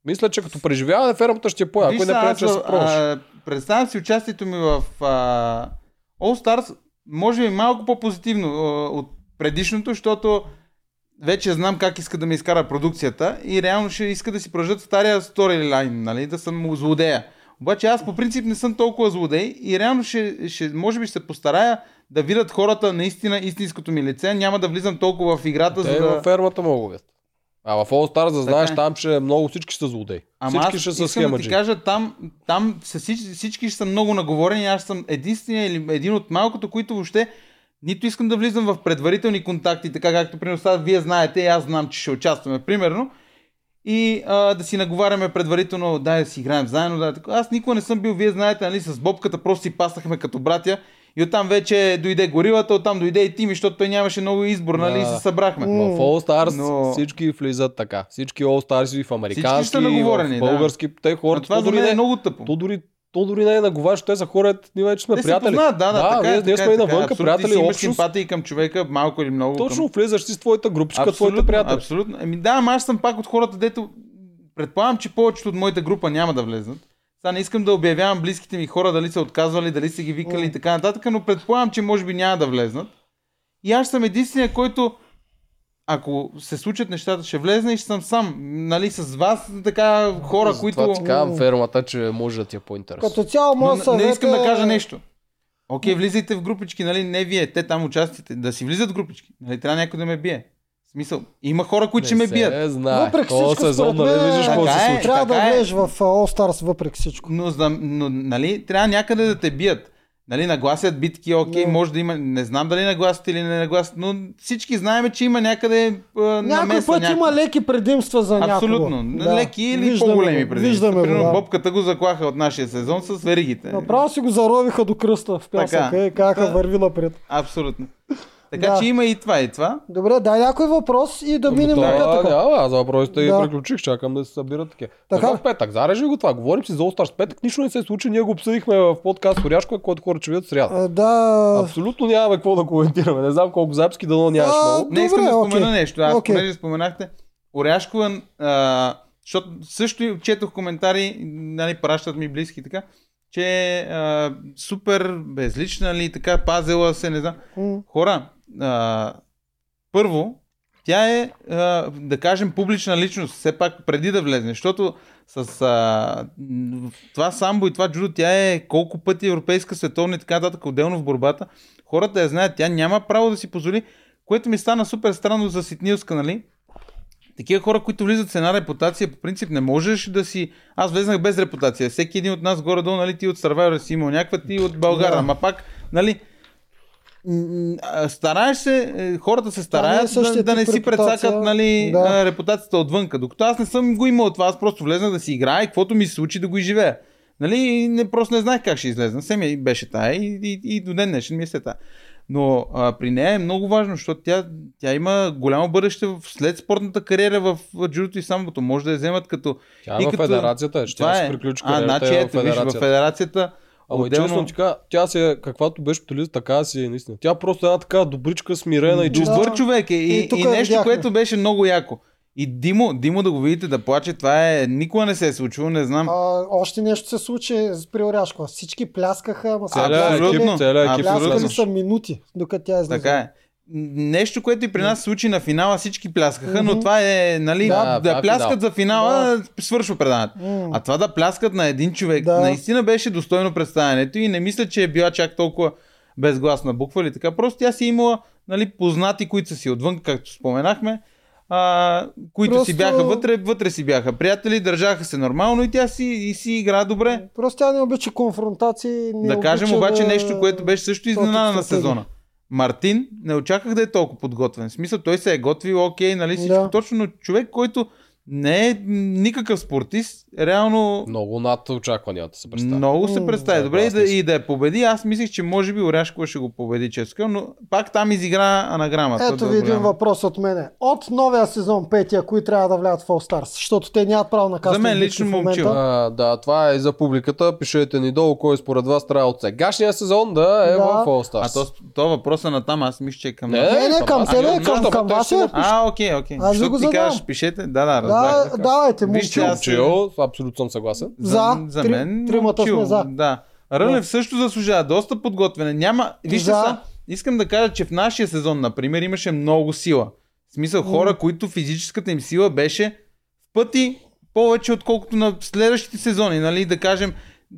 B: Мисля, че като преживяване фермата ще е по Ако
C: Виж
B: не
C: сега,
B: прече да
C: аз,
B: се пробваш.
C: а, Представям си участието ми в а, All Stars, може би малко по-позитивно а, от предишното, защото вече знам как иска да ме изкара продукцията и реално ще иска да си продължат стария сторилайн, нали, да съм злодея. Обаче аз по принцип не съм толкова злодей и реално ще, ще, може би ще се постарая да видят хората наистина истинското ми лице. Няма да влизам толкова в играта,
B: Те е
C: за да...
B: във фермата могат. да. А в All Stars, да знаеш,
C: е.
B: там ще е много всички ще са злодеи.
C: Ама
B: Всички
C: аз
B: ще са
C: искам да ти
B: схемаджи.
C: кажа, там, там са всички, всички ще са много наговорени, аз съм единствения или един от малкото, които въобще нито искам да влизам в предварителни контакти, така както примерно сега вие знаете и аз знам, че ще участваме примерно. И а, да си наговаряме предварително, дай да си играем заедно, да, така. Аз никога не съм бил, вие знаете, нали, с бобката просто си пасахме като братя. И оттам вече дойде горилата, оттам дойде и Тими, защото той нямаше много избор, нали,
B: Да.
C: и се събрахме.
A: М,
B: В All Stars
C: Но-
B: всички влизат така. Всички All Stars и в
C: Всички
B: американски,
C: са
B: и
C: наговорени,
B: в
C: да.
B: български. Те
C: Но
B: хората,
C: това
B: то
C: за
B: дори,
C: мен е
B: не,
C: много тъпо.
B: то, дори, то дори не е наговарящо. Те са хора, ние вече сме
C: Те се
B: приятели.
C: познават, да, да, така
B: ние,
C: е,
B: ние
C: така
B: сме
C: е,
B: и
C: така е.
B: навънка,
C: Абсолютно.
B: приятели,
C: Ти си имаш
B: общност.
C: симпатии към човека, малко или много.
B: Точно
C: към...
B: влизаш си с твоята групичка, твоите приятели.
C: Абсолютно. Еми да, ама аз съм пак от хората, дето предполагам, че повечето от моята група няма да влезнат. Сега не искам да обявявам близките ми хора дали са отказвали, дали са ги викали и така нататък, но предполагам, че може би няма да влезнат. И аз съм единствения, който ако се случат нещата, ще влезна и ще съм сам. Нали, с вас, така, хора,
B: Затова
C: които...
B: ти казвам фермата, че може да ти е по-интересно.
A: Като цяло,
C: Но
A: моят
C: не-
A: съвет
C: не искам
A: е...
C: да кажа нещо. Окей, влизайте в групички, нали? Не вие, те там участвате. Да си влизат в групички. Нали? Трябва някой да ме бие. В смисъл, има хора, които ще ме бият.
A: е.
B: Не знае.
A: Въпреки
B: Този
A: всичко,
B: сезон,
A: според
B: нали
A: мен,
B: виждаш какво
C: Така
B: се
C: е.
B: случва?
A: Трябва да
C: Така е.
A: влезеш в а, All Stars въпреки всичко.
C: Но, за, но, нали, трябва някъде да те бият. Нали, нагласят битки, окей,
A: Да.
C: може да има, не знам дали нагласят или не нагласят, но всички знаем, че има някъде а,
A: Някой
C: намеса,
A: път
C: някаква.
A: има леки предимства за някого.
C: Абсолютно.
A: Да.
C: Леки или
A: Виждаме
C: по-големи
A: го,
C: предимства.
A: Виждаме го,
C: Примерно,
A: да.
C: бобката го заклаха от нашия сезон с веригите.
A: Направо си го заровиха до кръста в пясъка
C: Е. Така.
A: и казаха
C: Та-
A: върви напред.
C: Абсолютно. Така
A: Да.
C: че има и това, и това.
A: Добре, дай някой въпрос и да минем на
B: Ами Да,
A: петъка.
B: няма, аз за въпросите и
A: Да.
B: приключих, чакам да се събират такива.
A: Така
B: Така
A: ли?
B: в петък, зарежи го това, говорим си за All Stars. Петък нищо не се случи, ние го обсъдихме в подкаст Оряшко, който хора че видят в сряда.
A: А, Е, Да,
B: Абсолютно нямаме какво да коментираме, не знам колко записки дано нямаш
A: А,
B: много.
C: Не искам
A: Добре,
C: да спомена
A: окей.
C: нещо. Аз,
A: Окей.
C: понеже споменахте, Оряшкова, а, защото също и четох коментари, нали, пращат ми близки и така, че а, супер безлична ли, така пазела се, не знам.
A: М.
C: Хора, а, първо, тя е, а, да кажем, публична личност, все пак преди да влезе, защото с а, м, това самбо и това джудо, тя е колко пъти европейска, световна и така нататък, отделно в борбата. Хората я знаят, тя няма право да си позволи, което ми стана супер странно за Ситнилска, нали? Такива хора, които влизат с една репутация, по принцип не можеш да си... Аз влезнах без репутация. Всеки един от нас горе-долу, нали, ти от Survivor си имал някаква, ти от България,
A: Да.
C: ама пак, нали, м, а, стараеш се, е, хората се
A: не е
C: стараят да,
A: същия
C: да не
A: тип
C: си
A: репутация.
C: прецакат нали,
A: Да.
C: да. репутацията отвънка. Докато аз не съм го имал това, аз просто влезнах да си играя и каквото ми се случи да го изживея. Нали, и не, просто не знаех как ще излезна. Се ми беше тая и, и, и до ден днешен ми е се тая. Но а, при нея е много важно, защото тя, тя има голямо бъдеще в- след спортната кариера в джудото и самбото. Може да я вземат като...
B: Тя
C: и
B: е в
C: като...
B: федерацията, ще
C: Това
B: тя
C: е.
B: си приключи
C: А,
B: кариерата
C: значи
B: е в
C: ето, виж, в
B: федерацията.
C: федерацията...
B: Ама отделно... честно ти кажа, тя си е, каквато беше по телевизията, така си е наистина. Тя просто е една така добричка, смирена и
A: Да.
B: чиста.
C: Добър човек е. И,
A: И тук
C: и, и нещо,
A: видяхме.
C: което беше много яко. И Димо, Димо да го видите да плаче, това е... Никога не се е случило, не знам.
A: А, още нещо се случи с при Оряшкова. Всички пляскаха, ама са
B: Целият екип,
A: пляскали,
C: Абсолютно.
B: целият екип.
A: пляскали
C: Абсолютно.
A: са минути, докато тя излезе.
C: Така е. Нещо, което и при нас се случи на финала, всички пляскаха,
A: Мгм.
C: но това е, нали,
B: Да,
C: да,
B: това
C: да
B: е
C: пляскат за финала, свършва предаването.
A: М.
C: А това да пляскат на един човек,
A: Да.
C: наистина беше достойно представянето и не мисля, че е била чак толкова безгласна буква или така. Просто тя си е имала нали, познати, които са си отвън, както споменахме, а, които
A: Просто-
C: си бяха вътре, вътре си бяха приятели, държаха се нормално и тя си, и си игра добре.
A: Просто тя не обича конфронтации. Не
C: Да кажем
A: обича
C: обаче
A: да...
C: нещо, което беше също
A: Против
C: изненада на
A: стратегия.
C: сезона. Мартин не очаках да е толкова подготвен. В смисъл, той се е готвил, окей, нали всичко
A: Да.
C: да. точно, но човек, който не е никакъв спортист, реално
B: Много над очакванията се представя.
C: много
A: М,
C: се представи.
B: да,
C: Добре, и да,
B: съгласен съм.
C: и да я победи. Аз мислех, че може би Оряшкова ще го победи, честно казано, но пак там изигра е анаграмата.
A: Ето ви един въпрос от мене. От новия сезон петия, кои трябва да влязат в All Stars? Защото те нямат право на кастинг.
C: мен
A: битки
C: лично
A: в момента.
C: момчила.
B: А, да, това е и за публиката. Пишете ни долу кой според вас трябва от сегашния сезон да е
A: Да.
B: в All Stars.
C: А то, то е въпроса на там, аз мисля, че е към
B: Не,
C: нас.
A: Не, не,
B: Ама
A: към
B: аз
A: тебе,
B: не знам,
A: към, към
B: той
A: вас
B: ще
A: е.
B: ме
C: А, окей, окей.
A: Аз ви
C: Защото
A: го
C: ти
A: задавам.
C: кажеш, пишете. Да, да,
A: Да,
C: разбрах. така.
A: давайте,
C: Вижте,
A: момчил.
C: аз-
B: Чил, абсолютно съм съгласен.
A: За.
C: за
A: Три-
C: мен
A: тримата сме
C: чил,
A: за.
C: Да. Рълев също заслужава доста подготвяне. Няма... Вижте
A: За.
C: са, искам да кажа, че в нашия сезон, например, имаше много сила. В смисъл хора, които физическата им сила беше в пъти повече, отколкото на следващите сезони. Нали? Да кажем,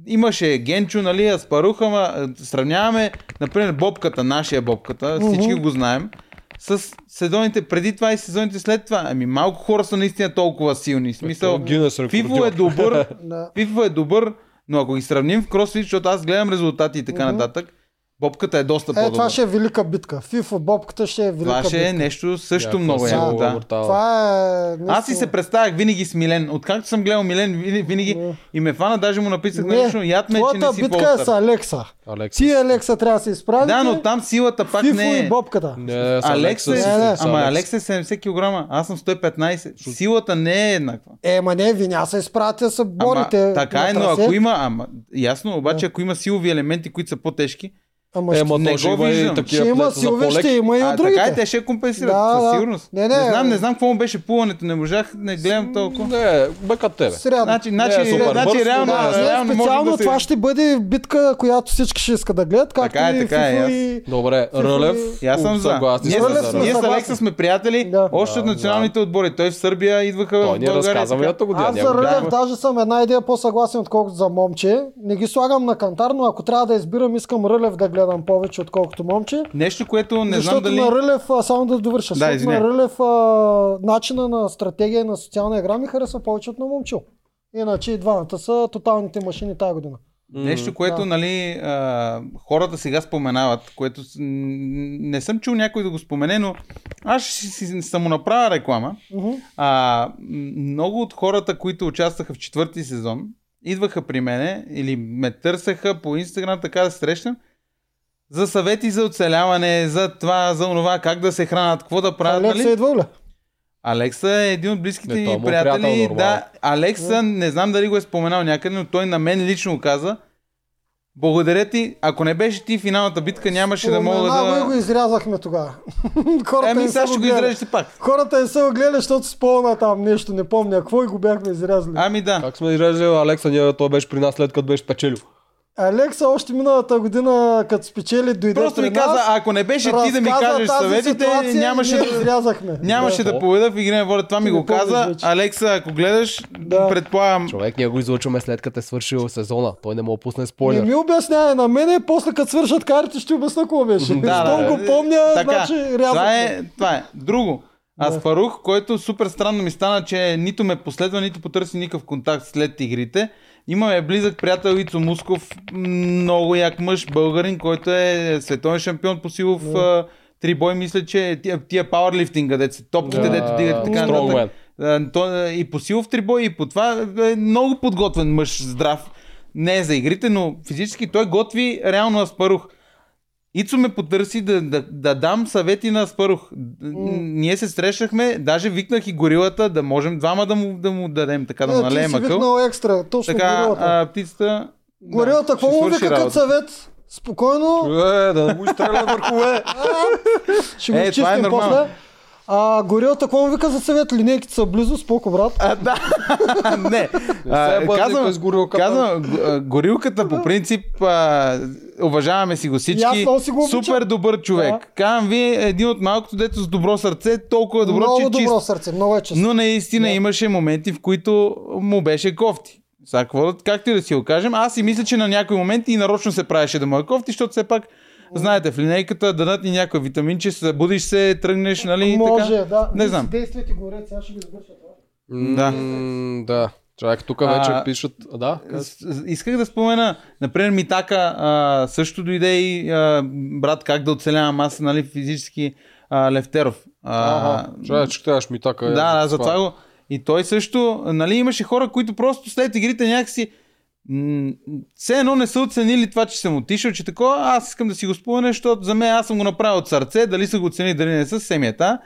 C: имаше Генчо, нали, Аспаруха, ма, е, сравняваме, например, Бобката, нашия Бобката, всички
A: Мгм.
C: го знаем, с сезоните преди това и сезоните след това. Ами малко хора са наистина толкова силни. В Смисъл,
B: То Гинес
C: Фифо е
B: рекордьор.
C: добър,
A: Да.
C: Пифа е добър, но ако ги сравним в кросфит, защото аз гледам резултати и така
A: Мгм.
C: нататък, бобката е доста
A: Е,
C: по-добър.
A: това ще е велика битка. Фифо, бобката ще е велика
C: това ще е
A: битка.
C: нещо също
B: Яко,
C: много
B: силно,
C: яко. Да.
B: брутално.
A: Това е... нещо-
C: Аз си се представях винаги с Милен. Откакто съм гледал Милен, винаги, винаги
A: Не.
C: и ме фана, даже му написах
A: Не,
C: на лично, яд ме, че не
A: Твоята
C: си
A: битка е
C: битка
A: с Алекса.
B: Алекс.
A: Ти, Алекса, трябва да се изправите.
C: Да, но там силата пак
A: Фифо
C: не е.
A: и бобката.
B: Не, с
C: Алекс
B: Алекс
C: е,
B: с-
A: Не, не.
B: с
C: ама
B: Алекс.
C: Алекс е 70 кг, аз съм 115. Силата не е еднаква.
A: Е, ма не, ви няма се изправите да се борите.
C: ама, така
A: на
C: е, но
A: трасе.
C: ако има, ама, ясно, обаче ако има силови елементи, които са по-тежки,
A: Е, Ама ще-
B: Ема
C: не
B: то ще
C: го
B: има и
C: виждам.
B: такива
A: ще има
B: плеца за
A: силови,
B: по-лек.
A: ще има и
C: А,
A: от другите.
C: така и те ще компенсират,
A: Да,
C: със
A: да.
C: сигурност.
A: Не, не,
C: не знам,
A: е.
C: не знам какво му беше плуването, не можах, не гледам толкова.
B: Не, бе като тебе.
A: Сряда.
C: Значи, значи,
B: Не е супер
C: значи
B: бърз,
C: реално,
B: но
A: да,
B: да,
A: не,
C: реално
A: специално
C: може да се...
A: това ще бъде битка, която всички ще искат да гледат, както
C: Така е,
A: и
C: така е,
A: Фифо
C: аз.
A: и...
B: Добре,
A: Фифо
B: Рълев.
C: И аз съм за.
B: Съгласен
C: Ние,
B: съм
A: Рълев
B: за
C: с,
A: сме
B: Рълев.
C: ние с
A: съгласни.
C: Алекса сме приятели,
A: Да.
C: още от
B: Да,
C: националните отбори. Той в Сърбия идваха в
B: Той ни е
C: България.
B: разказа
C: така.
B: миналата година.
A: Аз за
B: няма
A: Рълев
B: как.
A: даже съм една идея по-съгласен, отколкото за момче. Не ги слагам на кантар, но ако трябва да избирам, искам Рълев да гледам повече, отколкото момче.
C: Нещо, което не
A: защото
C: знам дали...
A: на Рълев, а, само да довърша,
C: Да,
A: защото
C: извиня.
A: на Рълев а, начина на стратегия и на социална игра ми харесва повече от на момчил. Иначе и двамата са тоталните машини тази година.
C: Нещо, което
A: Да.
C: нали, а, хората сега споменават, което с- м, не съм чул някой да го спомене, но аз ще си самонаправя реклама.
A: Мгм.
C: А, м, много от хората, които участваха в четвърти сезон, идваха при мене или ме търсеха по Инстаграм, така да се срещам, за съвети за оцеляване, за това, за онова, как да се хранат, какво да правят.
A: Алекса
C: нали?
A: идва ли?
C: Алекса е един от близките
B: Не, той
C: ми
B: му е приятел,
C: приятели.
B: нормално.
C: да, Алекса, не знам дали го е споменал някъде, но той на мен лично го каза. Благодаря ти. Ако не беше ти, финалната битка нямаше да мога
A: Споменава и го
C: да...
A: изрязахме тогава. Хората
C: Еми,
A: не са
C: сега
A: го
C: ще го
A: гледали.
C: изрежете пак.
A: Хората не са го гледали, защото спомна там нещо, не помня какво и го бяхме изрязали.
C: Ами да.
B: Как сме изрежали Алекса, ние, той беше при нас след като беше печелил.
A: Алекса още миналата година, като спечели, дойде
C: Просто
A: при
C: ми каза,
A: нас,
C: ако не беше ти да ми
A: разказа
C: кажеш
A: тази
C: съветите,
A: ситуация и
C: нямаше
A: ние
C: да...
A: изрязахме.
C: Нямаше да победа в игра на воля. Това ми
A: Ти
C: го
A: не помниш
C: каза.
A: вече.
C: Алекса, ако гледаш,
A: Да.
C: предполагам.
B: Човек, ние го излъчваме след като е свършил сезона. Той не му пусне
A: Не
B: спойлер.
A: ми обяснявай на мене, после като свършат карите ще обясна какво беше.
C: Да,
A: Щом
C: да.
A: го помня,
C: Така,
A: значи
C: това
A: рязахме.
C: е, това е. Друго. Аз Фарух, който супер странно ми стана, че нито ме последва, нито потърси никакъв контакт след игрите. Имаме близък приятел Ицо Мусков, много як мъж, българин, който е световен шампион по силов а, трибой, мисля, че е тия, тия пауърлифтинг, където се топките,
B: Да,
C: дето дигат и така
B: Strongman.
C: нататък. А, то, а, и по силов трибой, и по това е много подготвен мъж, здрав. Не е за игрите, но физически той готви реално Аспарух. Ицо ме потърси да, да, да дам съвети на Аспарух. Д- Ние се срещнахме, даже викнах и горилата, да можем двама да му, да му дадем, така да му
A: Е, ти
C: налеем
A: си
C: акъл.
A: викнал екстра, точно
C: Така,
A: горилата.
C: а, птицата...
A: Горилата, какво
C: ще
A: му
C: свърши
A: вика като
C: работа.
A: съвет? Спокойно,
B: Е, да не го изстреля върхове.
A: Ще го
C: Е, това е
A: изчистим
C: нормално.
A: после. А, горилата, какво му вика за съвет? Линейките са близо, споко, брат.
C: А, да.
B: се
C: не. А,
B: бъде никой
C: казвам,
B: с горилката.
C: казвам, г- а, горилката
A: Е.
C: по принцип, а, уважаваме си го всички.
A: И аз много си го обичам.
C: Супер добър човек.
A: Да.
C: Казвам ви, е един от малкото дето с добро сърце, толкова добро,
A: много
C: че е
A: добро
C: чист.
A: сърце, много е често.
C: Но наистина имаше моменти, в които му беше кофти. Сега, какво, да- както и да си го кажем, аз и мисля, че на някои моменти и нарочно се правеше да му е кофти, защото все пак, знаете, в линейката дадат ни някой витамин, че се будиш се, тръгнеш, нали? и
A: Може,
C: така.
A: да.
C: Не знам.
A: Действайте горец, аз ще ги сбърша това.
C: Да.
B: М, Да. Чакай, тук вече
C: А,
B: пишат... А, Да, къде-
C: С- с- Исках да спомена, например, Митака а, също дойде и а, брат как да оцелявам аз, нали, физически а, Левтеров. А,
B: Ага, чакай, че кажеш ми така. е,
C: да, да, за това
B: това.
C: го. И той също, нали, имаше хора, които просто след игрите някакси м, все едно не са оценили това, че съм отишъл, че такова, аз искам да си го спомена, защото за мен аз съм го направил от сърце, дали са го оценили, дали не са, семията.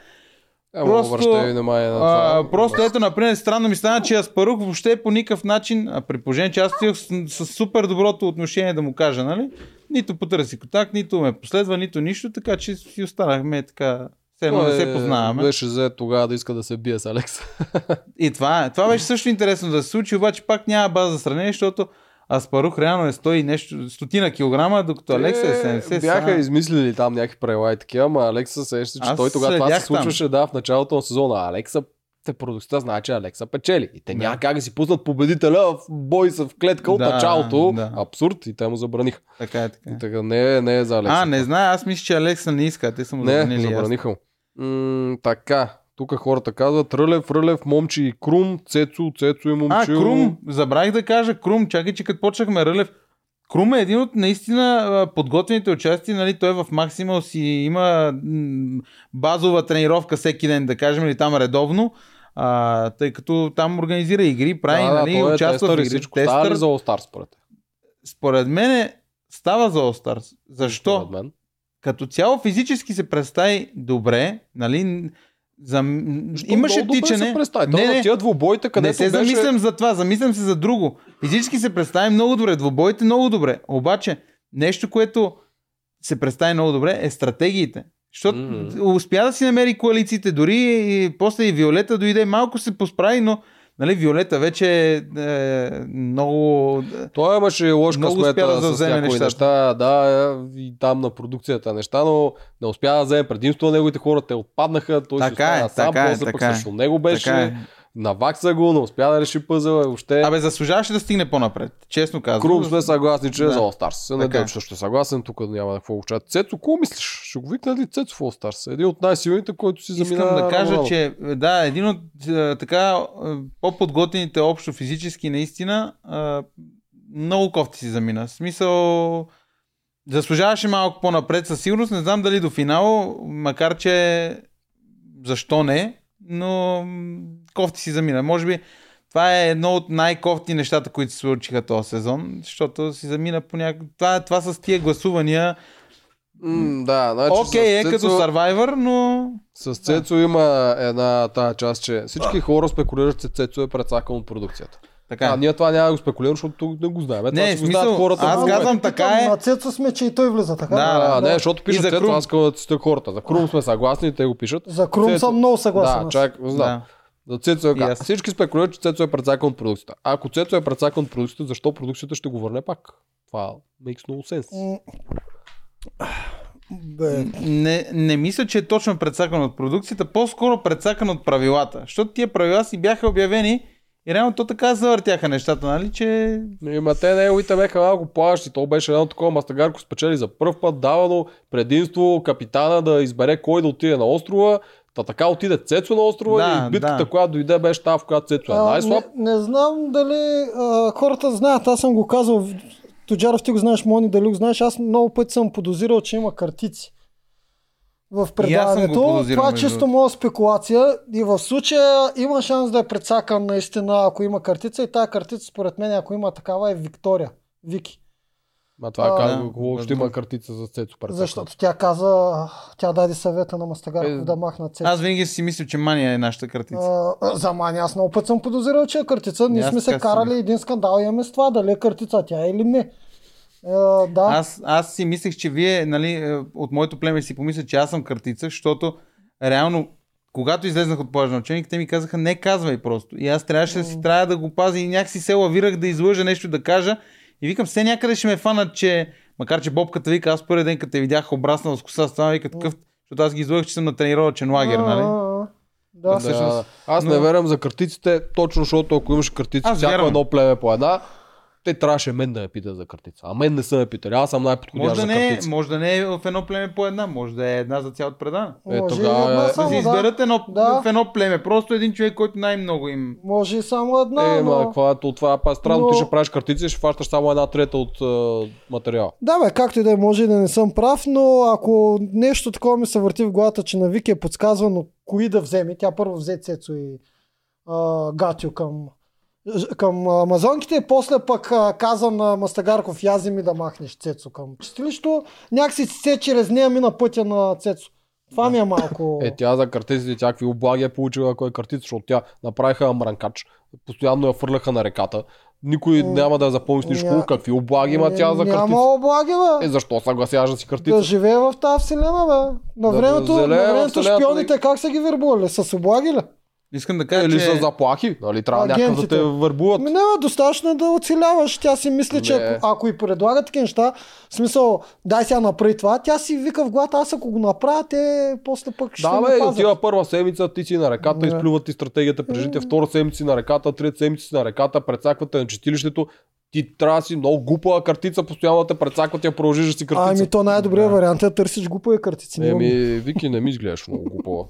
B: Ема,
C: просто,
B: обръщай внимание на това. е
C: А, просто ето, например, странно ми стана, че Аспарух въобще по никакъв начин, а при положение, че аз стоях с, с супер доброто отношение да му кажа, нали? Нито потърси контакт, нито ме последва, нито нищо, така че си останахме така. Все едно не
B: Той
C: се познаваме.
B: Беше зает тогава да иска да се бие с Алекс.
C: И това, е. това беше също интересно да се случи, обаче пак няма база за сравнение, защото Аспарух реално е 100 и нещо, стотина килограма, докато Алекса е 70.
B: Бяха
C: сега.
B: измислили там някакви правила и такива, ама Алекса се еща, че
C: Аз
B: той тогава това
C: следях
B: се случваше да, в началото на сезона. А Алекса те продукцията знае, че Алекса печели. И те
C: Да.
B: няма как да си пуснат победителя в бой с в клетка от
C: Да,
B: началото.
C: да.
B: Абсурд. И те му забраниха.
C: Така е, така. е.
B: И така, не, е- не е за Алекса.
C: А, не знае, аз мисля, че Алекса не иска, те са му
B: Не,
C: забранили. аз-
B: забраниха му. М, така, тук хората казват Рълев, Рълев, Момчи и Крум, Цецо, Цецо и
C: А,
B: Момчил.
C: Крум, забравих да кажа, Крум, чакай, че като почнахме Рълев, Крум е един от наистина а, подготвените участия, нали, той в Максимал си има м, базова тренировка всеки ден, да кажем, или там редовно, а, тъй като там организира игри, прави,
B: да,
C: нали,
B: да, той е
C: участва
B: тестър
C: в
B: и
C: игри.
B: всичко. Става ли за All Star според те?
C: Според мен е- става за All Stars. Защо?
B: Според мен.
C: Като цяло физически се представи добре, нали, за...
B: Защо
C: имаше
B: много добре
C: тичане.
B: Се представи.
C: е
B: Не, не, тия двубойта, където
C: не се
B: беше...
C: замислям за това, замислям се за друго. Физически се представи много добре, двобоите много добре. Обаче, нещо, което се представи много добре е стратегиите. Защото
B: Мгм.
C: успя да си намери коалициите, дори и после и Виолета дойде, малко се посправи, но нали, Виолета вече е, е много... е,
B: Той имаше лош
C: Много успя
B: късмет
C: да
B: да с
C: завземе
B: някои
C: нещата.
B: неща, да, е, и там на продукцията неща, но не успя да вземе предимство на неговите хора, те отпаднаха, той си
C: Така е,
B: остана сам,
C: така е,
B: после пък
C: така е.
B: срещу него
C: Така е.
B: беше, навакса го, не успя да реши пъзела, и въобще...
C: Абе, заслужаваше да стигне по-напред, честно казвам.
B: Крум сме съгласни, че е
C: Да.
B: за All Stars. Не
C: Така е.
B: че ще е съгласен, тук няма какво учат. Цецо, какво мислиш? Ще го викнат ли Цецо в All Stars? Един от най-силните, който си замина.
C: Искам да кажа,
B: Роналдо.
C: че да, един от е, така е, по-подготвените общо физически наистина е, много кофти си замина. В смисъл заслужаваше малко по-напред със сигурност. Не знам дали до финал, макар че защо не, но м, кофти си замина. Може би това е едно от най-кофти нещата, които се случиха този сезон, защото си замина по някакъв... Това, това с тия гласувания.
B: М, да, значи
C: Окей
B: с
C: е като
B: Цецо-
C: Survivor, но...
B: С Цецо има една тая част, че всички хора спекулират, че Цецо е прецакал от продукцията.
C: Така. е.
B: А, ние това няма да го спекулираме, защото тук не го знаем. Това
C: Не,
B: си
C: в
B: го знаят
C: смисъл,
B: хората.
C: аз
B: в момента.
C: казвам така е.
A: На Цецо сме, че и той влиза, така?
C: Да,
B: А, не, защото
C: И
B: пишат
C: за
B: Цецо,
C: Крум.
B: аз искам да цитирам хората. За Крум сме съгласни, те го пишат.
A: За Крум
B: Цецо-
A: съм много съгласен.
B: Да,
A: аз.
B: чак, знам.
C: Да.
B: За Цецо е
C: И
B: как?
C: аз.
B: Всички спекулират, че Цецо е прецакан от продукцията. Ако Цецо е прецакан от продукцията, защо продукцията ще го върне пак? Това makes no sense.
A: М. Бе,
C: Не, не мисля, че е точно предсакан от продукцията, по-скоро предсакан от правилата. Защото тия правила си бяха обявени и реално то така завъртяха нещата, нали? Че
B: Но има те неговите бяха малко плащи. То беше едно такова Мастагарко спечели за първ път, давано предимство капитана да избере кой да отиде на острова. Та така отиде Цецо на острова
C: Да,
B: и битката,
C: да.
B: която дойде, беше тази, в която Цецо е
A: а,
B: най-слаб.
A: не, не знам дали а, хората знаят, аз съм го казал, Тоджаров ти го знаеш, Мони дали го знаеш, аз много пъти съм подозирал, че има картици в предаването.
C: подозирам,
A: Това е
C: между
A: чисто
C: другото.
A: моя спекулация и в случая има шанс да е прецакан наистина, ако има картица и тази картица според мен, ако има такава е Виктория, Вики.
B: Ма това
A: А,
B: е
C: да,
B: как го ще има картица за Цецо прецакан.
A: Защото тя каза, тя даде съвета на Мастагарков
B: Е,
A: да махна Цецо.
C: аз винаги си мисля, че мания е нашата картица.
A: А, за мани аз много път съм подозирал, че е картица.
C: И
A: Ние
C: аз
A: сме се
C: така съм.
A: карали един скандал имаме с това, дали е картица тя или не. А, да,
C: Аз, аз си мислех, че вие, нали, е, от моето племе си помисля, че аз съм картица, защото реално, когато излезнах от плажа на ученик, те ми казаха, не казвай просто. И аз трябваше да си трябва да го пазя и някакси се лавирах да излъжа нещо да кажа. И викам, все някъде ще ме фанат, че макар че бобката вика, аз първия ден, като те видях обраснал с коса, стана вика такъв, защото аз ги излъгах, че съм на тренировъчен лагер,
A: А,
C: нали?
A: а, а. Да.
B: Да, да. Аз
C: Но-
B: не вярвам за картиците, точно защото ако имаш картици,
C: Аз
B: всяко
C: вярвам.
B: едно племе по една, Те трябваше мен да ме питат за картица. А мен не са ме питали. Аз съм най-подходящ
C: Може
B: за
C: да, не, е-
B: картица.
C: може да не е в едно племе по една, може да е една за цялата предана.
B: Е,
A: Може и
B: тогава
A: една
B: е-
C: Да
A: само,
C: си изберат едно,
A: Да.
C: в едно племе. Просто един човек, който най-много им...
A: Може и само една,
B: Е, ма,
A: но...
B: каква е то- това? Па е странно, ти
A: Но-
B: ще правиш картици и ще фащаш само една трета от е, материала.
A: Да, бе, както и да е, може и да не съм прав, но ако нещо такова ми се върти в главата, че на Вики е подсказвано кои да вземе, тя първо взе Цецо и а, Гатю към, ж- към амазонките и после пък а, каза на Мастагарков, язи ми да махнеш Цецо към чистилището, някакси се чрез нея мина пътя на Цецо. Това ми е малко...
B: Е, тя за картиците тя какви облаги е получила, ако е картица, защото тя направиха амранкач, постоянно я фърляха на реката. Никой
A: М,
B: няма да я запомни с нищо.
A: ня-
B: Какви облаги има тя за
A: Е, Няма
B: картица?
A: облаги, бе.
B: Е, защо съгласяваш да си
A: Да
B: картица?
A: живее в тази вселена, бе. На
B: Да
A: времето,
B: зелее
A: на
B: в
A: времето
B: вселената, нали?
A: шпионите как са ги вербували? С облаги ли?
C: Искам да кажа,
B: Е, Или
A: значи-
C: че...
B: са заплахи? Нали, трябва някакъв да
A: Агентите.
B: те върбуват.
A: Ми не, бе, достатъчно е да оцеляваш. Тя си мисли, че
B: Не.
A: ако, ако и предлага такива неща, в смисъл, дай сега направи това, тя си вика в главата, аз ако го направя, те после пък ще
B: Да,
A: ме
B: бе,
A: пазят.
B: отива първа седмица, ти си на реката,
A: Да.
B: изплюват ти стратегията през жите, втора седмица си на реката, трета седмица си на реката, прецаквате на четилището, ти трябва да си много глупа картица, постоянно те прецакват, я продължиш да си картица.
A: Ами то най-добрият вариант е да търсиш глупави картици.
B: Не,
A: Еми...
B: ми, Вики, не ми изглеждаш много глупава.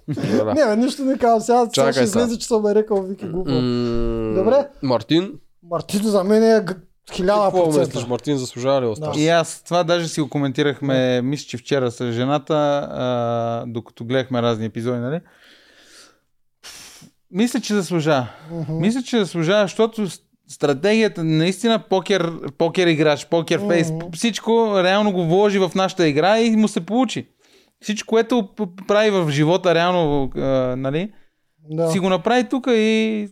A: Не, бе, нищо не казвам. Сега, сега
B: Чакай
A: ще
B: сега.
A: излезе, че съм е нарекал Вики глупа.
B: М,
A: Добре.
B: Мартин,
A: Мартито за мен е г- хиляда
B: какво мислиш,
A: процента.
B: Мартин заслужава ли остава?
C: И аз това даже си го коментирахме, мисля, че вчера с жената, а, докато гледахме разни епизоди, нали? Мисля, че заслужава.
A: Мгм.
C: Мисля, че заслужава, защото с- стратегията наистина покер, покер играч, покер фейс,
A: Мгм.
C: всичко реално го вложи в нашата игра и му се получи. Всичко, което п- прави в живота реално, а, нали,
A: Да.
C: си го направи тук и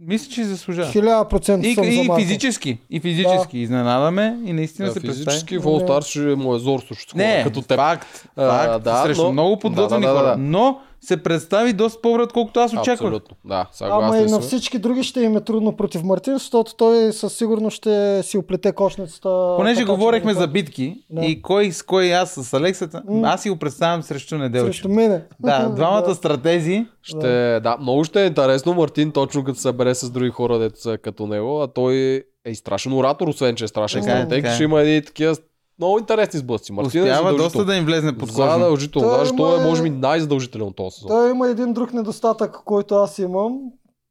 C: мисля, че заслужава.
A: Хиляда процента
C: И,
A: съм за
C: и
A: Марко.
C: физически, и физически да. изненадаме и наистина
B: Да,
C: се представи.
B: Е, физически в All Star ще му е зор също такова,
C: Не,
B: като теб.
C: факт,
B: А,
C: факт
B: да,
C: да, срещу
B: но-
C: много подготвени
B: да, да, да,
C: хора,
B: да.
C: но се представи доста по-добре, отколкото аз очаквах.
B: Абсолютно, да,
A: Ама и
B: съгласен
A: на
B: съм.
A: всички други ще им е трудно против Мартин, защото той със сигурност ще си оплете кошницата.
C: Понеже
A: така, че
C: говорихме
A: да-
C: за битки
A: Да.
C: и кой с кой аз с Алексата,
A: М.
C: аз си го представям срещу неделче.
A: Срещу мене.
C: Да, двамата стратези.
B: Ще, да, много ще е интересно Мартин точно като се събере с други хора, деца като него, а той е и страшен оратор, освен че е страшен
C: Така е,
B: стратег,
C: така е.
B: ще има едни такива много интересни сблъсъци. Мартин е
C: Успява доста
B: задължително.
C: да им влезне под кожа.
B: задължително,
A: Той
B: даже
A: има
B: той е
A: е-
B: може би най-задължителен от този
C: е
B: сезон.
A: Той има един друг недостатък, който аз имам,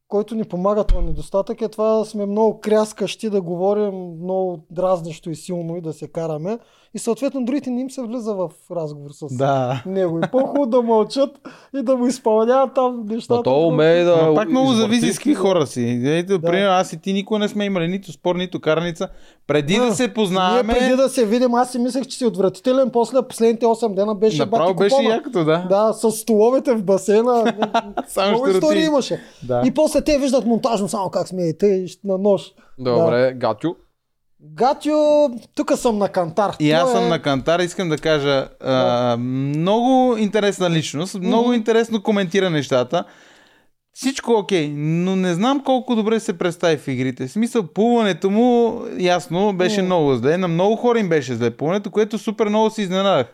A: който ни помага това недостатък е това да сме много кряскащи да говорим много дразнещо и силно и да се караме. И съответно другите не им се влиза в разговор с
C: Да.
A: него. И по-хубаво да мълчат и да му изпълняват там нещата.
B: Но той умее да
C: Но пак много
B: извърти-
C: зависи с какви хора си. Ето,
A: Да.
C: примерно, аз и ти никога не сме имали нито спор, нито караница. Преди
A: Да.
C: да се
A: Ние преди
C: познаваме,
A: да се видим, аз си мислех, че си отвратителен, после последните 8 дена беше
C: направо
A: бати
C: беше
A: купона.
C: якото, да.
A: Да, с столовете в басейна.
C: Само
A: много
C: ще
A: истории
C: рути.
A: имаше.
C: Да.
A: И после те виждат монтажно само как сме и те на нож.
B: Добре, Гатю.
A: Гатио, тук съм на кантар.
C: И аз
A: Той
C: съм
A: е-
C: на Кантар, искам да кажа, а, много интересна личност, много интересно коментира нещата. Всичко е окей, но не знам колко добре се представи в игрите. В смисъл, плуването му, ясно, беше
A: Мгм.
C: много зле. На много хора им беше зле плуването, което супер много се изненадах.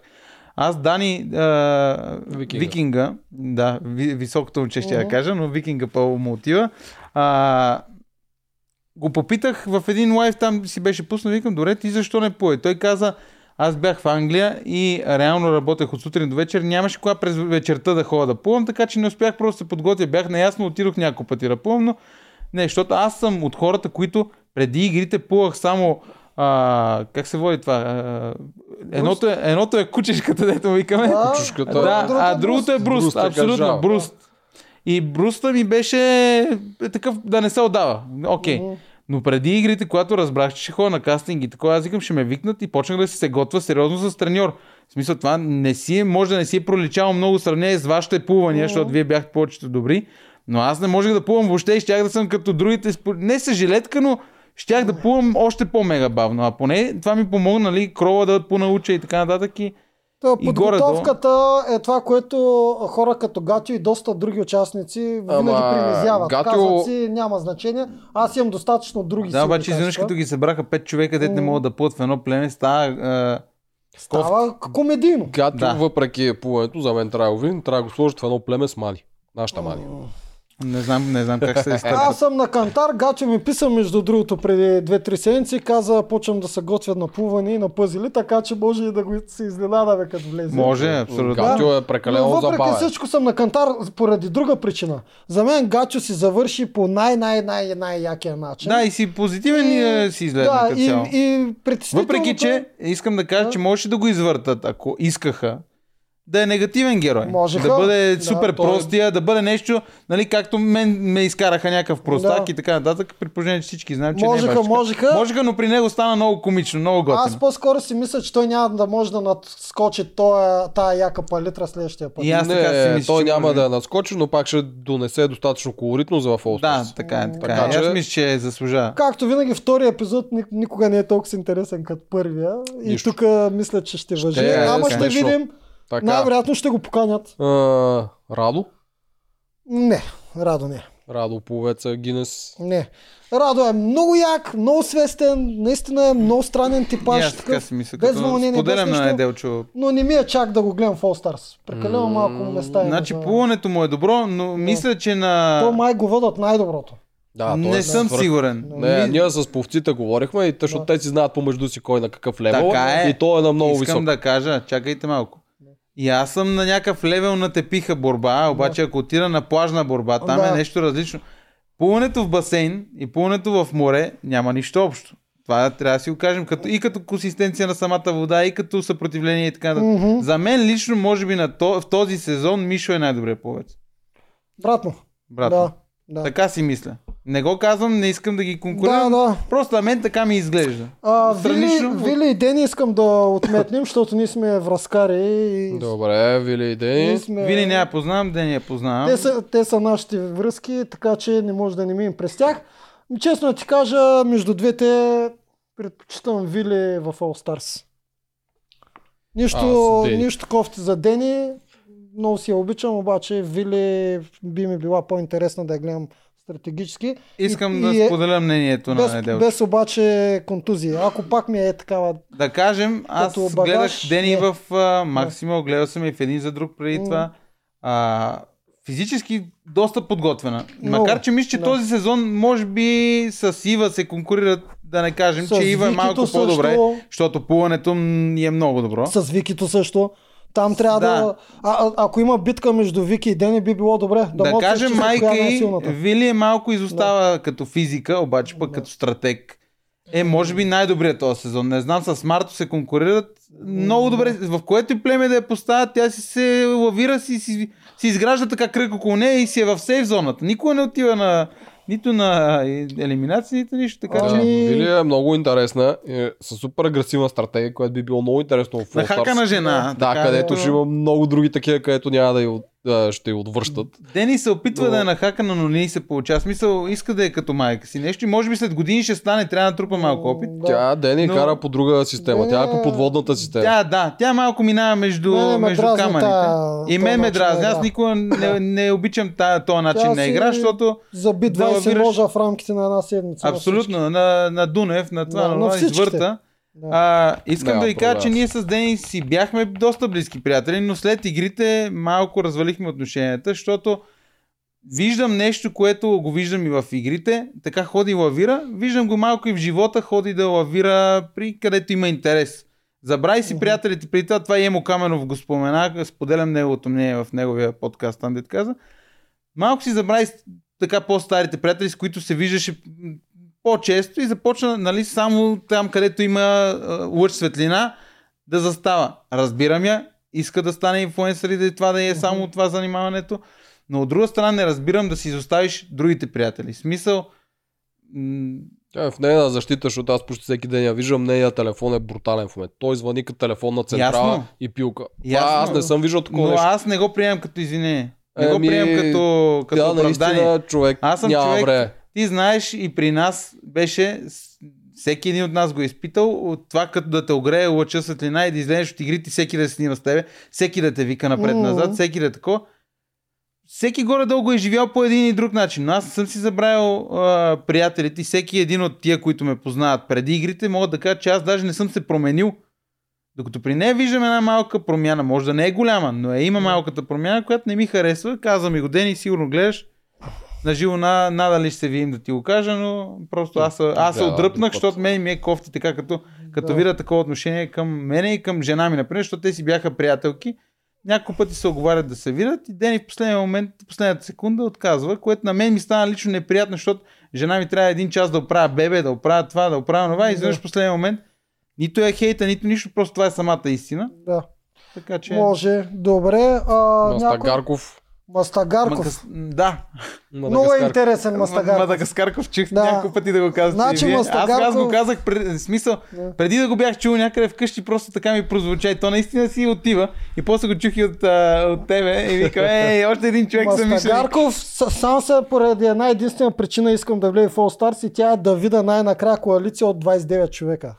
C: Аз Дани а,
B: Викинга.
C: викинга. викинга, да, ви, високото момче ще я
A: Мгм.
C: кажа, но викинга пълно му отива. А, го попитах в един лайф, там си беше пуснал, викам, добре, ти защо не пое? Той каза, аз бях в Англия и реално работех от сутрин до вечер, нямаше кога през вечерта да ходя да плувам, така че не успях просто да се подготвя. Бях наясно, отидох няколко пъти да плувам, но не, защото аз съм от хората, които преди игрите плувах само а, как се води това? А, едното, е, едното е кучешката, дето му викаме.
A: Да,
B: Чушката.
A: друг-
C: Да,
A: друг
C: а другото е бруст.
B: Бруст е
C: абсолютно,
B: кажал.
C: бруст. И бруста ми беше е, такъв да не се отдава. Окей.
A: Мгм.
C: Но преди игрите, когато разбрах, че ще ходя на кастинг и такова, аз викам, ще ме викнат и почнах да си се готва сериозно с треньор. В смисъл това не си, е- може да не си е проличало много в сравнение с вашите плувания, защото вие бяхте повечето добри, но аз не можех да плувам въобще и щях да съм като другите. спо- Не с жилетка, но щях да плувам още по-мега бавно. А поне това ми помогна, нали, крова да понауча и така нататък. И...
A: Та,
C: и горе-долу.
A: е подготовката е това, което хора като Гатио и доста други участници винаги
B: Ама,
A: принизяват.
B: Гатио-
A: Казват си, няма значение. Аз имам достатъчно други
C: Да,
A: силни
C: обаче изведнъж
A: качества.
C: като ги събраха пет човека, дете не
A: М.
C: могат да плуват в едно племе, става... Е... кофти.
A: Става комедийно.
B: Гатю,
C: Да.
B: въпреки плуването, за мен трябва да го видим, трябва да го сложат в едно племе с мани. Нашата мани.
C: Не знам, не знам как се изтърпат.
A: Аз съм на Кантар, Гачо ми писа между другото преди 2-3 седмици, каза почвам да се готвя на плуване и на пъзели, така че може и да го се изненадаме като влезе.
C: Може, абсолютно.
A: Да.
B: Гачо е
A: Но
B: прекалено
A: въпреки
B: забавен.
A: всичко съм на Кантар поради друга причина. За мен Гачо си завърши по най-най-най-най-якия начин.
C: Да, и си позитивен и е, си изгледна
A: да,
C: като
A: и,
C: цяло.
A: и притеснителното... е,
C: Въпреки, че искам да кажа,
A: Да.
C: че можеше да го извъртат, ако искаха, да е негативен герой.
A: Можеха.
C: Да бъде
A: Да, е
C: супер
B: той-
C: простия, да бъде нещо, нали, както мен ме изкараха някакъв простак
A: Да.
C: и така нататък, при положение, че всички знаем, че не
A: Можеха,
C: е баща.
A: можеха.
C: Можеха, но при него стана много комично, много готино.
A: Аз по-скоро си мисля, че той няма да може да надскочи тоя, тая яка палитра следващия път.
C: И аз
B: не,
C: така си мисля,
B: той
C: че
B: няма
C: може.
B: да е надскочи, но пак ще донесе достатъчно колоритност в All
C: Да,
B: Stars.
C: така е, така
B: Така
C: е.
B: че-
C: Аз мисля, че заслужава.
A: Както винаги, втория епизод ни- никога не е толкова с интересен като първия. И
B: Нищо.
A: тук мисля, че ще въжи.
B: е
A: Ама ще
B: смешно.
A: видим.
B: Така.
A: Най-вероятно ще го поканят.
B: А, Радо?
A: Не, Радо не.
B: Радо Повеца, Гинес.
A: Не. Радо е много як, много свестен, наистина е много странен
C: И
A: типаж.
C: аз така
A: такъв,
C: си мисля,
A: без
C: като
A: вълнение, без
C: споделям на
A: нищо.
C: Неделчо.
A: Но не ми е чак да го гледам в All Stars. Прекалено малко места е.
C: Значи
A: за-
C: плуването му е добро, но мисля, че на...
A: То май го водят най-доброто.
B: Да, той е
C: не съм
B: свръх-
C: сигурен.
B: Не,
C: Ми-
B: ние с повците говорихме, и те, защото те си знаят помежду си кой на какъв левел
C: Така е.
B: и той е на много
C: Искам
B: висок.
C: да кажа, чакайте малко. И аз съм на някакъв левел на тепиха борба, обаче ако отида на плажна борба, там
A: Да.
C: е нещо различно. Плуването в басейн и плуването в море няма нищо общо. Това трябва да си го кажем. Като, и като консистенция на самата вода, и като съпротивление и така. Mm-hmm. За мен лично, може би на то, в този сезон Мишо е най-добрият пловец.
A: Братно.
C: Брат.
A: Да.
C: Да.
A: да.
C: Така си мисля. Не го казвам, не искам да ги
A: Да,
C: конкурирам.
A: да.
C: Просто на мен така ми изглежда.
A: А, Вили,
C: Странично.
A: Вили и Дени искам да отметнем, защото ние сме връзкари и...
B: Добре, Вили и
A: ние
B: Дени.
A: сме...
C: Вили не я познавам, да не я познавам.
A: Те са, те са нашите връзки, така че не може да не минем през тях. М, Честно да ти кажа, между двете предпочитам Вили в All Stars. Нищо,
B: Аз Дени.
A: нищо кофти за Дени, много си я обичам, обаче Вили би ми била по-интересна да я гледам стратегически.
C: Искам
A: И-
C: да
A: и е-
C: споделя мнението на
A: Без,
C: Неделчо.
A: без обаче контузии. Ако пак ми е такава
C: Да кажем, аз
A: Като багаж,
C: гледах Дени
A: не.
C: в а, Максимо, гледал съм и в един за друг преди
A: М.
C: това. А, физически доста подготвена.
A: Много,
C: Макар, че мисля, че
A: да.
C: този сезон може би с Ива се конкурират, да не кажем,
A: С
C: че Ива е
A: Викито
C: малко
A: също.
C: по-добре, защото плуването м, е много добро.
A: С Викито също. Там трябва да.
C: Да.
A: да... А, а, ако има битка между Вики и Дени, би било добре.
C: Да,
A: мога се
C: кажем,
A: чувствам
C: майка
A: коя е
C: и
A: най-силната.
C: Вили е малко изостава като физика, обаче пък като стратег. Е, може би най-добрият този сезон. Не знам, с Марто се конкурират много добре. В което и племе да я поставят, тя си се лавира, си, си, си изгражда така кръг около нея и си е в сейф зоната. Никога не отива на нито на елиминация, нито нищо. Така че...
A: Ами,
B: Вили е много интересна, е, с супер агресивна стратегия, която би било много интересно в
C: На
B: All
C: хака
B: Stars.
C: на жена.
B: Да,
C: така, е,
B: където
A: да.
B: ще има много други такива, където няма да я от, а, ще я отвръщат.
C: Дени се опитва
B: Но-
C: да е на хака, но не й се получава. Смисъл, иска да е като майка си. Нещо и може би след години ще стане, трябва да натрупа малко опит.
A: М,
B: Да. Тя Дени
C: Но-
B: кара по друга система.
A: Дени
B: Тя е по
A: е-
B: подводната система.
C: Тя, да, тя малко минава между,
A: Мене ме
C: между
A: дразни
C: камъните.
A: тая-
C: и
A: този
C: мен ме
A: начин на
C: дразни. Аз
A: игра.
C: никога не, не обичам тая, този начин
A: Тя
C: на
A: си-
C: игра, защото
A: Заби
C: Да
A: 20
C: лавираш.
A: ножа в рамките на една седмица.
C: абсолютно на, на Дунев, на това,
A: Да,
C: на,
A: на
C: на
A: всичките.
C: извърта.
A: Да.
C: А, искам
B: Няма
C: да ви кажа, че
B: проблем.
C: ние с Дени си бяхме доста близки приятели, но след игрите малко развалихме отношенията, защото виждам нещо, което го виждам и в игрите, така ходи и лавира, виждам го малко и в живота, ходи да лавира при където има интерес. Забрави си приятелите при това, това и Емо Каменов го спомена, споделям неговото мнение в неговия подкаст, там дето каза. Малко си забрави с- така по-старите приятели, с които се виждаше м, по-често и започна нали, само там, където има а, лъч светлина, да застава. Разбирам я, иска да стане инфуенсър и да и това да е само това занимаването, но от друга страна не разбирам да си изоставиш другите приятели. В Смисъл, м,
B: Тя е в нейна защита, защото аз почти всеки ден я виждам, нейния телефон е брутален в момента. Той звъни като телефонна централа
C: Ясно.
B: и пилка. Това
C: Ясно.
B: аз не съм виждал
C: но
B: такова нещо.
C: аз не го приемам като извинение. Не го
B: Еми,
C: приемам като, като
B: Тя
C: оправдание.
B: наистина човек
C: Аз съм
B: няма
C: човек-
B: време.
C: Ти знаеш и при нас беше, с- всеки един от нас го е изпитал, от това като да те огрее лъча светлина и да излезеш от игрите, всеки да се снима с тебе, всеки да те вика напред-назад,
A: Мгм.
C: всеки да е тако. Всеки горе-долу го е живял по един и друг начин, но аз не съм си забравил а, приятелите и всеки един от тия, които ме познават преди игрите, могат да кажат, че аз даже не съм се променил. Докато при нея виждам една малка промяна, може да не е голяма, но е има малката промяна, която не ми харесва, каза ми го, Дени, сигурно гледаш, на живо на, надали ще се видим да ти го кажа, но просто аз, се- аз се
B: Да,
C: отдръпнах,
B: докато-
C: защото мен ми е кофти така, като, като
A: Да.
C: видя такова отношение към мене и към жена ми, например, защото те си бяха приятелки. Няколко пъти се оговарят да се видят и Дени в последния момент, в последната секунда отказва, което на мен ми стана лично неприятно, защото жена ми трябва един час да оправя бебе, да оправя това, да оправя това и изведнъж в последния момент нито е хейта, нито нищо, просто това е самата истина.
A: Да.
C: Така че...
A: Може. Добре. А, някой...
B: Мастагарков.
A: Мастагарков.
C: Макас- Да,
A: Много е
B: Мадагаскар.
A: интересен
C: Мастагарков.
A: Мастагарков.
C: Мадагаскарков чух
A: Да.
C: да. няколко пъти да го казвате.
A: Значи
C: и вие. Аз, аз
A: Мастагарков-
C: го казах, пред, в смисъл,
A: Да.
C: преди да го бях чул някъде вкъщи, просто така ми прозвуча и то наистина си отива. И после го чух и от, а, от тебе и викам, ей, още един човек съм мисля.
A: Мастагарков, с- сам се поради една единствена причина искам да влезе в All Stars и тя е да видя най-накрая коалиция от 29 човека.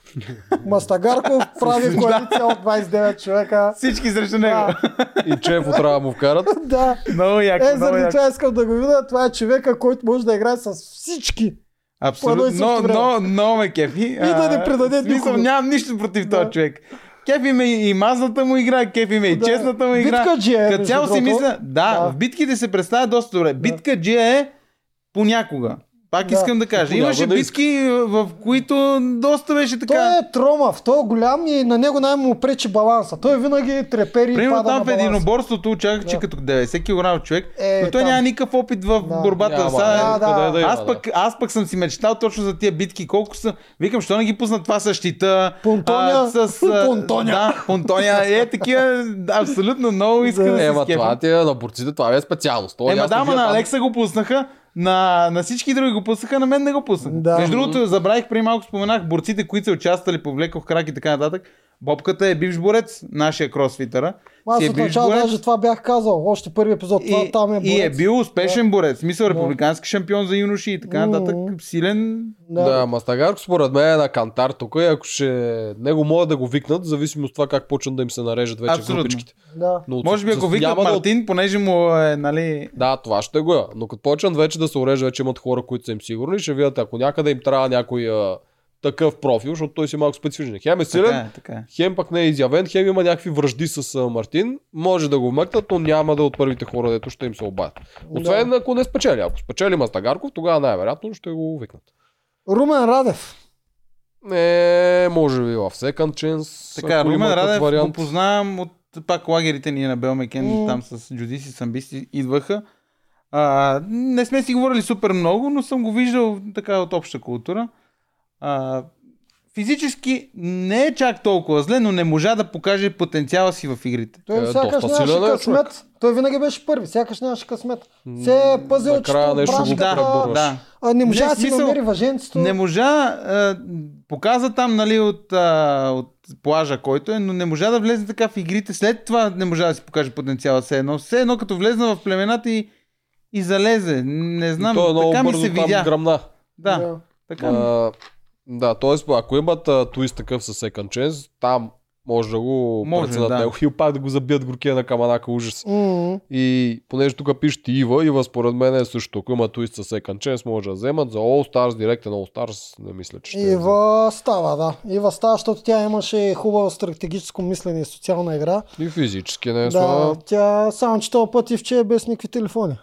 A: Мастагарков прави коалиция от 29 човека.
C: Всички срещу него.
B: И Чефо трябва да му вкарат.
A: Да.
C: Много яко,
A: Е,
C: много
A: заради
C: яко.
A: това искам да го видя. Това е човека, който може да играе с всички. по
C: Абсолютно,
A: едно и също
C: но,
A: време.
C: но, но ме кефи. И
A: да не предаде
C: смисъл,
A: никого.
C: нямам нищо против
A: Да.
C: този човек. Кефи ме и мазната му игра, кефи ме и
A: Да.
C: честната му игра.
A: Биткаджи е,
C: Като цяло
A: между
C: си
A: другото.
C: мисля, да,
A: Да.
C: в битките се представя доста добре. Битка G е понякога. Пак
A: Да.
C: искам да кажа.
B: Е, Понякога
C: Имаше
B: да
C: битки, в които доста беше
A: Той
C: така.
A: е тромав, той е голям и на него най-му му пречи баланса. Той винаги трепери и
C: Примерно
A: пада
C: там
A: на
C: в
A: баланса.
C: единоборството очаках,
A: Да.
C: че като 90 кг човек,
A: Е,
C: но той
A: там.
C: няма никакъв опит в
A: Да.
C: борбата.
B: Няма,
C: Сега-
A: Да,
C: е-
A: да.
B: къде има,
C: аз, пък, аз пък съм си мечтал точно за тия битки. Колко са. Викам, що не ги пуснат това с щита?
A: Понтоня.
C: А, с, а,
A: Понтоня.
C: Да, понтоня. Е, такива. да, Абсолютно много искам да,
A: Да.
C: се
B: Ема
C: скефам.
B: това ти е на борците, това е специалност. То е
C: Ема
B: ясно,
C: да, ама
B: вие
C: на
B: там-
C: Алекса го пуснаха, на, на всички други го пуснаха, на мен не го пуснаха.
A: Да.
C: Между другото, забравих, преди малко споменах, борците, които са участвали по влеков крак и така нататък. Бобката е бивш борец, нашия кросфитъра.
A: Аз
C: Си е
A: от
C: бивш
A: начало
C: борец
A: даже това бях казал. Още първи епизод. Това
C: и,
A: там е
C: и е
A: борец.
C: бил успешен борец. Смисъл, републикански шампион за юноши и така нататък.
A: Мгм.
C: Силен.
A: Да.
B: Да, Мастагарко според мен е на кантар тук и ако ще... Него могат да го викнат, в зависимост от това как почнат да им се нарежат вече
C: Абсолютно.
B: групичките.
A: да.
B: Но от-
C: Може би ако
B: с-
C: викат
B: няма да от-
C: Мартин, понеже му е, нали...
B: Да, това ще го е. Но като почнат вече да се урежда, вече имат хора, които са им сигурни, ще видят, ако някъде им трябва някой а, такъв профил, защото той си е малко специфичен. Хем е силен,
C: Така е, така е.
B: хем пък не е изявен, хем има някакви връжди с а, Мартин, може да го вмъкнат, но няма да е от първите хора, дето ще им се обадят. Освен ако не спечели. Ако спечели Мастагарков, тогава най-вероятно ще го викнат.
A: Румен Радев.
B: Не, може би в second chance.
C: Така, е,
B: ако има
C: Румен
B: такъв
C: Радев го
B: вариант.
C: познавам от пак лагерите ни на Белмекен,
A: М.
C: там с джудиси, самбисти идваха. А, не сме си говорили супер много, но съм го виждал така от обща култура. А, физически не е чак толкова зле, но не можа да покаже потенциала си в игрите.
A: Той
B: Е,
A: сякаш
B: доста
A: нямаше
B: силен е
A: късмет. Той винаги беше първи. Сякаш нямаше късмет. Се е пазил, че
B: накрая нещо го
A: опрашката,
B: преборва.
C: да.
A: а, не можа
C: Не,
A: да си
C: смисъл,
A: намери въженцето.
C: Не можа, а, показа там, нали, от, а, от плажа, който е, но не можа да влезе така в игрите. След това не можа да си покаже потенциала все едно. Все едно, като влезна в племената и, и залезе. Не
B: И
C: знам,
B: той е много
C: така ми
B: бързо
C: се
B: там
C: видя.
B: гръмна.
C: Да, така. ми.
B: А, да, т.е. ако имат а, твист такъв с Second Chance, там може да го
C: Може,
B: преценят
C: да.
B: него и пак да го забият горкия на каманака ужас.
A: М.
B: И понеже тук пишете Ива, Ива според мен е също. Ако има твист с Second Chance, може да вземат. За All Stars, директен All Stars, не мисля, че ще е я вземат.
A: Ива става, да. Ива става, защото тя имаше хубаво стратегическо мислене и социална игра.
B: И физически не е
A: Да,
B: слаба.
A: тя само че този път и вче е без никакви телефони.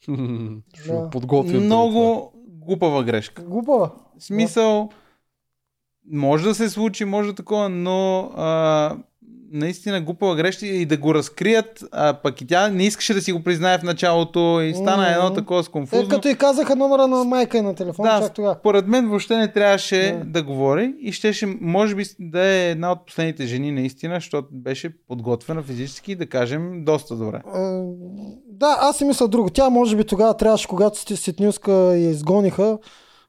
B: Ще
A: Да.
B: подготвим.
C: Много глупава грешка.
A: Глупава. Е,
C: В смисъл, може да се случи, може да такова, но а, наистина глупава грешка е и да го разкрият, а пък и тя не искаше да си го признае в началото и стана едно
A: М.
C: такова сконфузно.
A: Е, като и казаха номера на майка и на телефона,
C: Да,
A: чак тогава.
C: Според мен въобще не трябваше
A: Да.
C: да. да говори и щеше, може би, да е една от последните жени наистина, защото беше подготвена физически, да кажем, доста добре.
A: Е, Да, аз си мисля друго. Тя може би тогава трябваше, когато сте Ситнюска я изгониха,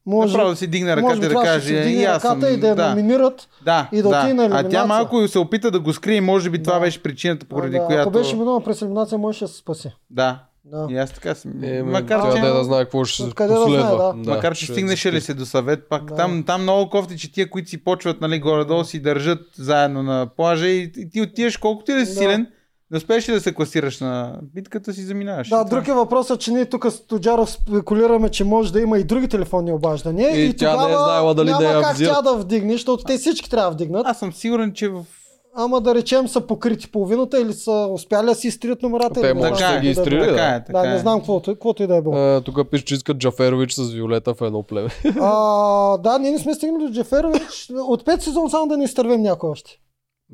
A: може,
C: Направо да си дигне
A: може
C: ръката
A: би
C: и да
A: трябваше да си
C: каже,
A: вдигне
C: и аз съм...
A: ръката и да я
C: да,
A: номинират.
C: да,
A: и да отиде на
C: А
A: елиминация.
C: тя малко се опита да го скрие, може би това
A: Да.
C: беше причината, поради
A: да,
C: която...
A: Ако беше минала през елиминация, можеше да се спаси.
C: Да,
A: Да.
C: и аз така съм.
B: Е,
C: макар,
B: макар,
C: че...
B: че... да знае какво ще се
A: Откъде да знае,
B: последва.
A: да.
C: Макар, че
B: ще-
C: стигнеше ли се до съвет, пак
A: Да.
C: там, там много кофти, че тия, които си почват нали, горе-долу, си държат заедно на плажа и, и ти отиваш колкото и да си
A: Да.
C: силен, не успееш ли да се класираш на битката, си заминаваш.
A: Да,
C: И това-
A: друг е въпросът, че ние тук с Тоджаров спекулираме, че може да има и други телефонни обаждания.
B: И тя не е
A: тогава
B: знаела дали
A: няма
B: да я
A: как
B: взият.
A: тя да вдигне, защото те всички трябва да вдигнат.
C: Аз съм сигурен, че в
A: ама да речем са покрити половината или са успяли да си изтрият номерата. или
B: Те
A: не
B: може
A: знам
B: да
A: какво
B: ги
A: е било.
B: изтрили,
C: Така е, така
A: Да,
C: е.
A: не знам каквото, каквото и да е било.
B: А, тук пише, че искат Джаферович с Виолета в едно племе.
A: А, да, ние не сме стигнали до Джеферович. От пет сезон само да не изтървем някой още.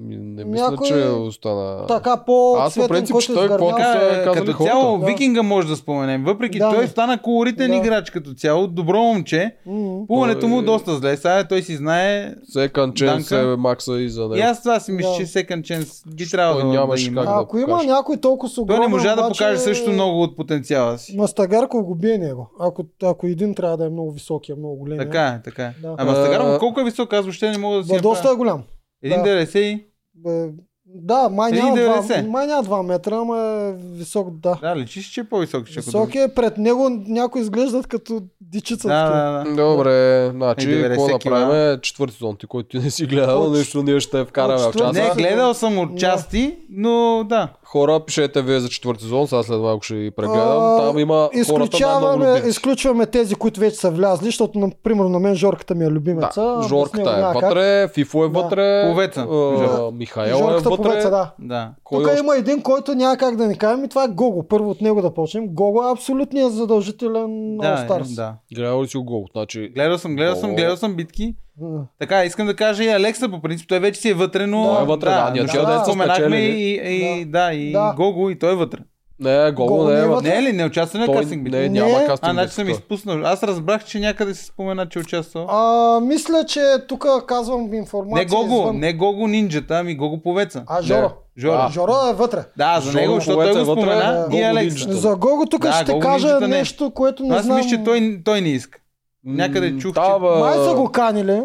B: Ми, Не мисля,
A: Някой-
B: че остана.
A: Така по
B: Аз по
A: цветен,
B: принцип,
A: който е
B: че той
A: изгърмял.
B: каквото-
C: Така,
B: са
C: е,
B: казали
C: като цяло
A: хората.
C: викинга може да споменем. Въпреки
A: Да,
C: той
A: бе.
C: стана колоритен
A: Да.
C: играч като цяло, добро момче.
A: М.
C: Плуването му
B: Той-
C: доста зле. Сега е, той си знае.
B: Second chance
C: Данка.
B: е макса и за него.
C: И аз това си мисля,
A: Да.
C: че Second Chance би трябвало да, да
B: нямаш
C: има.
B: как. да
A: Ако има
B: покажеш.
A: някой толкова с
C: Той
A: огромен,
C: не можа да
A: обаче,
C: покаже също много от потенциала си.
A: Мастагарков го бие него. Ако, ако един трябва да е много висок, е много голям.
C: Така е, така е.
A: Да.
C: Ама
B: А,
C: Стагаров колко е висок, аз въобще не мога да си
A: Бе, доста
C: направя.
A: е голям. да.
C: 1,90 и...
A: Бе, да, май няма,
C: 1,90.
A: 2, май няма 2 метра, ама е висок, да.
C: Да, личиш, че е по-висок. ще
A: Висок е, пред него някои изглеждат като дичица.
C: Да,
A: такива.
C: да, да.
B: Добре, значи
C: 90
B: какво да
C: кила.
B: правим? Четвърти сезон, ти който ти не си гледал,
A: От-
B: нещо ние ще вкараме в
A: от четвърти-
B: чата.
C: Не,
A: Аз-
C: гледал съм от части, но да.
B: Хора, пишете вие за четвърти сезон, сега след малко ще ги прегледам.
A: А,
B: Там има хората най-много
A: Изключаваме,
B: любимци.
A: изключваме тези, които вече са влязли, защото, например, на мен Жорката ми е любимеца.
B: Да,
A: без него
B: Жорката
A: няма
B: е
A: как.
B: вътре, Фифо е
A: Да.
B: вътре,
C: Повеца.
B: а,
C: Жорката.
B: Михаел е
A: Жорката
B: вътре.
A: повеца, да.
C: Да.
B: Кой
A: Тук
B: още?
A: има един, който няма как да не кажем и това е Гого. Първо от него да почнем. Гого е абсолютният задължителен
C: Да,
A: All Stars.
C: е, да.
B: Гледал ли си го гол? Значи,
C: Гледал съм, гледал съм,
B: О.
C: гледал съм битки.
A: М.
C: Така, искам да кажа и Алекса, по принцип, той вече си е вътре, но...
A: Той е
B: вътре, да, ние
C: но
A: тия деца
C: споменахме
B: спечелили.
C: и, и, да. и
A: Да.
C: Гого, и той е вътре.
B: не, гол
A: Гол
B: не
A: не е
B: е вътре.
A: вътре.
C: Не е ли, не участва ли на
B: Той
C: кастинг битки?
B: не, е,
A: Не.
B: няма кастинг.
C: А, значи съм
B: битка.
C: изпуснал. Аз разбрах, че някъде се спомена, че участвал.
A: А, мисля, че тук казвам информация.
C: Не Гого,
A: извън-
C: не Гого нинджата, ами Гого повеца.
A: А, Жоро.
C: Жоро.
A: А, Жоро е вътре.
C: Да, за
B: Жоро
C: него, защото
B: Повеца
C: той го
B: е вътре,
C: спомена
B: Гого
C: и Алекса.
B: Нинджата.
A: За Гого тук
C: Да,
A: ще
C: Гого
A: кажа
C: Нинджата не.
A: нещо, което не
C: Аз
A: знам.
C: мисля, че той, той не иска. Някъде
B: М,
C: чух,
B: та,
C: че-
B: бе,
A: Май са го канили.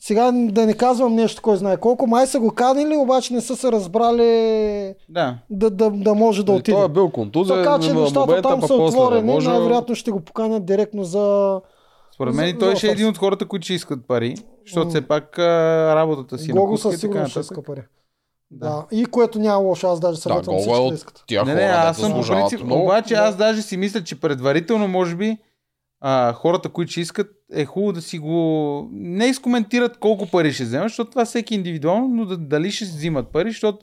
A: Сега да не казвам нещо, кой знае колко. Май са го канили, обаче не са се разбрали
C: Да.
A: да, да, да може да
B: Е, Той е
A: отиде.
B: бил контузен
A: Така че
B: на
A: нещата
B: момента,
A: там
B: пък
A: са
B: после не
A: отворени.
B: може.
A: Най-вероятно ще го поканят директно за
C: Според
A: За-
C: мен и той
A: за
C: ще е
A: All-Stars.
C: един от хората, които ще искат пари, защото
A: М.
C: все пак а, работата си е
A: Гого
C: на куска и
A: със
C: така
A: сигурност ще
C: нататък.
A: иска пари.
C: Да.
A: Да. И което няма лошо, аз даже
B: Да,
A: съветвам
B: гол е
A: всички да
B: от
A: искат.
B: тях
C: Не,
B: хора,
C: не, аз
B: дето
C: съм по
B: служават
C: принцип,
B: много.
C: обаче
A: Да.
C: аз даже си мисля, че предварително, може би, а, хората, които ще искат, е хубаво да си го... Не изкоментират колко пари ще вземат, защото това всеки индивидуално, но да, дали ще взимат пари, защото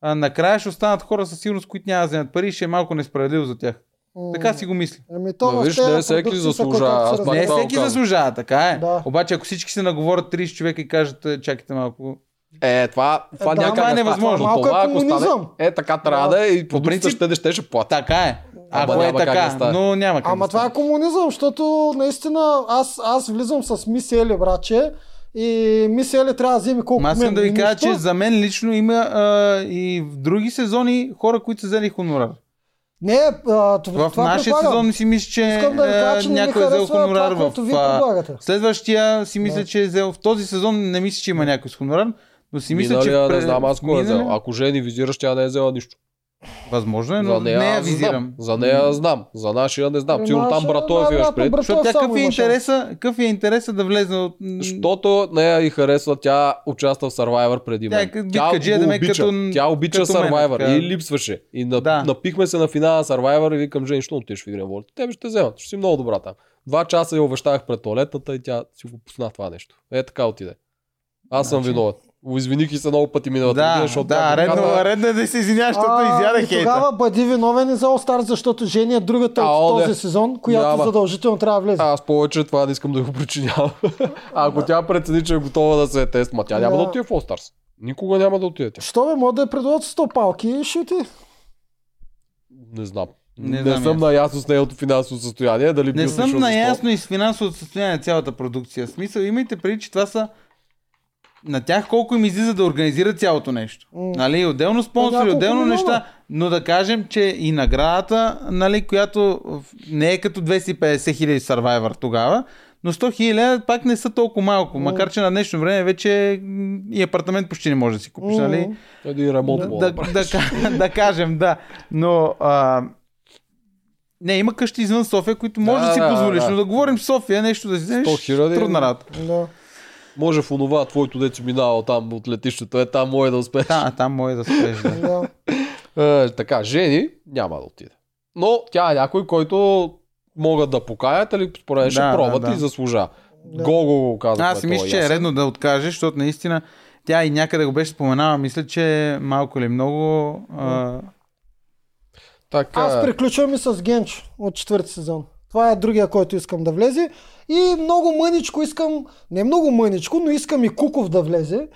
C: а, накрая ще останат хора със сигурност, които няма да вземат пари и ще е малко несправедливо за тях.
A: М,
C: Така си го мисля.
A: Ами то
B: Да,
A: в
B: виж,
A: тези
B: не всеки
A: продукции са,
B: заслужава.
A: които
B: Аз
A: се
B: пак
C: Не,
A: разбират.
B: това го
C: всеки
B: казвам.
C: заслужава, така е.
A: Да.
C: Обаче, ако всички се наговорят 30 човека и кажат, «Е, чакайте малко,
B: Е, това, това
A: да,
B: някак
C: това е
B: не става.
C: невъзможно.
B: Но
A: Малко е
B: това, ако стане-
A: комунизъм.
B: Е, така трябва да е и по принцип
C: принцип-
B: ще, ще, ще плата.
C: така е. Ако
B: Ама
C: е
B: няма как да
C: така,
B: стане.
C: но няма как
A: Ама
C: да
A: това
C: стане.
A: е комунизъм, защото наистина аз, аз влизам с мисели, браче, и мисели трябва да вземе колко
C: Ма аз искам да ви
A: е нищо.
C: кажа, че за мен лично има а, и в други сезони хора, които са взели хонорар.
A: Не, а, това,
C: В
A: това
C: нашия
A: предлагам.
C: сезон си мисля, че,
A: Искам да ви кажа, че
C: а,
A: не ми
C: някой е взел
A: харесва
C: хонорар
A: това,
C: в...
A: което ви
C: а,
A: предлагате.
C: Следващия си мисля, че е взел... В този сезон не мисля, че има някой с хонорар, но си мисля, че...
B: Миналия
C: пре-
B: не знам аз кой е взел.
C: миналия-
B: Ако жени визираш, тя не е взела нищо.
C: Възможно е,
B: За
C: но не
B: нея
C: я
B: аз
C: визирам.
B: знам. За нея знам. За нашия не знам.
A: При
B: Сигурно там
A: нашия,
B: братове
A: да,
B: ви имаш
A: брат,
B: пред.
A: брат.
C: Защото тя
A: само
C: какъв е
A: има шанс.
C: интереса, какъв е интереса да влезе от... м,
B: Защото нея и харесва, тя участва в Survivor преди
C: Тя е
B: мен.
C: като
B: Тя,
C: биткаджия, да
B: го
C: ме е
B: обича.
C: като-
B: тя обича
C: като мен,
B: Survivor
C: така.
B: и липсваше. И на,
C: Да.
B: напихме се на финала на Survivor и викам, Жени, що отиш в игра волята? Те ще вземат, ще си много добра там. Два часа я обещах пред туалетната и тя си го пусна това нещо. Е така отиде. Аз съм
C: Значи-
B: виновен. Извиних и се много пъти миналата
C: Да,
B: година, защото
C: да,
B: тя ми
C: редно,
B: каза,
C: редно е да се извиняваш, защото
A: А,
C: изяда
A: и
C: хейта.
A: тогава бъди виновен и за All Stars, защото Жени е другата
B: Ао,
A: от
B: не.
A: този сезон, която
B: Няма.
A: задължително трябва да влезе.
B: Аз повече това не искам да го причинявам. А Ако тя прецени, че е готова да се е тест, ма тя няма да
A: Да.
B: отиде в All Stars. Никога няма да отиде тя.
A: Що бе, мога да я предлагат 100 палки и ще ти.
B: Не знам.
C: Не
B: Не,
C: знам и
B: съм
C: аз.
B: наясно с нейното финансово състояние. Дали би
C: Не
B: отишъл
C: съм
B: за
C: наясно и с финансовото състояние на цялата продукция. В Смисъл, имайте преди, че това са на тях колко им излиза да организират цялото нещо.
A: М.
C: Нали, отделно спонсори,
A: няколко
C: отделно
A: милиона.
C: неща, но да кажем, че и наградата, нали, която в- не е като 250 хиляди Survivor тогава, но 100 хиляди пак не са толкова малко, макар че на днешно време вече м, и апартамент почти не може да си купиш, нали?
A: М.
B: сто. Един ремонт
C: да,
B: мога
C: да,
B: да, правиш.
C: да, ка- да кажем, да. Но а, не, има къщи извън София, които може да,
B: Да,
C: си
B: да,
C: позволиш,
B: да.
C: но да говорим София, нещо да си вземеш,
B: 100 хиляди.
C: трудна работа.
A: Да.
B: Може в онова твоето дете минава там от летището. Е, там може да успееш.
C: Та, а там може да спеш. Да.
A: Да.
B: Е, така, Жени няма да отиде. Но тя е някой, който могат да покаят или според мен ще
C: Да, да,
B: пробват
C: да.
B: и заслужава.
A: Да.
B: Гого го казва.
A: е
C: е Аз си мисля, че е редно да откажеш, защото наистина Тя и някъде го беше споменала, мисля, че е малко или много. А,
B: Така. е.
A: Аз приключвам и с Генч от четвърти сезон. Това е другия, който искам да влезе. И много мъничко искам, не много мъничко, но искам и Куков да влезе.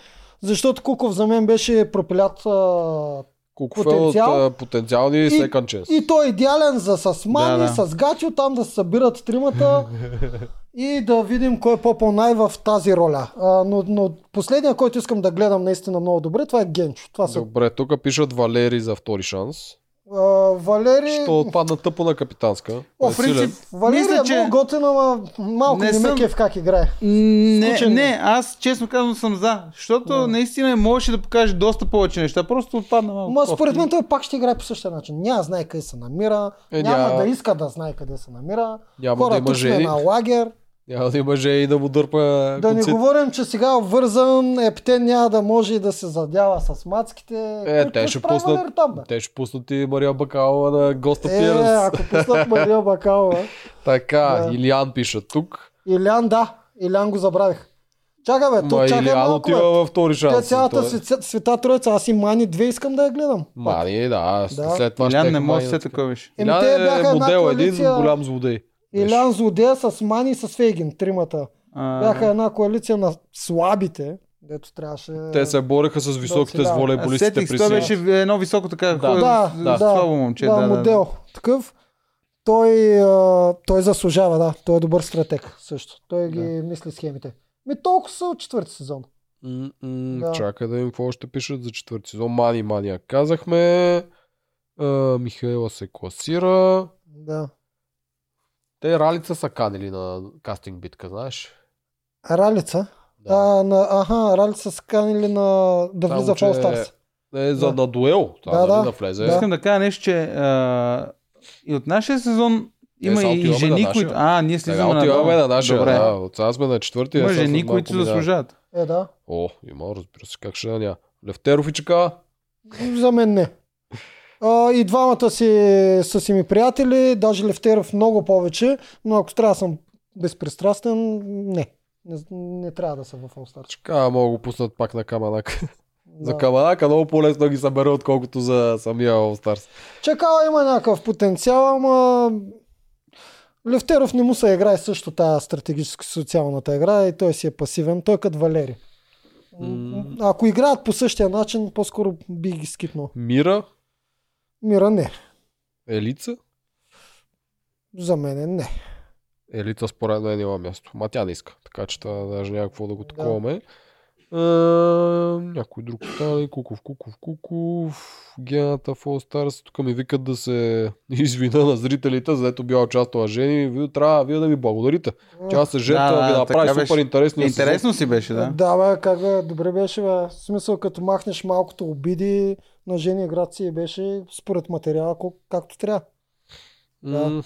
A: Защото Куков за мен беше пропилят а,
B: Куков е
A: потенциал.
B: от а, потенциални и, second chance.
A: И той е идеален за с Мани,
C: Да, да.
A: с Гачо, там да се събират тримата и да видим кой е по-по-най в тази роля. А, но, но последния, който искам да гледам наистина много добре, това е Генчо. Това са
B: Добре, тук пишат Валери за втори шанс.
A: а, Валери...
B: Ще отпадна тъпо на капитанска.
A: О,
B: Не
A: в
B: е силен.
A: принцип, Валери
C: Мисля,
A: е
C: че-
A: много готин, ама малко
C: Не
A: не, не ме
C: съм-
A: кеф как играе.
C: не,
A: Случайно.
C: не, аз честно казвам съм за, защото
A: Да.
C: наистина можеше да покаже доста повече неща, просто отпадна малко.
A: Ма
C: кофти.
A: според мен той пак ще играе по същия начин. Няма знае къде се намира,
B: Е,
A: няма
B: няма.
A: да иска да знае къде се намира.
B: Няма да
A: Хора
B: има
A: тук сме
B: жени.
A: на лагер.
B: Няма да има жени и да му дърпа
A: Да не
B: конците.
A: говорим, че сега вързан Ептен няма да може и да се задява с мацките.
B: Е,
A: Кой-
B: те
A: кой
B: ще
A: прави
B: пуснат,
A: Валери нали, там, бе?
B: те ще пуснат и Мария Бакалова на Госта
A: Е,
B: Пирс.
A: ако пуснат Мария Бакалова.
B: Така,
A: Да.
B: Илиан пише тук.
A: Илян, да. Илян го забравих. Чакай, бе,
B: Ма
A: то чакай
B: Илиан
A: Е, малко, бе.
B: отива във втори
A: Те
B: шанс.
A: цялата
B: Той е-
A: света, света троица, аз и Мани 2 искам да я гледам.
B: Мани, да,
A: Да.
B: след това
C: Илян
B: ще
C: не
B: е
C: може да
B: Мани
C: се
B: да-
C: такова беше.
A: Еми,
B: Илян
A: те бяха
B: е
A: една
B: модел, един
A: коалиция.
B: голям злодей.
A: Илян Злодея с Мани и с Фейгин, тримата.
C: А,
A: Бяха една коалиция на слабите, дето трябваше...
B: Те се бореха с високите
A: Е. Да,
B: с
A: да.
B: волейболистите
C: Сетих,
B: при
C: той
B: си.
C: беше едно високо така
B: Да.
C: хора,
A: да,
C: е
A: да,
C: с- слабо момче.
A: да, модел такъв. Той, а, той заслужава, да. Той е добър стратег също. Той ги мисли схемите. Ми толкова са от четвърти сезон.
B: М, м,
A: Да.
B: Чакай да видим какво ще пишат за четвърти сезон. Мани, мания. Казахме. А, Михаела се класира.
A: Да.
B: Те ралица са канили на кастинг битка, знаеш?
A: Ралица.
B: Да.
A: А, на, аха, Ралица са канили на да
B: Само,
A: влиза в
B: че-
A: All Stars.
B: Е, за
A: Да.
B: на дуел. Това
A: Да,
B: да,
A: да.
B: да. да влезе.
A: Да.
C: Искам да кажа нещо, че а, и от нашия сезон
B: Е,
C: има
B: сега
C: и, и
B: отиваме на
C: жени,
B: нашия.
C: които... А, ние
B: Сега
C: слизаме на
B: отиваме на
C: долу.
B: нашия.
C: Добре.
B: Да, от сега сме на четвъртия.
C: Има
B: сега след
C: жени,
B: малко
C: които
B: минава.
C: заслужават.
A: Е, да.
B: О, има, разбира се, как ще да няма. Левтеров и чака.
A: За мен не. А, и двамата си, са си ми приятели, даже Левтеров много повече, но ако трябва да съм безпристрастен, не. Не, не трябва да са в All Stars.
B: Чака, мога да го пуснат пак на Каманак. За
A: Да.
B: Каманака много по-лесно ги събере, отколкото за самия All Stars.
A: Чакала има някакъв потенциал, ама Левтеров не му се играе също тази стратегически социалната игра и той си е пасивен. Той е като Валери.
B: М.
A: Ако играят по същия начин, по-скоро би ги скипнал.
B: Мира,
A: Мира не.
B: Елица.
A: За мен не.
B: Елица според мен има място. Ма тя не иска. Така че това даже няма какво да го
A: Да.
B: таковаме. Е, някой друг остане. Куков, Куков, Куков. Гената в All Stars. Тук ми викат да се извина на зрителите, заето била участвала жени. Вие трябва вие да ми благодарите. Тя се жертва,
C: Да,
B: ви
C: да,
B: направи
C: така беше.
B: супер интересно.
C: Интересно си беше, да.
A: Да, бе, как бе, добре беше, бе. В смисъл, като махнеш малкото обиди на жени град си беше според материала, колко- както трябва. Да.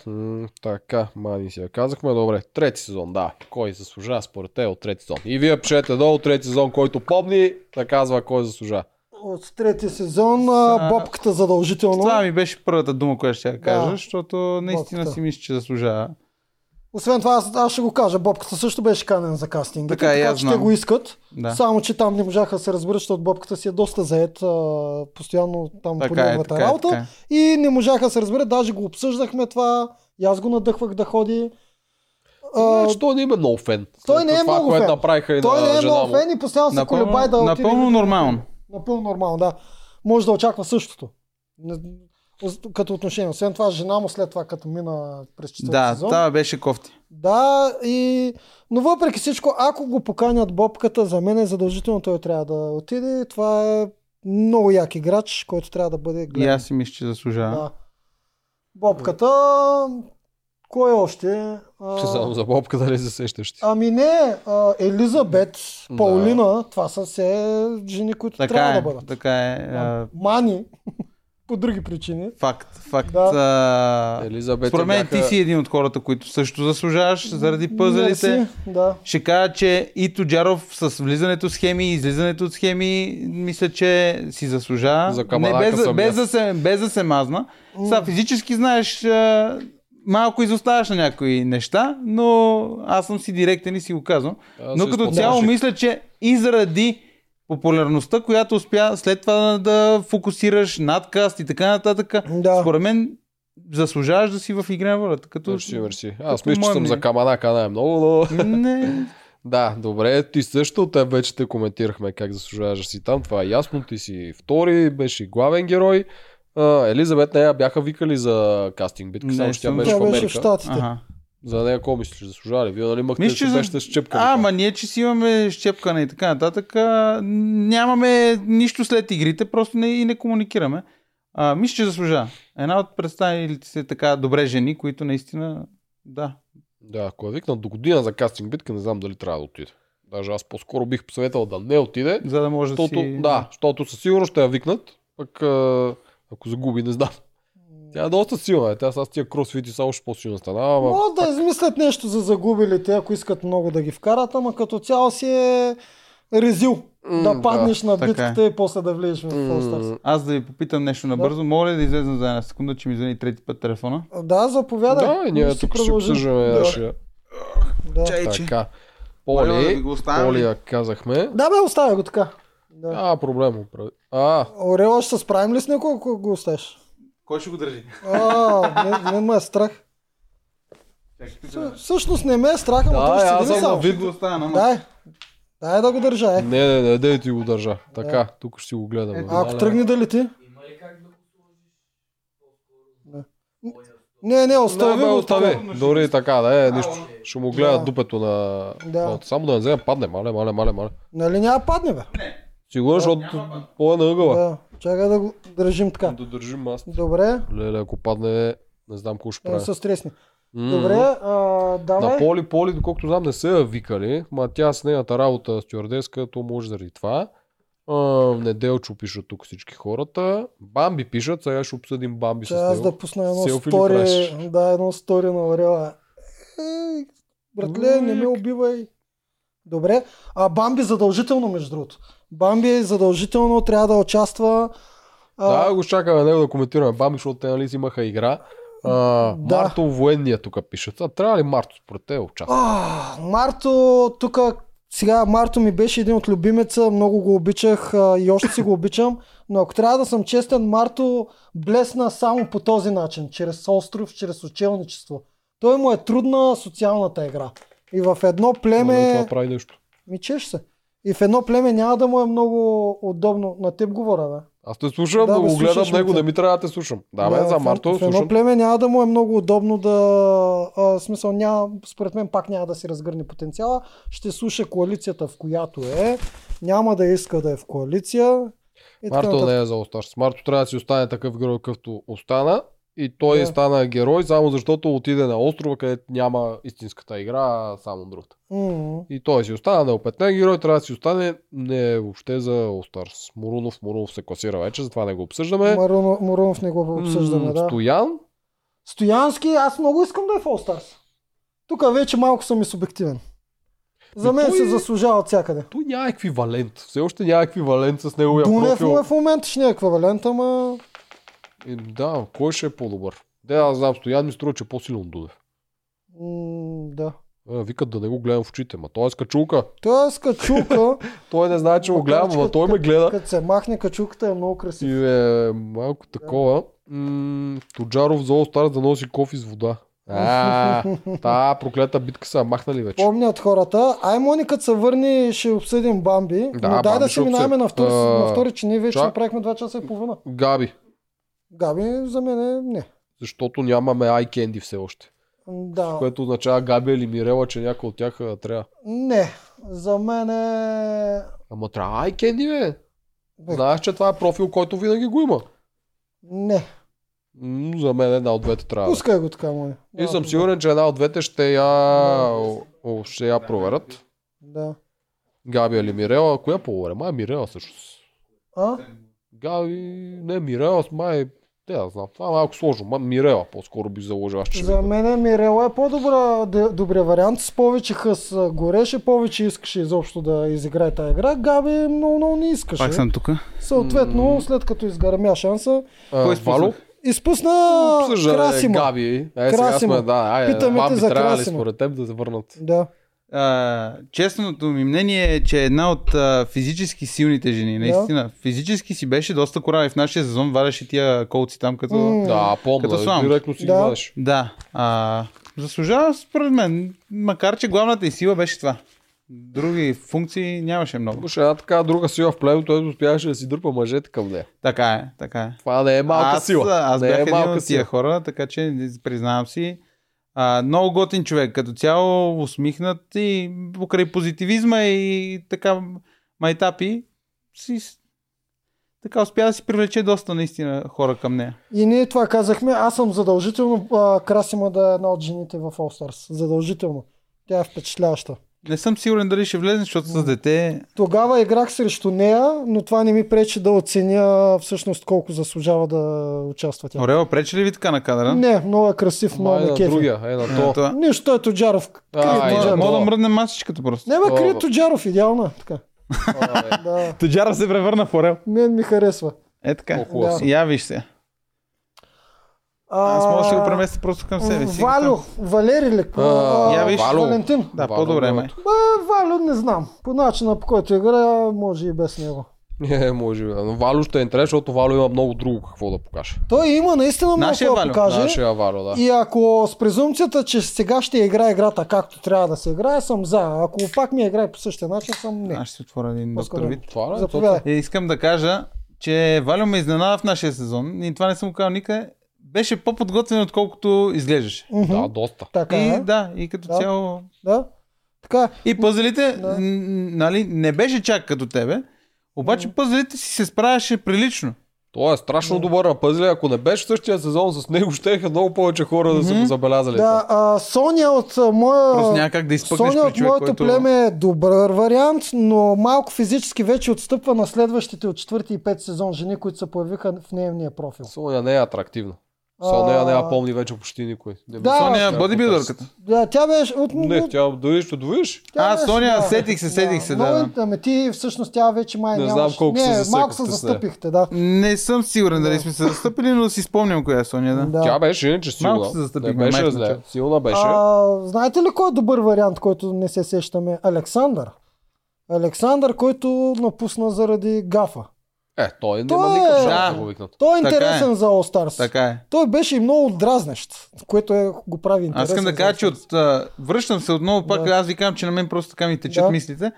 B: Така, мани си я казахме. Добре, трети сезон, да. Кой заслужава според те от трети сезон? И вие пишете долу трети сезон, който помни, да казва кой заслужава.
A: От третия сезон
C: Са-
A: а, бобката задължително.
C: Това ми беше първата дума, която ще я кажа,
A: Да.
C: защото наистина
A: Бобката.
C: си мисля, че заслужава.
A: Освен това, аз, аз ще го кажа, бобката също беше канен за кастинг.
C: Така, и аз
A: че те
C: знам.
A: го искат.
C: Да.
A: Само, че там не можаха да се разберат, защото бобката си е доста заед, а, постоянно там по
C: Така е,
A: неговата
C: така е,
A: работа.
C: така е.
A: И не можаха да се разберат, даже го обсъждахме това, и аз го надъхвах да ходи. А,
B: Значи той не е много фен.
A: Той
B: След
A: не е
B: това,
A: много
B: което
A: фен.
B: направиха и
A: той
B: на
A: не е
B: жена
A: много
B: му.
A: фен и постоянно се колебае да
C: Напълно,
A: отиде.
C: напълно нормално.
A: Напълно нормално, да. Може да очаква същото. Не- ос- Като отношение. Освен това, жена му след това, като мина през четвърти
C: Да,
A: сезон.
C: това беше кофти.
A: Да, и... но въпреки всичко, ако го поканят бобката, за мен е задължително той трябва да отиде. Това е много як играч, който трябва да бъде
C: И
A: гледан.
C: аз си мисля, че заслужава.
A: Да. Бобката, кой още? А,
B: Ще знам за бобка дали се сещаш ти.
A: Ами не, а, Елизабет,
B: Да.
A: Паулина, това са все жени, които трябва
C: Така
A: да
C: е,
A: бъдат.
C: така е. а,
A: Мани, по други причини.
C: Факт, факт.
A: Да.
C: а,
B: Елизабет
C: Според мен
B: бяха...
C: ти си един от хората, които също заслужаваш заради пъзелите.
A: Мерси, Да.
C: Ще кажа, че и Тоджаров с влизането в схеми и излизането от схеми, мисля, че си заслужава.
B: За Каманака
C: без, да-
B: съм
C: без,
B: аз.
C: да се, без да се мазна. Сега физически знаеш, а, малко изоставаш на някои неща, но аз съм си директен и си го казвам.
B: Аз
C: но
B: се
C: като
B: изпълняваш.
C: цяло мисля, че и заради популярността, която успя след това да фокусираш, надкаст и така нататък.
A: Да.
C: Според мен заслужаваш да си в игра на волята. Като...
B: Мерси, мерси. Аз
C: като
B: мисля, че съм
C: мами.
B: за каманака най-много, но...
C: Не,
B: Да, добре, ти също, те вече те коментирахме как заслужаваш да си там, това е ясно, ти си втори, беше главен герой. А, Елизабет, нея бяха викали за кастинг битка,
C: Не,
B: само че тя
C: съм-
B: беше
A: Тя
B: в
A: беше
B: Америка.
A: в Штатите.
C: Ага.
B: За нея какво мислиш, заслужава ли? Вие нали имахте
C: Мисля, че
B: Мисля,
C: за-
B: беше с чепка.
C: А, ама ние, че си имаме щепкане и така нататък, а, нямаме нищо след игрите, просто не, и не комуникираме. А, мисля, че заслужава. Една от представилите се така добре жени, които наистина, да.
B: Да, ако я викнат до година за кастинг битка, не знам дали трябва да отиде. Даже аз по-скоро бих посъветвал да не отиде,
C: За да може
B: защото,
C: да си...
B: да, защото със сигурност ще я викнат, пък а, ако загуби, не знам. Тя е доста силна, е. тя с тия кросфити само ще по-силна стана, ама...
A: Могат да измислят нещо за загубилите, ако искат много да ги вкарат, ама като цяло си е резил
B: М,
A: да паднеш на
C: така е.
A: битката и после да влезеш в All Stars.
B: М,
C: Аз да ви попитам нещо набързо. Моля ли да излезна за една секунда, че ми звъни трети път телефона?
A: Да, заповядай.
B: Да, и ние
A: Ще
B: тук ще
A: продължим.
B: обсъждаме
A: Да,
B: нашия.
A: да.
B: Така.
C: Моля Е, да ви
B: Поли,
C: го оставим.
B: Поли я казахме.
A: Да, бе, оставя го така. Да.
B: А, проблем оправи. А,
A: Орела, ще се справим ли с него, ако го оставиш?
C: Кой ще го държи?
A: А, мен, мен ме е страх. С- Всъщност не ме е страх, ама
B: Да,
A: той
B: аз
A: ще седи ли
B: съм
A: само.
B: на вид.
C: Ще го оставя на мъж.
A: Дай, дай да го държа, е.
B: не, не, не, дей ти го държа. Така, тук ще си го гледаме.
C: Ето,
A: А, ако
B: Да,
A: тръгне да лети? Да. Не, не,
B: Да,
A: остави
B: бе,
A: го. така.
B: остави. Дори и така, да е, нищо. Ще му гледа
A: Да.
B: дупето на...
A: Да.
B: Да. Само да не вземе, падне, мале, мале, мале, мале.
A: Нали няма да падне, бе?
B: Сигурно, защото Поли е на ъгъла.
A: Да, чакай да го държим така.
B: Да държим маст.
A: Добре,
B: Леле, ако падне, не знам какво ще
A: да не
B: прави.
A: се стресни.
B: М.
A: Добре, а,
B: На
A: давай.
B: Поли, Поли, доколкото знам, не са я викали, ма тя с нейната работа стюардеска, то може заради това. А, Неделчо пишат тук всички хората. Бамби пишат, сега ще обсъдим Бамби
A: Че
B: с
A: аз
B: него.
A: да пусна едно
B: Селфи ли
A: стори,
B: правиш?
A: да, едно стори на Орела. Ей, братле, не ме
B: Уик.
A: убивай. Добре. А Бамби задължително, между другото. Бамби задължително трябва да участва. А,
B: Да, го чакаме него да коментираме Бамби, защото те нали си имаха игра. А,
A: Да.
B: Марто военния тук пишат. А, трябва ли Марто според те участва?
A: а, Марто, тук сега Марто ми беше един от любимеца, много го обичах а, и още си го обичам, но ако трябва да съм честен, Марто блесна само по този начин, чрез остров, чрез учелничество. Той му е трудна социалната игра. И в едно
B: Но
A: племе...
B: дали е Това прави нещо.
A: Мичеш се. И в едно племе няма да му е много удобно. На теб говоря, бе.
B: Аз те слушам,
A: Да,
B: да,
A: бе,
B: го гледам
A: слушаш ме
B: него,
A: те.
B: не ми трябва да те слушам. Да, бе,
A: Да,
B: за
A: в-
B: Марто
A: В едно
B: слушам.
A: племе няма да му е много удобно да... А, в смисъл, няма, според мен пак няма да си разгърне потенциала. Ще слуша коалицията, в която е. Няма да иска да е в коалиция. И така
B: Марто
A: нататък.
B: не е за Остар. Марто трябва да си остане такъв герой, какъвто остана. И той
A: Да.
B: да. стана герой, само защото отиде на острова, където няма истинската игра, а само другата.
A: М,
B: И той си остана неопетнен герой, трябва да си остане не е въобще за Остарс. Морунов, Морунов се класира вече, затова не го обсъждаме.
A: Маруно- Марунов не го
B: М,
A: обсъждаме, да.
B: Стоян,
A: Стоянски, аз много искам да е в All Stars. Тук вече малко съм и субективен. За
B: Ми
A: мен
B: той
A: се
B: е-
A: заслужава от всякъде.
B: той няма еквивалент. Все още няма еквивалент с неговия
A: Дунев
B: профил.
A: му е в момента, ще не е еквивалент, ама...
B: Е, да, кой ще е по-добър? Да, аз знам, Стоян ми струва, че е по-силен от Дунев.
A: М, да.
B: Е, викат да не го гледам в очите, ма той е с качулка.
A: Той е с качулка,
B: Той не знае, че го
A: Макар,
B: гледам,
A: че
B: ама
A: като-
B: той ме гледа.
A: като се махне качулката е много красив.
B: И е малко такова. М, Тоджаров за Олстар да носи кофи с вода. А, та проклета битка са я махнали вече.
A: Помнят хората. Ай, Мони, като се върне, ще обсъдим Бамби.
B: Да,
A: Да, но дай
B: Бамби
A: да
B: ще
A: си минаваме
B: обсъдим.
A: на втори,
B: А,
A: на втори, че ние вече
B: чак.
A: направихме 2 часа и половина.
B: Габи,
A: Габи, за мен е не.
B: защото нямаме iCandy все още.
A: Да,
B: Което означава Габи или Мирела, че някой от тях а, трябва.
A: не. За мен е...
B: Ама трябва iCandy, бе.
A: Бе,
B: Знаеш, че това е профил, който винаги го има.
A: Не.
B: М, За мен една от двете трябва. да е.
A: Пускай го така, Мони.
B: И
A: Няма
B: съм
A: проблем.
B: сигурен, че една от двете ще я, о, ще я проверят.
A: Да.
B: Габи или Мирела. Коя по-добре? Май е Мирела всъщност.
A: А?
B: Гави, не Мирела, с май, не да знам, това е малко сложно. Ма, Мирела по-скоро би заложил, аз ще
A: За
B: За...
A: мен Мирела е по-добра, де- добрия вариант. С повече хъс а, гореше, повече искаше изобщо да изиграе тази игра. Gabi много, много не искаше.
C: Пак съм тук.
A: Съответно, след като изгърмя шанса,
B: А,
C: Кой спусна?
B: Е, Вало,
A: изпусна
B: обсъждаме
A: Красима.
B: е, Габи. Е, сега
A: Красима.
B: сме, да, е, айде,
A: Питаме те
B: Бамби
A: за
B: трябва ли
A: Красима.
B: според теб да се върнат?
A: Да.
C: а, честното ми мнение е, че е една от а, физически силните жени. Наистина, физически си беше доста корава и в нашия сезон вареше тия колци там като...
A: М.
B: Да, помня.
C: Като сламка.
B: Директно си
A: Да.
B: ги вадиш.
C: Да. А, заслужава според мен, макар че главната и сила беше това. Други функции нямаше много.
B: Имаше една така друга сила в племето, той успяваше да си дърпа мъжете към нея.
C: Така е, така е.
B: Това не е малка
C: аз,
B: сила.
C: Аз
B: не
C: бях
B: е
C: един
B: малка
C: от тия
B: сила.
C: хора, така че признавам си. А, много готин човек, като цяло усмихнат и покрай позитивизма и така майтапи, си, с- така успя да си привлече доста наистина хора към нея.
A: И ние това казахме. Аз съм задължително а, Красима да е една от жените в All Stars. Задължително. Тя е впечатляваща.
C: Не съм сигурен дали ще влезе, защото с дете
A: Тогава играх срещу нея, но това не ми пречи да оценя всъщност колко заслужава да участва тя.
C: Орела пречи ли ви така на кадъра?
A: Не, много е красив, много
B: Ама е
A: ме
B: на
A: кефи.
B: другия, е
C: Е,
B: на то.
C: това.
A: Нищо той е Тоджаров.
B: А,
A: Крие
B: е,
A: Тоджаров.
B: да.
C: Мога да мръдне масичката просто.
A: Не, ме крие
B: О.
A: Тоджаров, идеално е, така.
B: Това е.
A: Да,
C: Тъджара се превърна в Орел.
A: мен ми харесва.
C: Е така.
B: О, хубав
A: Да.
B: съм.
C: Я виж се.
A: А,
C: Аз мога да ще го преместя просто към себе си.
A: Валю, Валери ли?
B: А,
A: А,
C: я виж.
A: Валентин.
C: Да,
B: Вало,
C: по-добре
B: бе.
C: май.
A: Бе, Валю не знам. По начина по който игра, може и без него.
B: Не, може би. да. Но Вало ще е интересно, защото Вало има много друго какво да покаже.
A: Той има наистина много
C: Нашия е
A: какво да
C: Валю.
A: покаже.
B: Нашия Вало, да.
A: И ако с презумцията, че сега ще играе играта както трябва да се играе, съм за. Ако пак ми я играе по същия начин, съм не.
C: Аз ще си отворя един
A: По-скоро.
C: доктор вид.
B: Това е,
A: Заповядай.
B: то,
C: Е, искам да кажа, че Валю ме изненада в нашия сезон. И това не съм го казал никъде. Беше по-подготвен, отколкото изглеждаше.
A: Мгм.
B: да, доста.
A: Така
C: И
A: е.
C: да, и като
A: Да.
C: цяло.
A: Да. Така е.
C: И пъзелите,
A: Да.
C: н- нали, не беше чак като тебе. Обаче пъзелите си се справяше прилично.
B: Той е страшно добър на пъзли. Ако не беше същия сезон с него, щеха много повече хора да са го забелязали.
A: Да, а, Соня от а, моя...
C: Просто няма как да изпъкнеш
A: Соня
C: при
A: от
C: човек,
A: моето
C: който...
A: племе е добър вариант, но малко физически вече отстъпва на следващите от 4 и 5 сезон жени, които се появиха в нейния профил.
B: Соня не е атрактивна.
A: А,
B: Соня не я помни вече почти никой. Не ми
A: Да.
C: Соня е
B: Да,
C: бодибилдърката.
A: Да, тя беше... От...
B: е Не, тя дойдеш, ще довиш.
A: тя
C: А,
A: беше-
C: Соня, сетих се, сетих се, да,
A: Много- Ами ти всъщност тя вече май
B: Не знам
A: нямаш...
B: колко се
A: не,
B: засекохте
A: малко се
B: с нея.
A: застъпихте, да.
C: Не съм сигурен дали
A: Да.
C: сме се разстъпили, но си спомням коя е Соня, да.
A: Да.
B: Тя беше иначе силна.
C: Малко се застъпихме,
B: не беше
C: махна
B: зле.
C: те.
B: Силна беше.
A: А, знаете ли кой е добър вариант, който не се сещаме? Александър. Александър, който напусна заради гафа.
B: Е, той няма
A: той е-
B: никакъв шанс да
C: Да.
B: го викнат.
A: Той е
C: Така
A: интересен за All Stars.
C: Така е.
A: Той беше и много дразнещ, което е, го прави интересен.
C: Аз искам да
A: за
C: кажа, че
A: All Stars.
C: от, а, връщам се отново, пак
A: Да.
C: да. аз ви казвам, че на мен просто така ми течат
A: Да.
C: да. мислите.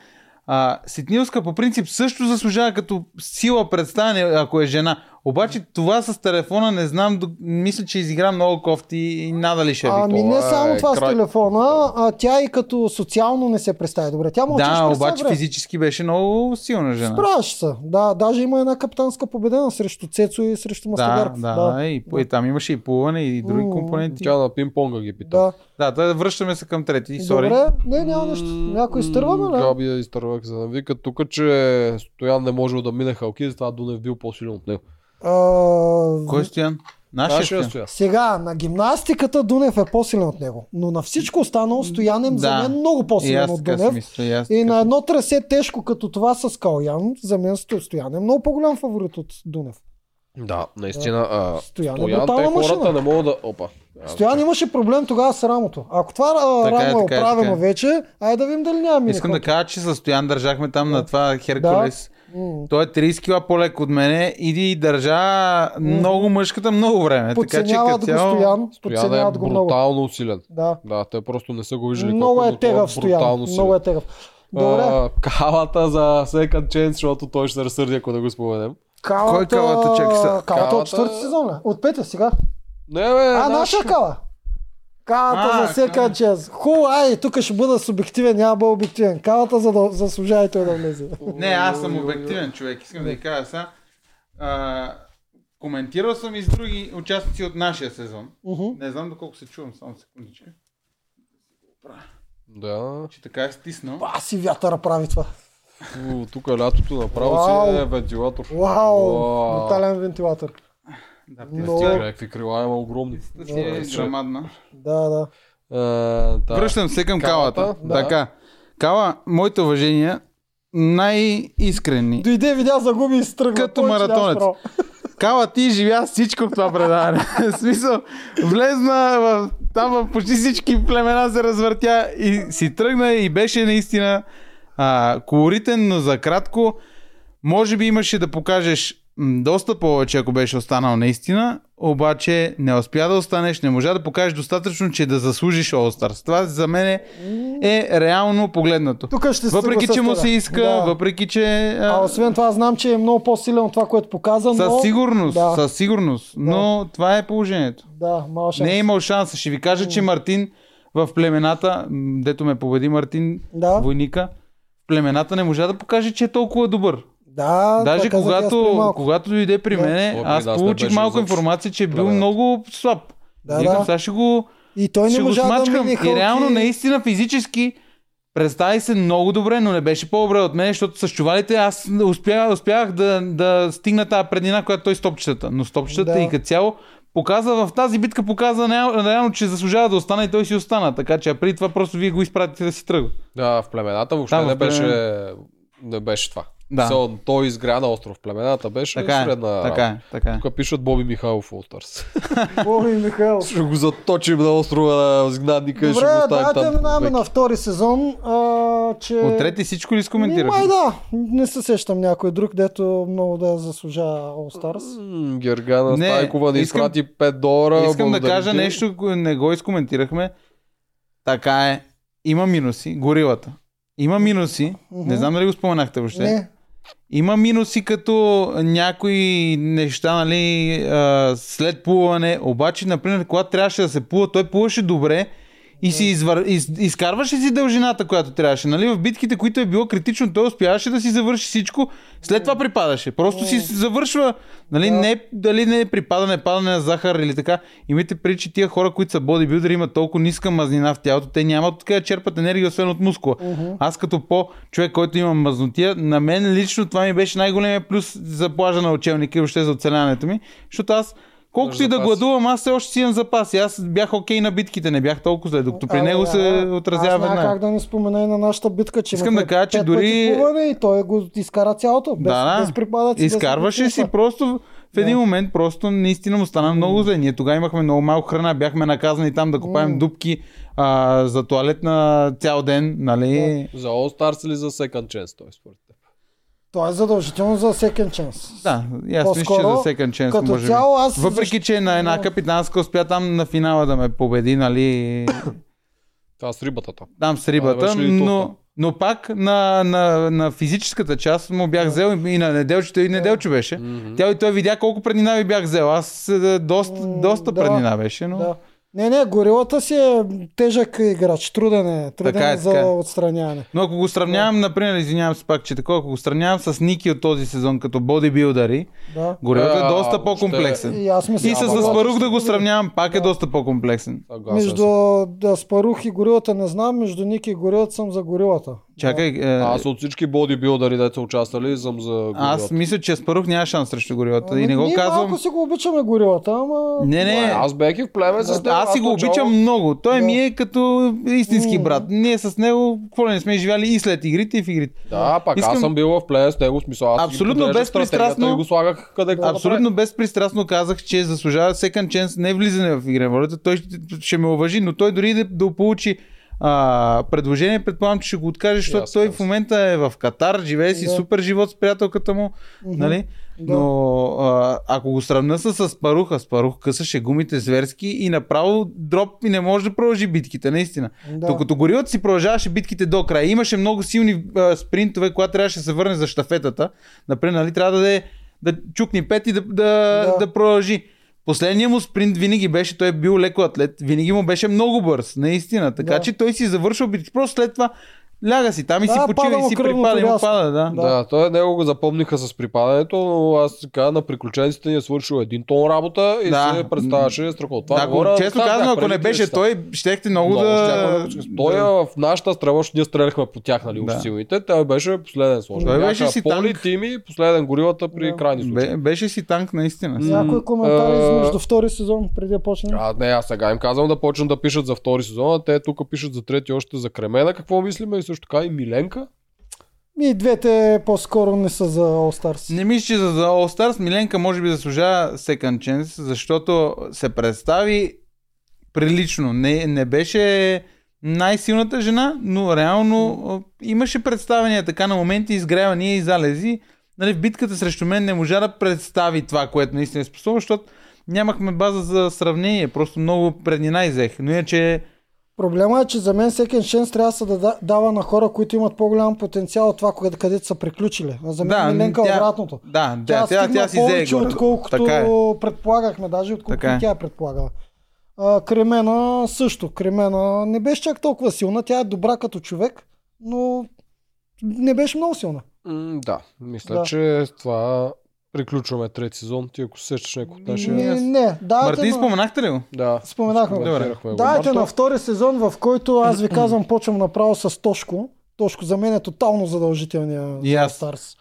C: А, Ситнилска по принцип също заслужава като сила представяне, ако е жена. Обаче това с телефона не знам, до- мисля, че изигра много кофти и надали ще ви.
A: Ами
B: това
A: не само
B: е
A: това с
B: край.
A: телефона, а тя и като социално не се представи добре. Тя мълчеше
C: да,
A: през това
C: обаче
A: време.
C: физически беше много силна жена.
A: Справяше се. Да, даже има една капитанска победена срещу Цецо и срещу
C: да,
A: Мастагарков.
C: да, да, и, и там имаше и плуване и други
A: М.
C: компоненти.
B: Тя на пинг-понга ги пита.
A: да.
C: Да, да, връщаме се към трети. Сори.
A: Добре, не, няма нищо. Някой нали? изтърваме,
B: ли?
A: да?
B: Габи я изтървах, за да вика тук, че Стоян не можел да мине халки, затова Дунев бил по-силен от него.
A: А,
C: Кой е Стоян?
B: Нашия
C: Нашия, Нашия
B: Стоян.
A: Сега, на гимнастиката Дунев е по-силен от него, но на всичко останало Стоянем за
C: Да.
A: мен е много
C: И
A: по-силен
C: аз
A: от
C: така си
A: Дунев.
C: мисля. И аз
A: И
C: така
A: на
C: си
A: едно трасе тежко като това с Калян, за мен Сто- Стоян е много по-голям фаворит от Дунев.
B: Да, наистина. А,
A: Стоян е
B: Стоян, те
A: брутална
B: хората
A: машина.
B: не могат да... Опа. А,
A: Стоян е имаше проблем тогава с рамото. Ако това а,
C: Така е,
A: рамо е
C: така е, така
A: оправено
C: е.
A: вече, айде да видим дали няма
C: Искам да кажа, че със Стоян държахме там на това Херкулес.
A: М.
C: Той е 30 кила по-лек от мене и държа много мъжката много време. Така че
A: Подценяват
C: като
A: го
C: цяло...
A: Стоян,
B: Стоян е
A: подценяват го много.
B: брутално силен.
A: Да.
B: Да, те просто не са го виждали.
A: Много
B: колко, но
A: е
B: той
A: тегав Стоян.
B: брутално
A: Много е тегав. Добре,
B: А, калата за Second Chance, защото той ще се разсърди, ако да го споменем.
A: калата...
C: кой е калата, чакай сега?
A: Калата
B: Калата-
A: от четвърти сезон, ли? От петия сега.
B: Не, бе,
A: А,
B: наш-
A: наша кала. Калата
C: Е, А,
A: за всека
C: кала.
A: чест. Хубаво, ай, тук ще бъда субективен, няма да бъда обективен. Калата за да заслужава и той да влезе.
C: Не, аз съм обективен човек. Искам да ви кажа сега. А, коментирал съм и с други участници от нашия сезон.
A: Мгм.
C: Не знам доколко се чувам, само секундичка.
B: Да.
C: Че така е стиснал.
A: Па си вятъра прави това.
B: Фу, тук лятото направо си е
A: Вау.
B: вентилатор.
A: Вау,
B: Вау.
A: брутален вентилатор.
C: Да,
A: Но-
B: Тя, Някакви крила има огромни.
C: ти си е грамадна.
A: Да, да.
B: А, да.
C: Връщам се към
B: Калата,
C: калата.
B: да.
C: Така. Кала, моите уважения, най-искрени.
A: Дойде, видя, загуби и стръгна.
C: Като
A: Той, че нямаш
C: маратонец.
A: право.
C: Кала, ти живя всичко в това предаване. В смисъл, влезна в, там в почти всички племена се развъртя и си тръгна и беше наистина а, колоритен, но за кратко. Може би имаше да покажеш м, доста повече, ако беше останал наистина, обаче не успя да останеш, не можа да покажеш достатъчно, че да заслужиш All-Stars. Това за мен е реално погледнато.
A: Тук ще се
C: въпреки,
A: съглася
C: че
A: с
C: му
A: теб.
C: се иска,
A: Да.
C: въпреки, че...
A: А освен това знам, че е много по-силен от това, което показа, но...
C: Със сигурност,
A: Да,
C: със сигурност. Но това е положението.
A: да мал шанс.
C: Не е имал шанс. Ще ви кажа, че Мартин в племената, м, дето ме победи Мартин,
A: Да.
C: войника, в племената не можа да покаже, че е толкова добър.
A: Да,
C: Даже
A: това казах и аз преди
C: когато,
A: малко.
C: когато дойде при
A: Да.
C: мене,
B: Той при
C: аз
B: нас не
C: получих
B: беше
C: малко
B: изобщо.
C: информация, че е бил
B: Да, да.
C: много слаб.
A: Да,
C: Викам,
A: да.
C: сега ще го,
A: И той не
C: ще го
A: можа да
C: смачкам.
A: мине
C: и реално,
A: Халки.
C: наистина, физически, представи се много добре, но не беше по-добре от мен, защото с чувалите аз успях, успях да, да стигна тази преднина, която той стопчетата. Но стопчетата
A: Да.
C: и като цяло показа в тази битка, показа неа- реално, че заслужава да остане и той си остана. Така че а преди това просто вие го изпратите да си тръгва.
B: Да, в племената въобще
C: Там в
B: не, беше,
C: племен-
B: не беше това.
C: Да.
B: So, той изгря на остров. Племената беше
C: Така е,
B: средна
C: така е, така е.
B: Тук пишат Боби Михайлов Олтърс.
A: Боби Михайлов.
B: ще го заточим на острова на изгнанника и ще
A: Добре,
B: го оставим
A: давайте
B: там.
A: минаваме
B: веки.
A: на втори сезон. А, че...
C: От трети всичко ли изкоментираш?
A: Ами, Май да, не се сещам някой друг, дето много да заслужава All Stars.
B: М, Гергана
C: Не,
B: Стайкова ни
C: искам-
B: изпрати 5 долара.
C: Искам да
B: благодаря
C: кажа
B: ти.
C: нещо, кое не го изкоментирахме. Така е. Има минуси. Горилата. Има минуси.
A: Мгм.
C: Не знам дали го споменахте въобще.
A: Не,
C: Има минуси като някои неща, нали, а, след плуване. Обаче, например, когато трябваше да се плува, той плуваше добре и си извър... из... изкарваше си дължината, която трябваше. Нали, в битките, които е било критично, той успяваше да си завърши всичко. След това припадаше. Просто си завършва. Нали, не, дали не е припадане, падане на захар или така. Имайте преди, че тия хора, които са бодибилдери, имат толкова ниска мазнина в тялото. Те нямат откъде да черпат енергия, освен от мускула. Аз като по-човек, който има мазнотия, на мен лично това ми беше най-големия плюс за плажа на учебника и въобще за оцеляването ми. Защото аз Колкото
B: Имаш
C: и да
B: запаси.
C: гладувам, аз все още си имам запаси. Аз бях окей на битките, не бях толкова зле, докато при
A: Абе,
C: него
A: да,
C: се
A: да.
C: отразява
A: Аз знам
C: веднага.
A: как да не спомена и на нашата битка, че
C: Искам
A: имахме
C: да кажа, че
A: пет
C: дори-
A: пъти плуване и той го изкара цялото, без,
C: Да, да.
A: без припадъци. без
C: Изкарваше си
A: никакви
C: просто в един
A: Да.
C: момент просто наистина му стана много зле. Ние тогава имахме много малко храна, бяхме наказани там да купаем дупки а, за туалет на цял ден, нали?
B: За All Stars или за Second Chance, той според теб?
A: Това е задължително за second chance.
C: Да, и аз мисля, че
A: По-скоро,
C: за Second Chance
A: като
C: може би.
A: цяло аз-
C: Въпреки, че на една
A: Но-
C: капитанска успя там на финала да ме победи, нали?
B: Това с рибата там.
C: там с
B: А,
C: рибата,
B: беше ли толкова?
C: но, но пак на, на, на физическата част му бях взел и и на неделчето, и неделче беше. Тя и той видя колко преднина ви бях взел. Аз е, доста,
A: М,
C: доста
A: да,
C: преднина беше, но...
A: Да. Не, не, горилата си е тежък играч, труден е, труден
C: Така е,
A: е, за
C: така е.
A: отстраняване.
C: Но ако го сравнявам, например, извинявам се пак, че такова, ако го сравнявам с Ники от този сезон като бодибилдари,
A: Да.
C: горилата
B: Да,
C: е доста
B: въобще.
C: по-комплексен.
A: И аз мисля,
C: И с
A: че-
C: Аспарух да го сравнявам, пак е доста по-комплексен.
B: Съгласен
A: Между
B: съм.
A: да, Спарух и горилата не знам, между Ники и горилата съм за горилата.
C: Чакай, е,
B: Аз от всички бодибилдъри, деца участвали, съм за
C: аз
B: горилата.
C: мисля, че Аспарух няма шанс срещу горилата. И
A: Ами,
C: не го
A: ние
C: казвам...
A: малко си го обичаме горилата, ама...
C: Не, Е, не,
B: Аз бех и в племе с теб.
C: Аз си го
B: начало-
C: обичам много. Той ми е като истински
A: М.
C: брат. Ние с него, какво ли не сме живяли и след игрите, и в игрите.
B: Да, пак
C: Искам-
B: аз съм бил в племе с него, в смисъл. Аз си
C: Абсолютно
B: подреждах
C: безпристрастно.
B: стратегията И го слагах къде какво да
C: Абсолютно безпристрастно казах, че заслужава second chance не влизане в игра на волята. Той ще, ще ме уважи, но той дори да, да получи а, предложение, предполагам, че ще го откаже, защото
B: Ясно,
C: той в
B: ясно.
C: момента е в Катар, живее си
A: Да.
C: супер живот с приятелката му. Нали?
A: Да.
C: Но а, ако го сравня с Аспарух, Аспарух късаше гумите зверски и направо дроп и не може да продължи битките, наистина.
A: Да.
C: Докато Горилът си продължаваше битките до края. Имаше много силни а, спринтове, когато трябваше да се върне за щафетата. Например, нали, трябва да, даде- да чукни пет и да, да, да.
A: Да.
C: да продължи. Последният му спринт винаги беше, той е бил леко атлет, винаги му беше много бърз, наистина. Така
A: Да.
C: че той си е завършил битките. Просто след това ляга си там и
A: Да,
C: си почива
A: пада
C: и
A: му
C: си
A: кръвното
C: припада и му
A: рязко.
C: пада. Да.
B: Да. да, той него го запомниха с припадането, но аз така на приключенците ни е свършил един тон работа и
C: Да.
B: да. се представяше страхотно.
C: Да,
B: Това
C: ако,
B: говоря,
C: честно
B: така
C: казано,
B: бях
C: ако не
B: преди три
C: беше
B: часа.
C: той, щехте много,
B: Много щяхме
C: да...
B: да... го- Той е в нашата стрела, защото ние стреляхме по тях, нали,
C: Да.
B: да. силните. Той беше последен сложен.
C: Той беше
B: Бяха
C: си
B: поли,
C: танк.
B: тими, последен горилата при
A: Да.
B: крайни случаи.
C: Бе- Беше си танк, наистина.
A: Някои коментари
B: а-
A: между втори сезон, преди да почнем.
B: А, не, аз сега им казвам да почнат да пишат за втори сезон, а те тук пишат за трети още за Кремена, какво мислиме и също така и Миленка.
A: И двете по-скоро не са за All Stars.
C: Не мисля, че за за All Stars Миленка може би заслужава second chance, защото се представи прилично. Не, не беше най-силната жена, но реално а, имаше представения така на моменти изгрявания и залези. Нали, в битката срещу мен не можа да представи това, което наистина е способно, защото нямахме база за сравнение. Просто много преднина изех. Но иначе
A: Проблема е, че за мен second chance трябва да се дада- дава на хора, които имат по-голям потенциал от това, къде, където са приключили. А за мен
C: Да,
A: да, Миленка
C: тя-
A: тя, обратното.
C: Да, тя, тя, тя,
A: стигна
C: тя си взе
A: повече,
C: горе.
A: отколкото
C: Така е.
A: предполагахме, даже отколкото
C: Така е.
A: и тя е предполагала. А, Кремена също. Кремена не беше чак толкова силна. Тя е добра като човек, но не беше много силна.
B: М, да, мисля, да.
A: Да.
B: че с това приключваме трети сезон. Ти ако сещаш някой от нашия...
A: Не, не. Дайте
C: Мартин,
A: на-
C: споменахте ли го?
B: Да.
A: Споменахме. го.
C: Добре.
B: Коментирахме го.
A: Дайте
B: Марто.
A: на втори сезон, в който аз ви казвам, почвам направо с Тошко. Тошко за мен е тотално задължителния
C: И аз.
A: Старс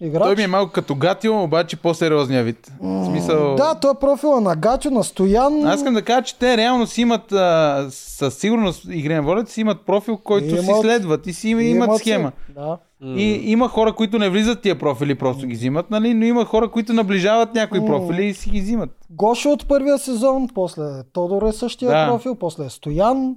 A: играч.
C: Той ми е малко като гатио, обаче по-сериозния вид. В смисъл...
A: Да, той е профила на Гачо, на Стоян.
C: Аз искам да кажа, че те реално си имат а, със сигурност игри на волята си имат профил, който си
A: Имат.
C: следват и си им-
A: И
C: имат,
A: емоции.
C: схема.
A: Да.
C: И има хора, които не влизат тия профили, просто ги взимат, нали? Но има хора, които наближават някои
A: М.
C: профили и си ги взимат.
A: Гошо от първия сезон, после Тодор е същия
C: Да.
A: профил, после е Стоян,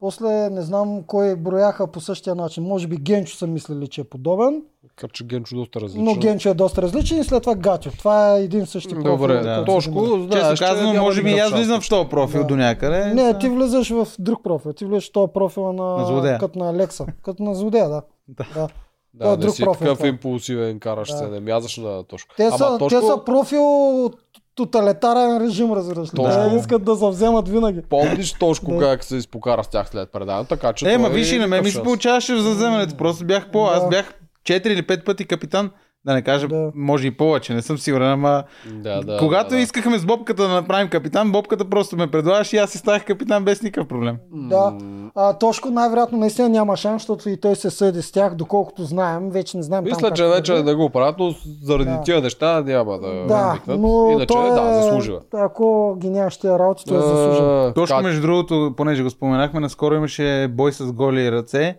A: после не знам кой брояха по същия начин. Може би Генчо са мислили, че е подобен,
B: Макар че Генчо доста различен.
A: но Генчо е доста различен и след това Гачо. Това е един същи профил.
B: Добре,
A: който
B: да.
A: се
B: Тошко,
A: занимава.
B: знаеш,
C: Често
B: че
C: казано,
B: няма
C: може би и
B: никакъв
C: аз влизам
B: шанс.
C: в този профил
A: Да.
C: до някъде.
A: Не,
C: Е, Са-
A: ти влизаш в друг профил. Ти влизаш в този профил на,
C: На злодея.
A: като на Алекса. Като на злодея, да.
C: Да.
A: да.
B: Да,
A: Той е
B: не
A: друг
B: си
A: профил,
B: такъв
A: това.
B: импулсивен, караш
A: Да.
B: се, не мязаш на Тошко.
A: Те,
B: Ама
A: са,
B: Тошко,
A: те са профил от тоталитарен режим, разбираш. ли.
B: Точно.
A: Те искат да завземат винаги.
B: помниш Тошко
A: Да.
B: как се изпокара с тях след предаването, така че
C: Е, ма
B: той
C: виж и на мен ми
B: никакъв
C: се
B: шанс.
C: получаваше в заземането. Просто бях по... Аз
A: Да.
C: бях 4 или 5 пъти капитан. Да не кажа,
A: Да.
C: може и повече, не съм сигурен, ама
B: Да, да,
C: да, когато
B: да,
C: да,
B: да.
C: искахме с Бобката да направим капитан, Бобката просто ме предлагаше и аз си ставах капитан без никакъв проблем.
A: Да.
B: М,
A: А, Тошко най-вероятно наистина няма шанс, защото и той се съди с тях, доколкото знаем. Вече не знаем там
B: Мисля,
A: как
B: че
A: се
B: не, че
A: върви.
B: да го правят, но заради
A: Да.
B: тия неща няма да
A: Да,
B: викнат.
A: но
B: Иначе,
A: той е,
B: да, заслужива.
A: Ако ги нямаш тия работи, той е заслужил.
B: А,
C: Точно
B: как-
C: между другото, понеже го споменахме, наскоро имаше бой с голи ръце.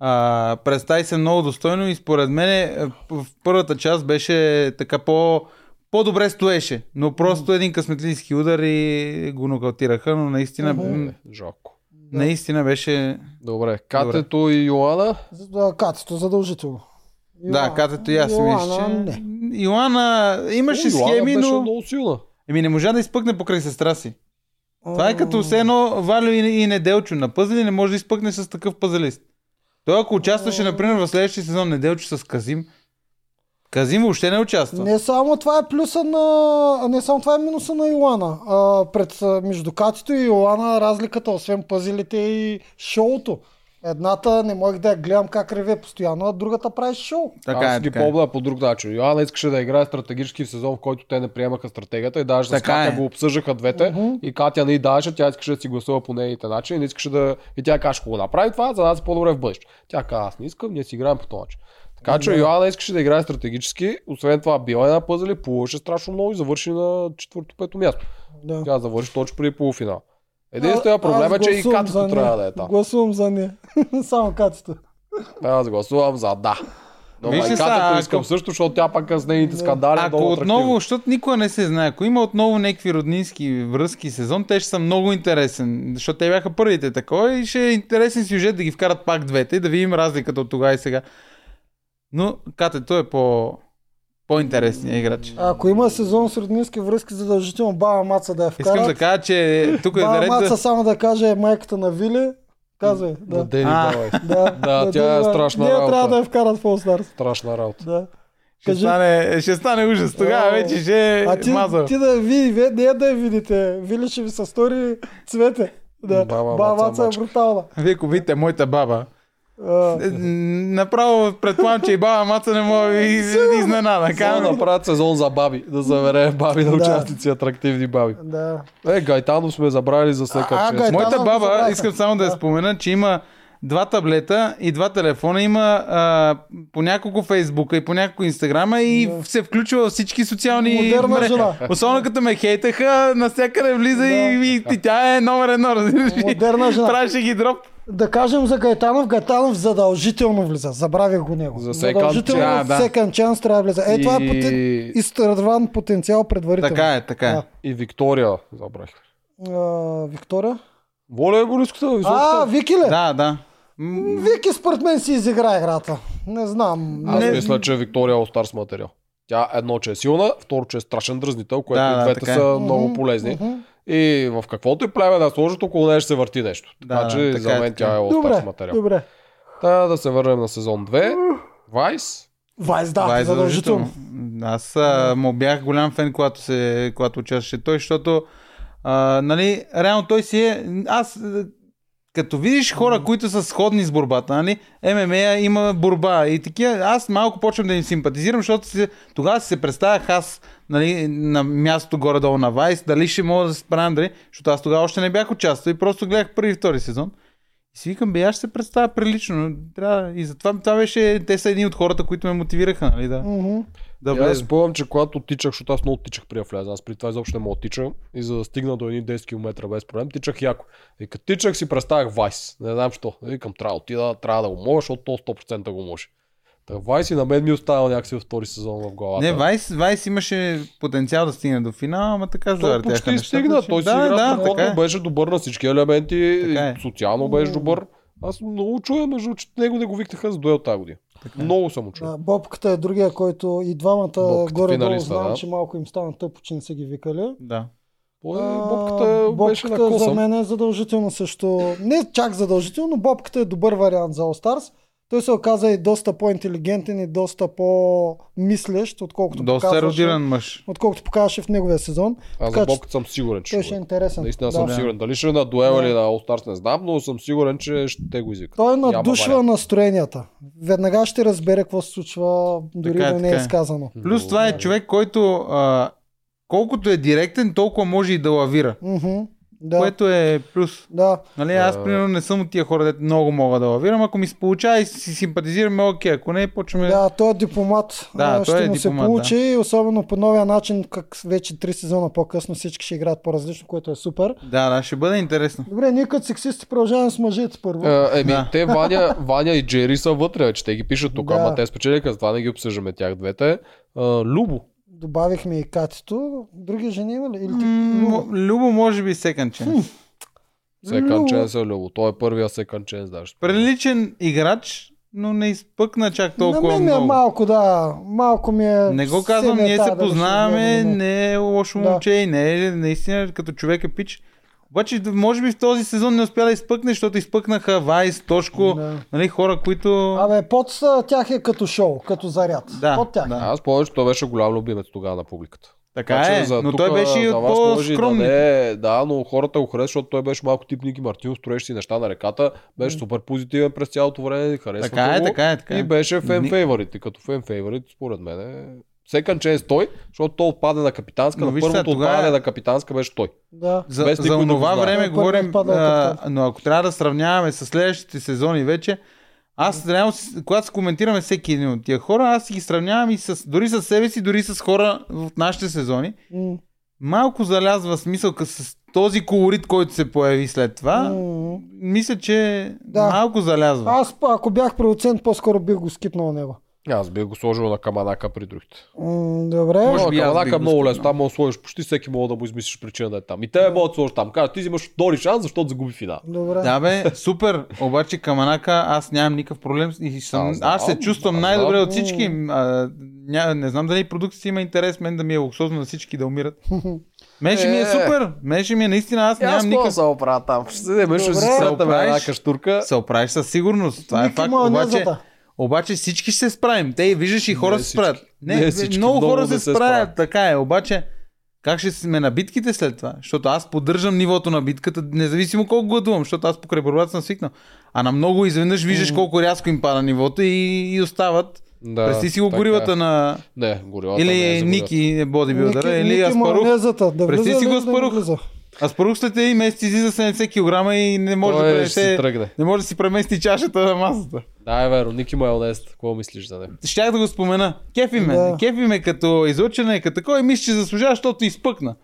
C: А, представи се много достойно и според мен е, в първата част беше така по, по-добре стоеше, но просто един късметлийски удар и го нокаутираха, но наистина, м,
B: Е, Жалко.
C: наистина беше...
B: Добре, Катето и Йоана.
A: Да, Катето задължително.
C: да, катето и аз си мисля, че...
A: Йоана не.
C: Йоана имаше
B: О, Ами, Йоана
C: схеми,
B: беше
C: но...
B: много силна.
C: Еми не можа да изпъкне покрай сестра си. Това е като все едно Валю и, и Неделчо. На пъзели не може да изпъкне с такъв пъзелист. Той ако участваше, например, в следващия сезон Неделчо с Казим, Казим въобще не участва.
A: Не само това е плюса на... а, Не само това е минуса на Йоана. А, пред, а, между Катито и Йоана разликата, освен пъзелите и шоуто. Едната не можех да я гледам как реве постоянно, а другата прави шоу.
C: Така
B: Аз
C: е,
B: ги
C: така е.
B: помня по друг начин. Йоанна искаше да играе стратегически в сезон, в който те не приемаха стратегията и даже с
C: Така
B: Катя
C: е.
B: го обсъждаха двете
A: Мгм.
B: и Катя не й даваше, тя искаше да си гласува по нейните начин и не искаше да... И тя каже, ако го направи това, за нас е по-добре в бъдеще. Тя каза, аз не искам, ние си играем по този начин. Така че Йоанна искаше да играе стратегически, освен това била е на пъзели, получеше страшно много и завърши на четвърто-пето място.
A: Да.
B: Тя завърши точно преди полуфинал. Единственият проблем е, че и Катето трябва да е там.
A: Гласувам за не. само Катито.
B: Аз гласувам за да. Но
C: Виж ли сега,
B: майката
C: ако-
B: искам също, защото тя пък с нейните скандали е
C: Ако
B: много
C: отново,
B: атрактивна.
C: защото никога не се знае, ако има отново някакви роднински връзки сезон, те ще са много интересен, защото те бяха първите такова и ще е интересен сюжет да ги вкарат пак двете и да видим разликата от тогава и сега. Но Катето е по, по-интересният играч.
A: Ако има сезон с роднински връзки, задължително баба Маца да я вкарат.
C: Искам да кажа, че тук е
A: баба
C: наред
A: Маца
C: да...
A: само да каже е майката на Вили. Казвай, да.
B: Да,
C: А.
B: давай.
A: Да,
B: Да, тя е
A: да.
B: страшна
A: Ние
B: работа.
A: трябва да я вкарат в All Stars.
B: Страшна работа.
A: Да.
C: Ще
A: Кажи.
C: стане, ще стане ужас. Тогава
A: О,
C: вече ще е
A: А ти,
C: маза.
A: ти да види, вие не да я видите. Вили ще ви се стори цвете. Да.
B: Баба Маца
A: Бабаца е
B: мачка.
A: брутална.
C: Вие ако видите моята баба,
A: А,
C: е, н- направо предполагам, че и баба маца не може да ви из- изненада.
B: Така да
A: Е,
C: Казвам,
B: направят сезон за баби, да забере баби на
A: Да.
B: участници, атрактивни баби.
A: да.
B: Е, Гайтанов сме забрали за всеки
A: А,
B: чест.
A: Гайтанов.
C: моята
A: го
C: баба,
A: забравих.
C: искам само да я
A: Да.
C: спомена, че има два таблета и два телефона, има а, по няколко Фейсбука и по няколко Инстаграма и
A: Да.
C: да. се включва във всички социални
A: Модерна
C: мрежи.
A: жена.
C: Особено като ме хейтаха, навсякъде влиза
A: Да.
C: да. и, и, и, тя е номер едно, разбираш ли?
A: Модерна жена.
C: Правеше ги дроп.
A: Да кажем за Гайтанов. Гайтанов задължително влиза. Забравих го него.
B: За second
A: задължително
C: chance. Да, да.
A: second chance трябва да влиза. Е, това е потен...
B: И-
A: изтърван потенциал предварително.
C: Така е, така е.
A: Да.
B: И Виктория забрах.
A: А, Виктория?
B: Воля е близката,
A: А,
B: високата.
A: Вики ли?
C: Да, да. М,
A: Вики според мен си изигра играта. Не знам.
B: Аз
A: не...
B: мисля, че Виктория е Старс материал. Тя едно, че е силна, второ, че е страшен дразнител, което
C: Да,
B: и
C: да,
B: двете
C: така е.
B: са
A: Мгм,
B: много полезни.
A: мгм.
B: И в каквото и племе да сложат, около нея ще се върти нещо. Така
C: Да,
B: че
C: да, така
B: за
C: е,
B: мен
C: така
B: тя е
C: е.
B: All-Stars
A: Добре,
B: материал.
A: добре.
B: Та да се върнем на сезон 2. Вайс.
A: Вайс, да,
C: това е
A: задължително.
C: задължително. Аз а, му бях голям фен, когато, се, когато участваше той, защото а, нали, реално той си е... Аз а, като видиш хора, които са сходни с борбата, нали, ММА има борба и такива, аз малко почвам да им симпатизирам, защото се, тогава си се представях аз нали, на място горе-долу на Вайс, дали ще мога да се справям, дали, защото аз тогава още не бях участвал и просто гледах първи и втори сезон. И си викам, бе, аз ще се представя прилично. но Трябва... И затова това беше, те са едни от хората, които ме мотивираха, нали, да,
A: Мгм.
C: да
B: И Аз
C: влезем.
B: спомням, че когато тичах, защото аз много тичах при Афляз, аз при това изобщо не мога да тичам и за да стигна до едни 10 км без проблем, тичах яко. И като тичах си представях Вайс. Не знам що. И Викам, трябва да отида, трябва да го мога, защото то 100% го може. Та Вайс и на мен ми остава някакси във втори сезон в главата.
C: Не, Вайс, Вайс имаше потенциал да стигне до финала, ама така
B: Той
C: завъртяха
B: почти
C: нещата,
B: стигна,
C: че-
B: той си
C: да,
B: игра
C: да,
B: страхотно,
C: така е.
B: беше добър на всички елементи,
C: Така е.
B: и социално беше добър. Аз много чуя, между че него не го викнаха за дуел тази година. Много съм чул.
A: Да, Бобката е другия, който и двамата
B: Бобката
A: горе-долу
B: финалиста,
A: знам,
B: да.
A: че малко им стана тъпо, че не са ги викали.
C: Да.
B: Той
A: А,
B: бобката беше на
A: бобката за
B: коса.
A: мен е задължително също. Не чак задължително, бобката е добър вариант за All Stars. Той се оказа и доста по-интелигентен и доста по-мислещ, отколкото
C: Доста
A: показваше,
C: еродиран мъж.
A: отколкото показваше в неговия сезон.
B: Аз
A: Така че
B: за бобката съм сигурен, че
A: той
B: ще
A: ще е
B: бъде.
A: интересен.
B: Наистина
A: да.
B: съм сигурен. Дали ще е на дуел
A: Да.
B: или на All Stars не знам, но съм сигурен, че ще го извикат.
A: Той е
B: Няма
A: надушва
B: вариант.
A: настроенията. Веднага ще разбере какво се случва, дори
C: Така е,
A: да не е
C: така е.
A: изказано.
C: Плюс това е човек, който а, колкото е директен, толкова може и да лавира.
A: Мгм. Да,
C: Което е плюс.
A: да.
C: Нали, аз
B: Да.
C: примерно не съм от тия хора, дето много мога да лавирам. Ако ми се получава и си симпатизираме, окей. Ако не, почваме...
A: Да, той е дипломат.
C: Да,
A: а,
C: той
A: ще
C: е
A: му
C: дипломат,
A: се получи, да. особено по новия начин, как вече три сезона по-късно всички ще играят по-различно, което е супер.
C: да, да, ще бъде интересно.
A: Добре, ние като сексисти продължаваме с мъжете първо.
B: Е, Еми,
C: Да.
B: те Ваня, Ваня и Джери са вътре, вече те ги пишат тук,
A: Да.
B: ама те спечелиха, затова не ги обсъждаме тях двете. А, Любо.
A: Добавихме и Катито. Други жени има ли? Или ти?
C: М,
A: Любо?
C: мо- Любо може би second chance.
B: Секан
A: Любо.
B: Ченс е Любо. Той е първия Секан Ченс даже.
C: Приличен играч, но не изпъкна чак толкова
A: На мен ми е
C: много.
A: малко, да. Малко ми е...
C: Не го
A: все
C: казвам,
A: ми е
C: ние
A: тая
C: се
A: да решим,
C: познаваме,
A: не, не, не.
C: не е лошо
A: Да.
C: момче и не е наистина като човек е пич. Обаче, може би в този сезон не успя да изпъкне, защото изпъкнаха Вайс, Тошко,
A: Да.
C: нали, хора, които...
A: Абе, под а, тях е като шоу, като заряд.
C: Да,
A: под тях.
C: да.
B: Аз помня, че той беше голям любимец тогава на публиката.
C: така
B: Така че
C: е,
B: за
C: но
B: тук
C: той беше и
B: за
C: от
B: вас може и
C: по-скромни.
B: Да, не, е, да, но хората го харесват, защото той беше малко тип Ники Мартин, строеше си неща на реката, беше супер позитивен през цялото време, харесва
C: Така е, така е, така е.
B: И беше фен
C: Ни-
B: фейворит. И като фен фейворит, според мен е... Секън ченс той, защото той отпадне на капитанска,
C: Но
B: на
C: вижте,
B: първото
C: тогава е-
B: отпадане на капитанска беше той.
A: Да.
C: За,
B: Без
C: за
B: никой да го
C: онова
B: знае.
C: време
A: Той първи е
C: говорим,
A: падал
C: а,
A: капитан.
C: но ако трябва да сравняваме с следващите сезони вече, аз реално, с- когато се коментираме всеки един от тия хора, аз си ги сравнявам и с, дори с себе си, дори с хора в нашите сезони.
A: М,
C: Малко залязва смисъл къс- с този колорит, който се появи след това.
A: м.
C: Мисля, че
A: Да.
C: малко залязва.
A: Аз, па, ако бях продуцент, по-скоро бих го скипнал него.
B: Аз бих го сложил на каманака при другите.
A: М, добре.
C: Може
B: Може
C: би
B: би
C: аз бих
B: каманака
C: го
B: е много
C: скипнал.
B: лесно. Там може да сложиш почти всеки мога да му измислиш причина да е там. И те могат да сложиш там. Кажа, ти взимаш втори шанс, защото загуби финал.
A: Добре.
C: Да бе, супер, обаче Каманака аз нямам никакъв проблем и съм,
B: Аз знам,
C: аз, се чувствам
B: аз
C: най-добре
B: знам.
C: от всички. А, ня, не знам дали продукцията има интерес, мен да ми е луксозно на всички да умират. Мен ще ми е
B: Е.
C: супер, мен ще ми е наистина, аз нямам никакъв...
B: се оправя там. Ще седем, ще
A: Добре.
B: си сретаме една каштурка.
C: Се оправиш със сигурност, това е
A: Ники
C: факт, обаче,
A: майонезата.
C: обаче всички ще се справим. Те и виждаш и хора
B: Не
C: се справят.
B: всички.
C: Не,
B: Не
C: бе,
B: всички,
C: много
B: много
C: хора
B: не
C: се
B: се
C: справят,
B: справят.
C: така е, обаче как ще сме на битките след това? Защото аз поддържам нивото на битката, независимо колко гладувам, защото аз покрай борбата съм свикнал. А на много изведнъж виждаш колко рязко им пада нивото и, и остават.
B: Да,
C: Преси си го
B: така е.
C: горивата на...
B: Не, горилата не е
C: Или
B: за
C: Ники бодибилдъра,
A: Ники-
C: е или
A: Ники
C: Аспарух.
A: майонезата. Да
C: Прести
A: влиза
C: си
A: ли
C: го
A: или да не
C: Аспарух.
A: влиза?
C: Аз първо след един месец излиза 70 кг и не може,
B: Той
C: да
B: ще си
C: пренесе,
B: тръгне.
C: не може да си премести чашата на масата.
B: Да, е верно. Ники Майонез. Какво мислиш за него?
C: Щях да го спомена. е, Кефи ме.
A: Да.
C: Да. Кефи ме като излъчене, като такова и мисля, че заслужава, защото изпъкна.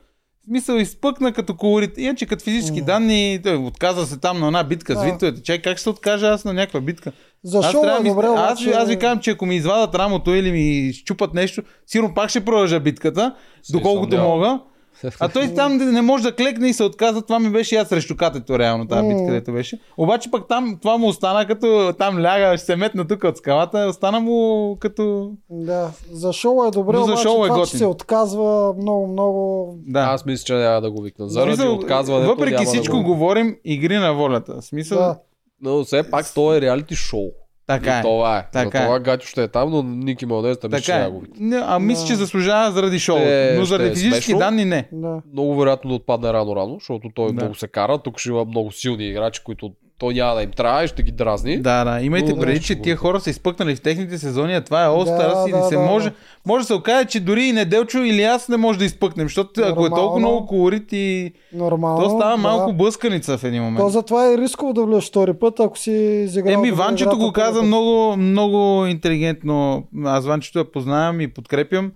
C: В смисъл изпъкна като колорит. Иначе като физически
A: М.
C: данни, той отказа се там на една битка с
A: Да.
C: винтовете. Чай, как ще се откажа аз на някаква битка? аз,
A: Защо
C: трябва
A: е
C: да ми-
A: добре,
C: аз, ви-
A: обаче-
C: аз ви казвам, че ако ми извадат рамото или ми щупат нещо, сигурно пак ще продължа битката, доколкото
B: съмнявам.
C: мога. А той там не може да клекне и се отказа. Това ми беше и аз срещу катето, реално, тази битка,
A: М.
C: където беше. Обаче пък там това му остана, като там ляга, ще се метна тук от скалата, остана му като...
A: Да, за шоу е добре,
C: Но за
A: обаче
C: шоу е
A: това, че
C: готин.
A: се отказва много, много...
C: Да.
B: Аз мисля, че няма да го викна. Заради
C: Смисъл,
B: отказването
C: Въпреки
B: няма
C: всичко
B: да го...
C: говорим игри на волята. Смисъл,
A: Да.
B: Но все пак то е реалити шоу.
C: така
B: И
C: е.
B: Това е.
C: Така
B: Така това Гатю ще е там, но Ники Майонез там ще
C: Така е.
B: няма да го викна.
C: Не, а мисля, че
A: Да.
C: заслужава заради шоуто.
B: Ще-
C: Но заради
B: ще е
C: физически
B: смешно.
C: данни не.
A: Да.
B: Много вероятно да отпадне рано-рано, защото той
C: Да.
B: много се кара. Тук ще има много силни играчи, които той няма да им трябва и ще ги дразни.
C: Да, да. Имайте
B: Но-
C: преди, че тия хора са изпъкнали в техните сезони, а това е All-Stars
A: Да,
C: и не
A: да,
C: се
A: да,
C: може.
A: да.
C: Може да се окаже, че дори и Неделчо или аз не може да изпъкнем, защото ако е
A: Нормално.
C: толкова много колорит и
A: Нормално.
C: то става
A: да.
C: малко блъсканица в един
A: То
C: момент.
A: затова е рисково да влезеш втори път, ако си изиграл...
C: Еми,
A: добре
C: Ванчето
A: играта
C: го
A: първи
C: каза
A: път.
C: много, много интелигентно. Аз Ванчето я познавам и подкрепям.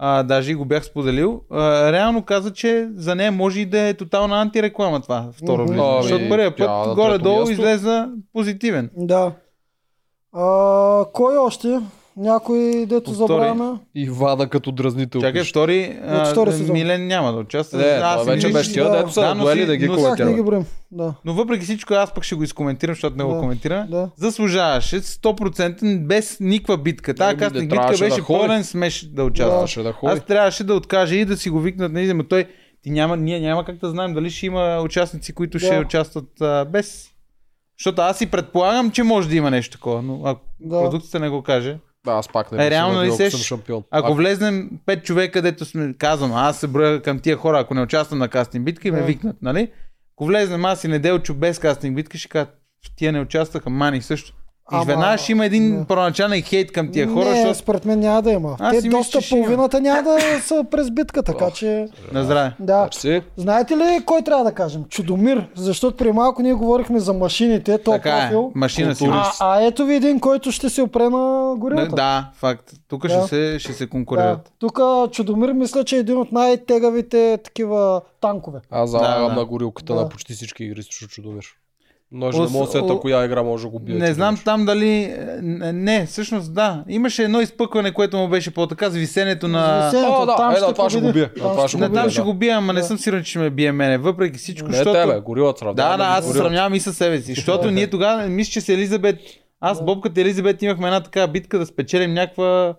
C: А, даже и го бях споделил. А, реално каза, че за нея може и да е тотална антиреклама това второ
A: Мгм.
C: влизане.
B: Ами,
C: Защото първия
B: тя на
C: път
B: трето
C: горе-долу
B: място.
C: излезе позитивен.
A: Да. А, кой още? Някой, дето
C: От
A: забравяме?
B: Ивана като дразнител.
C: Чакай,
B: пише.
C: втори, а,
A: втори сезон.
C: Милен няма да участва.
B: Не,
C: Аз
B: това
C: съм
B: вече
C: виждал,
B: беше
C: че-
B: тия,
A: да.
B: дето са на
C: Да, но
B: дуели
C: си-
B: да ги
C: но
A: Тях не ги
B: коментираме.
A: брим. Да.
C: Но въпреки всичко, аз пък ще го изкоментирам, защото не го
A: Да,
C: коментира.
A: да.
C: Заслужаваше 100% без никаква битка. Тая
B: Еми, не
C: кастинг битка
B: трябваше да
C: беше
B: ходи.
C: пълен смеш да участва.
B: Трябваше да ходи.
C: Аз трябваше да откажа и да си го викнат на но той ти няма, ние няма как да знаем дали ще има участници, които ще
A: Да.
C: участват а, без. Защото аз си предполагам, че може да има нещо такова, но ако
A: Да.
C: продукцията не го каже.
B: Да, аз пак не
C: Е,
B: съм
C: реално
B: надил,
C: ли
B: ако
C: сеш?
B: съм шампион.
C: Ако
B: А,
C: влезнем 5 човека, дето сме, казвам, аз се броя към тия хора, ако не участвам на кастинг битка и ме
A: Да.
C: викнат, нали? Ако влезнем аз и неделчо без кастинг битка, ще кажат, тия не участваха, мани също. И
A: Ама,
C: веднага ще има един
A: да.
C: първоначален хейт към тия хора,
A: не,
C: защото
A: според мен няма да има.
C: Аз
A: Те
C: си мисля,
A: доста
C: че ще има.
A: половината няма да са през битка, така че...
C: на здраве.
A: Да.
B: Мерси.
A: Знаете ли кой трябва да кажем? Чудомир, защото при малко ние говорихме за машините, то
C: Така е,
A: профил.
C: машина си.
A: А, а ето ви един, който ще се опре на горилата.
C: Да, факт. Тук
A: Да.
C: ще, се, ще се конкурират.
A: Тук Чудомир мисля, че е един от най-тегавите такива танкове.
B: Аз залагам
C: да.
B: на горилката
A: Да.
B: на почти всички игри срещу Чудомир. Но ще не
C: Ос-
B: мога да сета
C: о-
B: коя игра може да го бие.
C: Не знам
B: Чудомир.
C: там дали... е, Не, всъщност да. Имаше едно изпъкване, което му беше по-така, с висенето на...
A: Висенето,
B: О, да,
A: там
B: е,
A: ще
B: да, това ще го
A: победи.
B: бие. Да, това
C: Не,
B: бие,
C: там
B: да.
C: ще го бия, ама не съм сигурен, че ще ме бие мене. Въпреки всичко,
B: Не тебе,
C: защото...
B: горила
C: Да,
B: сравнявам.
C: да, аз се
B: горила.
C: сравнявам и със себе си. Защото ние тогава, мисля, че с Елизабет... Аз, Бобката и Елизабет имахме една такава битка да спечелим някаква...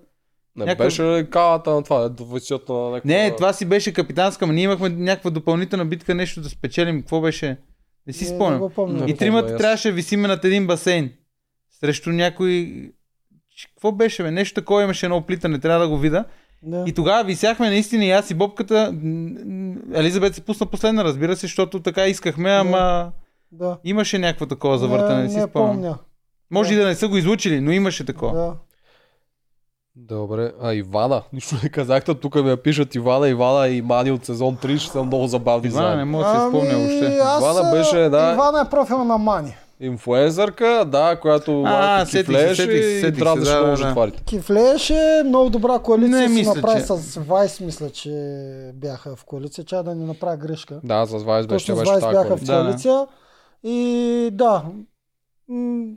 B: Не
C: някакъв-
B: беше калата на това, да висят на някаква...
C: Не, това си беше капитанска, ама ние имахме някаква допълнителна битка, нещо да спечелим. Какво беше? Не си
A: Не, не
C: спомням.
A: го помня.
B: Не.
C: И тримата
B: ясно.
C: трябваше да висиме над един басейн. Срещу някой... Ч- Какво беше, бе? Нещо такова имаше едно оплитане, трябва да го видя.
A: Да.
C: И тогава висяхме наистина и аз и Бобката. м, м, Елизабет се пусна последна, разбира се, защото така искахме, ама
A: да.
C: имаше някакво такова завъртане, не, си спомням.
A: помня.
C: Може и да не са го излучили, но имаше такова.
A: Да.
B: Добре, а Ивана, нищо не казахте, тук ми я пишат Ивана, Ивана и Мани от сезон 3, ще са много забавни
C: Ивана е не
B: заедно.
C: мога да се спомня въобще.
A: Ами, аз,
B: Ивана
A: а,
B: беше една-
A: Ивана е профил на Мани.
B: Инфуензърка, да, която малко
C: сетих се,
B: кифлееше
C: сетих се,
B: и
C: сетих се,
B: дразнеше
C: да,
B: много
C: да, да.
B: жетварите.
A: Кифлееше, много добра коалиция
C: Не,
A: си
C: мисля,
A: направи
C: че-
A: с Вайс, мисля, че бяха в коалиция. Чая да не направя грешка.
B: Да, с Вайс беше,
A: Точно с
B: беше
A: Вайс
B: така.
A: бяха в
C: коалиция. Да, да.
A: коалиция. И да, м,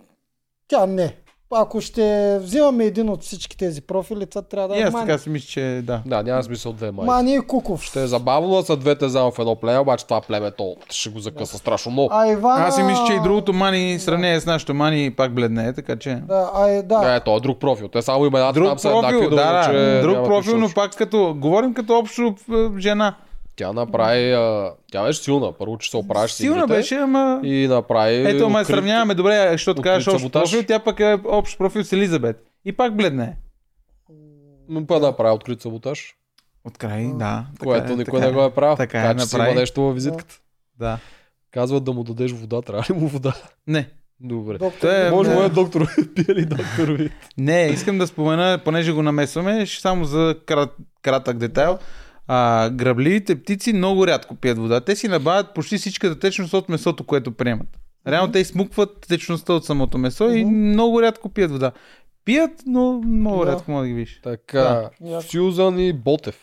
A: тя не. Ако ще взимаме един от всички тези профили, това трябва да
C: И
A: е
C: аз
A: Мани.
C: така си мисля, че да.
B: Да, няма смисъл две май.
A: Мани и Куков.
B: Ще е забавно да са двете заедно в едно племе, обаче това племе то ще го закъса страшно много.
A: А Ивана...
C: Аз си мисля, че и другото мани, сравнение с нашото мани, пак бледне, така че...
A: Да, а е, да.
B: Не, то е друг профил. Те само имената
C: Друг
B: там са еднакви,
C: профил,
B: да,
C: да, да,
B: че
C: друг
B: няма
C: профил,
B: нищо
C: но
B: общо.
C: пак като... Говорим като общо е, жена.
B: Тя направи... а, Тя беше силна. Първо, че се оправяше с
C: Силна
B: игрите
C: беше, ама...
B: И направи...
C: Ето, ама я
B: открит-
C: сравняваме добре, защото
B: открит
C: кажеш общ
B: саботаж.
C: профил, тя пък е общ профил с Елизабет. И пак бледне.
B: М, Па направи открит саботаж.
C: Открай, да. така
B: Което
C: е,
B: никой
C: така
B: не го е правил.
C: Така е,
B: така че си има
C: направи.
B: нещо във визитката.
C: Да.
B: Казват да му дадеш вода, трябва ли му вода?
C: Не.
B: Добре.
A: Доктор,
C: Той е-
B: Може
C: Не.
B: му е доктор, пие ли доктор ви?
C: Не, искам да спомена, понеже го намесваме, ще само за крат, кратък детайл. А, А, грабливите птици много рядко пият вода. Те си набавят почти всичката течност от месото, което приемат. Реално те измукват течността от самото месо и
A: Мгм.
C: много рядко пият вода. Пият, но много
A: Да.
C: рядко мога да ги видиш.
B: Така,
A: Да.
B: Сюзан и Ботев.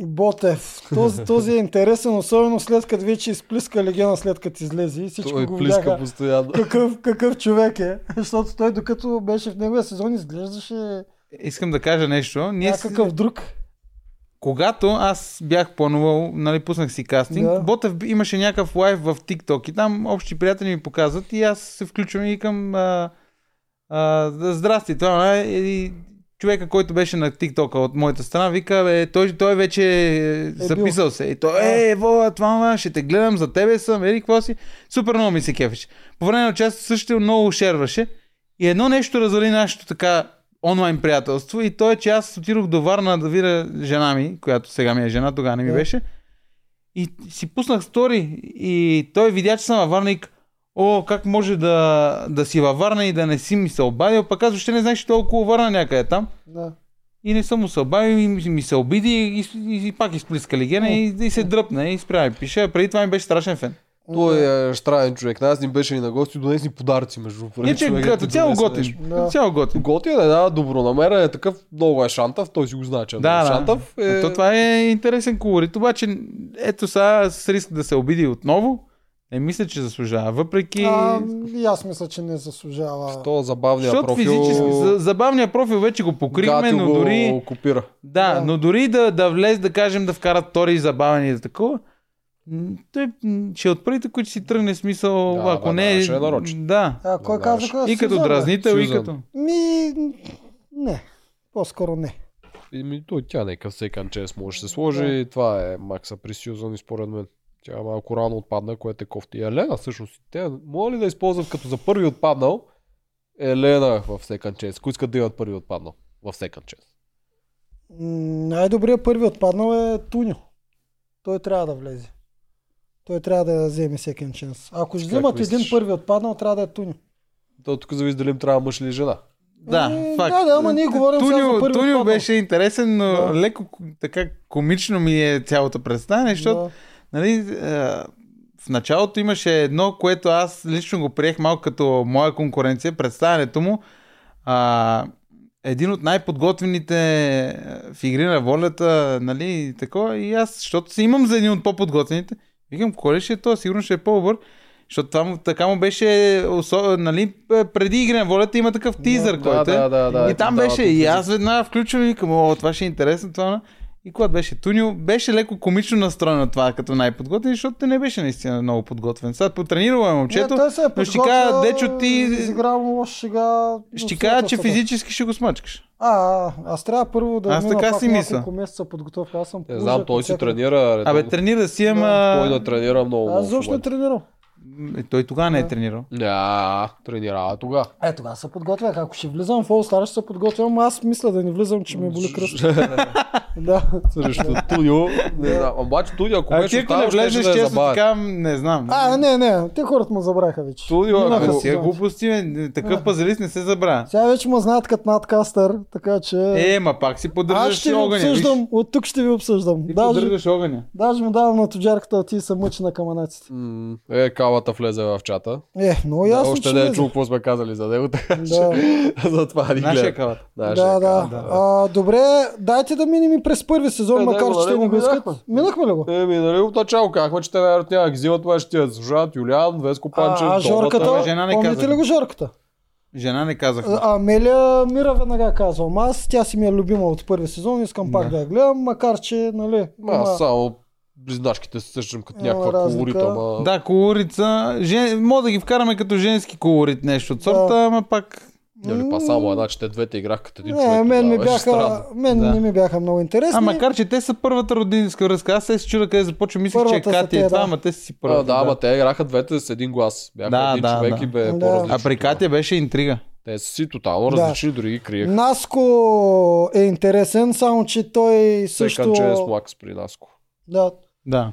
A: Ботев. Този, този е интересен, особено след като вече изплиска легена, след като излезе и всички
B: Той
A: го
B: плиска
A: видяха.
B: постоянно.
A: Какъв, какъв човек е, защото той докато беше в неговия сезон изглеждаше
C: Искам да кажа нещо. Ние си-
A: някакъв друг.
C: Когато аз бях планувал, нали, пуснах си кастинг,
A: Да.
C: да. Ботев имаше някакъв лайв в TikTok и там общи приятели ми показват и аз се включвам и към а, а, здрасти, това е и човека, който беше на TikTok от моята страна, вика, бе, той, той вече е, записал се. И той, е, вола, това, ма, ще те гледам, за тебе съм, ели, какво си. Супер много ми се кефеше. По време на участието също много шерваше. И едно нещо развали нашето така онлайн приятелство и то е, че аз отидох до Варна да видя жена ми, която сега ми е жена, тогава не ми
A: Да.
C: беше. И си пуснах стори и той видя, че съм във Варна и к- О, как може да, да си във Варна и да не си ми се обадил, пък аз въобще не знаех, че той е около Варна някъде там.
A: Да.
C: И не съм му се обадил и ми, ми се обиди и, и, и пак изплиска легена и, и се дръпна и спря ми пише. Преди това ми беше страшен фен.
B: Той е штраен човек. На нас ни беше и на гости, донес ни подаръци между
C: Не, че
B: човекът
C: като
B: ни
C: цяло
B: донесе
C: готин.
B: нещо.
A: Да.
C: Цяло готин.
B: Готин е, да, добронамерен е такъв, много е шантав, той си го знае, че е
C: Да,
B: много
C: да.
B: шантав. Е...
C: То това е интересен колорит. Обаче, ето сега с риск да се обиди отново, не мисля, че заслужава. Въпреки...
A: А, и аз мисля, че не заслужава.
B: То забавния
C: Защото
B: профил...
C: физически, за- забавният профил вече го покрихме,
B: Гатю
C: но
B: го
C: дори...
B: окупира.
C: Да,
A: Да.
C: но дори да, да влез, да кажем, да вкарат втори забавен и да такова, м, той м, ще е от първите, които си тръгне смисъл,
B: Да,
C: ако
B: бе,
C: не...
B: да, ще е нарочен.
C: да.
A: А, кой
B: Да,
A: каза?
B: да.
A: кой?
C: И като
A: Сюзан, бе.
C: дразнител, и
B: Сюзан.
C: като...
A: Ми, не. По-скоро не.
B: Еми, той тя нека всеки анчес може да се сложи.
A: Да.
B: Да. Това е Макса при Сюзан и според мен. Тя малко рано отпадна, което е кофти. И Елена всъщност. Те мога ли да използват като за първи отпаднал Елена в Second Chance? Кои искат да имат първи отпаднал в Second Chance?
A: М, Най-добрият първи отпаднал е Туньо. Той трябва да влезе. Той трябва да вземе second chance. Ако ще
B: Как
A: вземат
B: мислиш?
A: един първи отпаднал, трябва да е Туньо.
B: То тук зависи дали им трябва мъж или жена.
C: Да,
A: Е,
C: факт.
A: да, да, ама ние говорим сега за
C: Тунио,
A: първи
C: Тунио
A: отпаднал.
C: беше интересен, но
A: Да.
C: да. леко к- така комично ми е цялото представяне, защото да. нали, е, в началото имаше едно, което аз лично го приех малко като моя конкуренция, представянето му. А, един от най-подготвените в игри на волята, нали, и такова. И аз, защото си имам за един от по-подготвените, викам, кой ли ще е то, сигурно ще е по-добър. Защото това, му- така му беше, осо- нали, преди игри на волята има такъв тизър,
B: да,
C: който е.
B: да, да, да,
C: и там
B: дават
C: беше
B: му
C: и
B: тизър.
C: аз веднага включвам и викам, о, това ще е интересно, това. И когато беше Тунио, беше леко комично настроено това като най-подготвен, защото не беше наистина много подготвен. Сега потренирало е момчето,
A: не, той се е
C: но ще кажа,
A: подготвил,
C: дечо ти,
A: изиграл му лош шега.
C: ще ти
A: но
C: кажа, че
A: след това-
C: физически ще го смачкаш.
A: А, а, аз трябва първо да
C: Аз
A: мина
C: така
A: пак
C: си мисля.
A: няколко месеца подготовка. Аз съм
B: Не
A: полужа
B: Е, знам,
A: по
B: той си
A: всякъде.
B: тренира. редовно.
C: Абе, тренира си, ама...
B: Той да тренира много.
A: Аз
B: много
A: защо не
B: свободно.
A: тренирам?
C: М, Той тогава не е тренирал.
B: Да, тренира тога.
A: Е, тогава се подготвях. Ако ще влизам в All Star, ще се подготвям. Аз мисля да не влизам, че ме боли кръст. да.
B: Срещу Тунио. Не знам. Обаче Тунио, ако
C: А ти
B: беше
C: ако не
B: останал, ще
C: влезеш
B: да е
C: честно
B: забавен.
C: така, м, не знам.
A: А, не, не. Те хората му забравиха вече.
B: Студио,
A: Минаха
B: ако
C: Ако
A: сезоните.
B: си
C: си е глупости, бе, такъв пазарист не се забравя.
A: Сега вече ме знаят като надкастър, така че...
C: Е, ма пак си
A: Аз
C: поддържаш
A: ще ви
C: огъня. виж.
A: обсъждам, от тук ще ви обсъждам.
C: Ти
A: Даже,
C: поддържаш огъня.
A: даже му давам на тоджарката, оти се мъчи на каманаците.
B: М, Е, кавата влезе в чата.
A: Е, много
B: Да,
A: ясно,
B: още не е
A: влиза.
B: чул какво сме казали за него, така че
A: Да.
B: затова ни
C: Нашия
B: гледа.
C: е кавата.
B: Нашия
A: Да, да.
B: кава,
A: А, добре, дайте да минем и през първи сезон,
B: Е, да,
A: макар
B: го,
A: че те
B: нали,
A: не го
B: го
A: искат.
B: минахме.
A: Минахме ли го?
B: Еми, нали, от начало казахме, че те най-вероятно няма да ги взимат, това ще ти я заслужават Юлиан, Веско Панчев, нали?
A: А, а Жорката,
B: Добата.
C: жена не
A: помните
C: каза.
A: ли го Жорката?
C: Жена не казах.
A: А, Амелия Мира веднага казвам. Аз, тя си ми е любима от първи сезон, искам пак да,
C: Да.
A: я гледам, макар че, нали,
B: Ма,
A: има-
B: Аз само близначките се сещам като
A: Има
B: някаква
A: разлика.
B: колорита, ама...
C: Да, колорица. Жен... Мога да ги вкараме като женски колорит нещо от сорта,
A: Да.
C: ама пак...
B: Нали, па само една, че те двете играх като един
A: не,
B: човек.
A: мен, ми
B: тогава, беше
A: бяха,
B: странно.
A: мен
C: Да.
A: не ми бяха много интересни.
C: А макар, че те са първата родинска връзка, аз се чуда къде започвам. Мислих, че е
A: Първата са
C: Катя
A: те,
C: и това,
A: да.
C: ама те са си
B: А,
C: първата.
B: да, ама те играха двете с един глас. Бяха
C: Да,
B: един
C: да,
B: човек
C: да.
B: и бе
A: Да.
B: по-различно.
C: А при Катя беше интрига.
B: Те са си тотално
A: Да.
B: различни, дори ги криеха.
A: Наско е интересен, само че той
B: Също...
A: също...
B: Second Chance Max при Наско.
A: Да.
C: Да.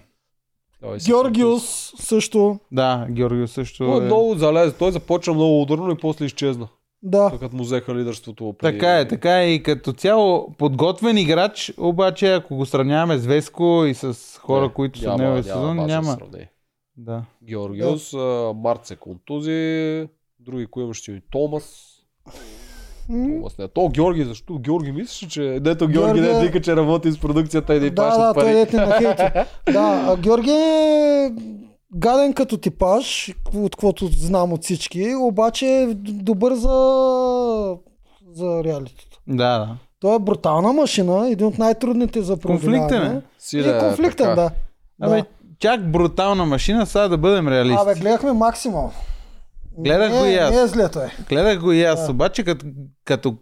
B: Той е
A: Георгиус също.
C: Да, Георгио също.
B: Той е
C: е-
B: много залез. Той започна много ударно и после изчезна.
A: Да.
B: Тук му взеха лидерството. при-
C: Така е, така е и като цяло подготвен играч, обаче ако го сравняваме с Веско и с хора,
B: Не,
C: които са
B: Е, няма,
C: в неговия
B: няма
C: сезон,
B: база за
C: няма.
B: сравнение.
C: Да.
B: Георгиос, а, Март се контузи, други кои имаш и Томас.
A: М,
B: Томас не. То Георги, защо? Георги мислиш, ли, че... Дето Георги
A: Георги
B: не
A: е-
B: вика, че работи с продукцията и да й
A: Да,
B: плащат
A: да, той
C: е-
B: пари.
A: дете на хейти. Да, а Георги е гаден като типаж, от каквото знам от всички, обаче е добър за, за реалитето.
C: Да, да.
A: Той е брутална машина, един от най-трудните за
C: Конфликтен е.
A: преодоляване.
B: Силен
A: И
B: е,
A: конфликтен,
B: така.
A: да.
C: Абе, чак брутална машина, сега да бъдем реалисти.
A: Абе, гледахме максимум.
C: Гледах
A: не,
C: го и аз.
A: Не е зле той.
C: Гледах го и аз,
A: Да.
C: обаче като, като...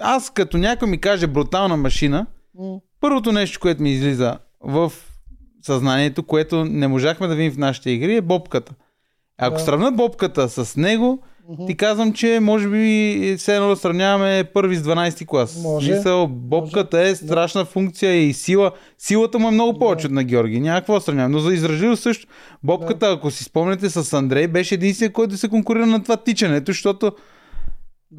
C: Аз като някой ми каже брутална машина,
A: М.
C: първото нещо, което ми излиза в съзнанието, което не можахме да видим в нашите игри е бобката. Ако
A: Да.
C: сравна бобката с него,
A: Мгм.
C: ти казвам, че може би все едно да сравняваме първи с 12 клас.
A: Може.
C: Мисъл, бобката е страшна функция и сила. Силата му е много повече от на Георги. Няма какво да сравнявам. Но за изражил също, бобката, ако си спомняте с Андрей, беше единствения, който се конкурира на това тичането, защото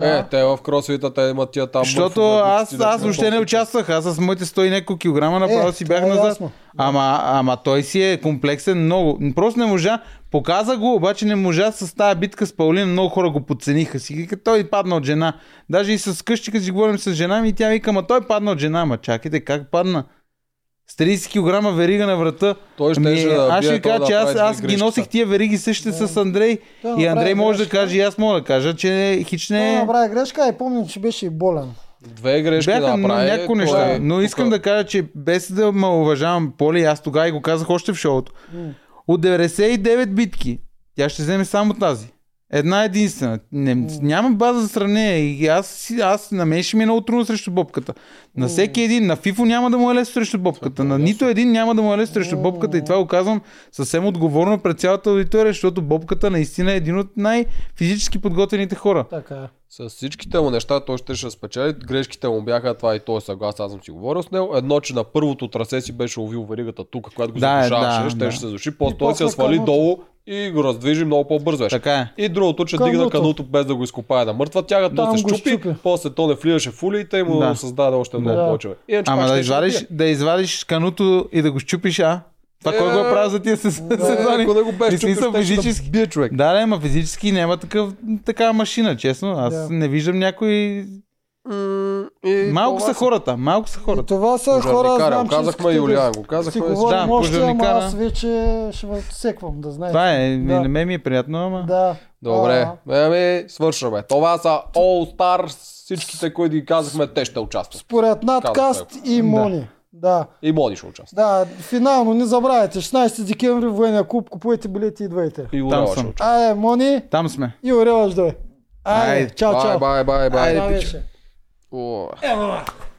B: Е, те в кросовита, те имат тия там.
C: Защото
B: мърфове,
C: аз,
B: десетина,
C: аз въобще не
B: толкова.
C: участвах. Аз с моите 100 и няколко килограма направо
A: Е,
C: си
A: това
C: бях
A: е
C: назад.
A: ясно.
C: Ама, ама той си е комплексен много. Просто не можа. Показа го, обаче не можа с тази битка с Паулин. Много хора го подцениха си. Вика, той падна от жена. Даже и с къщика си говорим с жена ми и тя вика, ма той падна от жена. Ма чакайте, как падна? С 30 кг верига на врата.
B: Той ще
C: Ами,
B: да
C: аз
B: бие,
C: ще
B: той
C: кажа,
B: да
C: че аз,
B: прави
C: аз
B: две
C: ги
B: грешки.
C: носих тия вериги същите с Андрей.
A: Той
C: И
A: направи
C: Андрей може да
A: грешка.
C: каже, и аз мога да кажа, че хич не
A: Той
C: е.
A: направи грешка и помним, че беше и болен.
B: Две грешки
C: Бяха
B: направи.
C: някои
B: той
C: неща,
B: е
C: но
B: тука.
C: искам да кажа, че без да ме уважавам Поли, аз тогава и го казах още в шоуто. От 99 битки, тя ще вземе само тази. Една единствена. Не, няма база за сравнение. И аз, си- аз на мен ще ми е много трудно срещу бобката. На всеки един, на Фифо няма да му е лесно срещу бобката. На нито един няма да му е лесно срещу бобката. И това го казвам съвсем отговорно пред цялата аудитория, защото бобката наистина е един от най-физически подготвените хора.
A: Така е.
B: С всичките му неща той ще ще спечели. Грешките му бяха, това и той е съгласен, аз съм си говорил с него. Едно, че на първото трасе си беше увил веригата тук, която го
C: Да, е,
B: задушаваше,
C: да,
B: ще
C: да.
B: ще се заши,
A: И
B: после той се
A: после
B: свали
A: кануто.
B: долу и го раздвижи много по-бързо. беше.
C: Така е.
B: И другото, че
A: Кануто.
B: дигна кануто без да го изкопае на мъртва тяга,
A: Там
B: то се
A: го
B: щупи,
A: щупи.
B: после то не влияше в улиите и му
C: Да.
B: създаде още много
A: Да.
B: повече. Иначе
C: Ама
B: пак
C: да
B: щеше да
C: извадиш,
B: бие.
C: да извадиш кануто и да го щупиш, а? Това
B: Е,
C: кой го е правил за тия се сезони?
B: Ако не го беше
C: И смисъл,
B: чупил, ще
C: физически.
B: ще бие човек.
C: Да, да, ама физически няма такъв, такава машина, честно. Аз
A: Да.
C: не виждам някой...
B: М, и
C: Малко
B: това
C: са хората, малко са
A: И
C: хората.
A: това са хора,
B: Пожарникаря,
A: знам,
B: го
A: че
B: казахме,
A: искате да
B: Юлиан го казахме,
A: Си говорим
C: знам,
A: още, ама
C: пожарникара.
A: аз вече ще ме секвам, да знаете.
C: Това е,
A: Да.
C: на мен ми е приятно, ама...
A: Да.
B: Добре,
A: А,
B: ами свършваме. Това са All Stars, всичките, които ги казахме, те ще участват.
A: според надкаст и Мони. Да.
B: И Мони ще участва.
A: Да, финално не забравяйте. 16 декември военния клуб, купуйте билети и идвайте.
B: И Орела ще
C: съм.
B: участва.
A: Айде, Мони
C: Там сме.
A: и Орелаш дой. Айде,
C: Айде.
A: чао, чао.
B: Бай, бай, бай,
A: Айде,
B: бай.
A: беше.
B: О.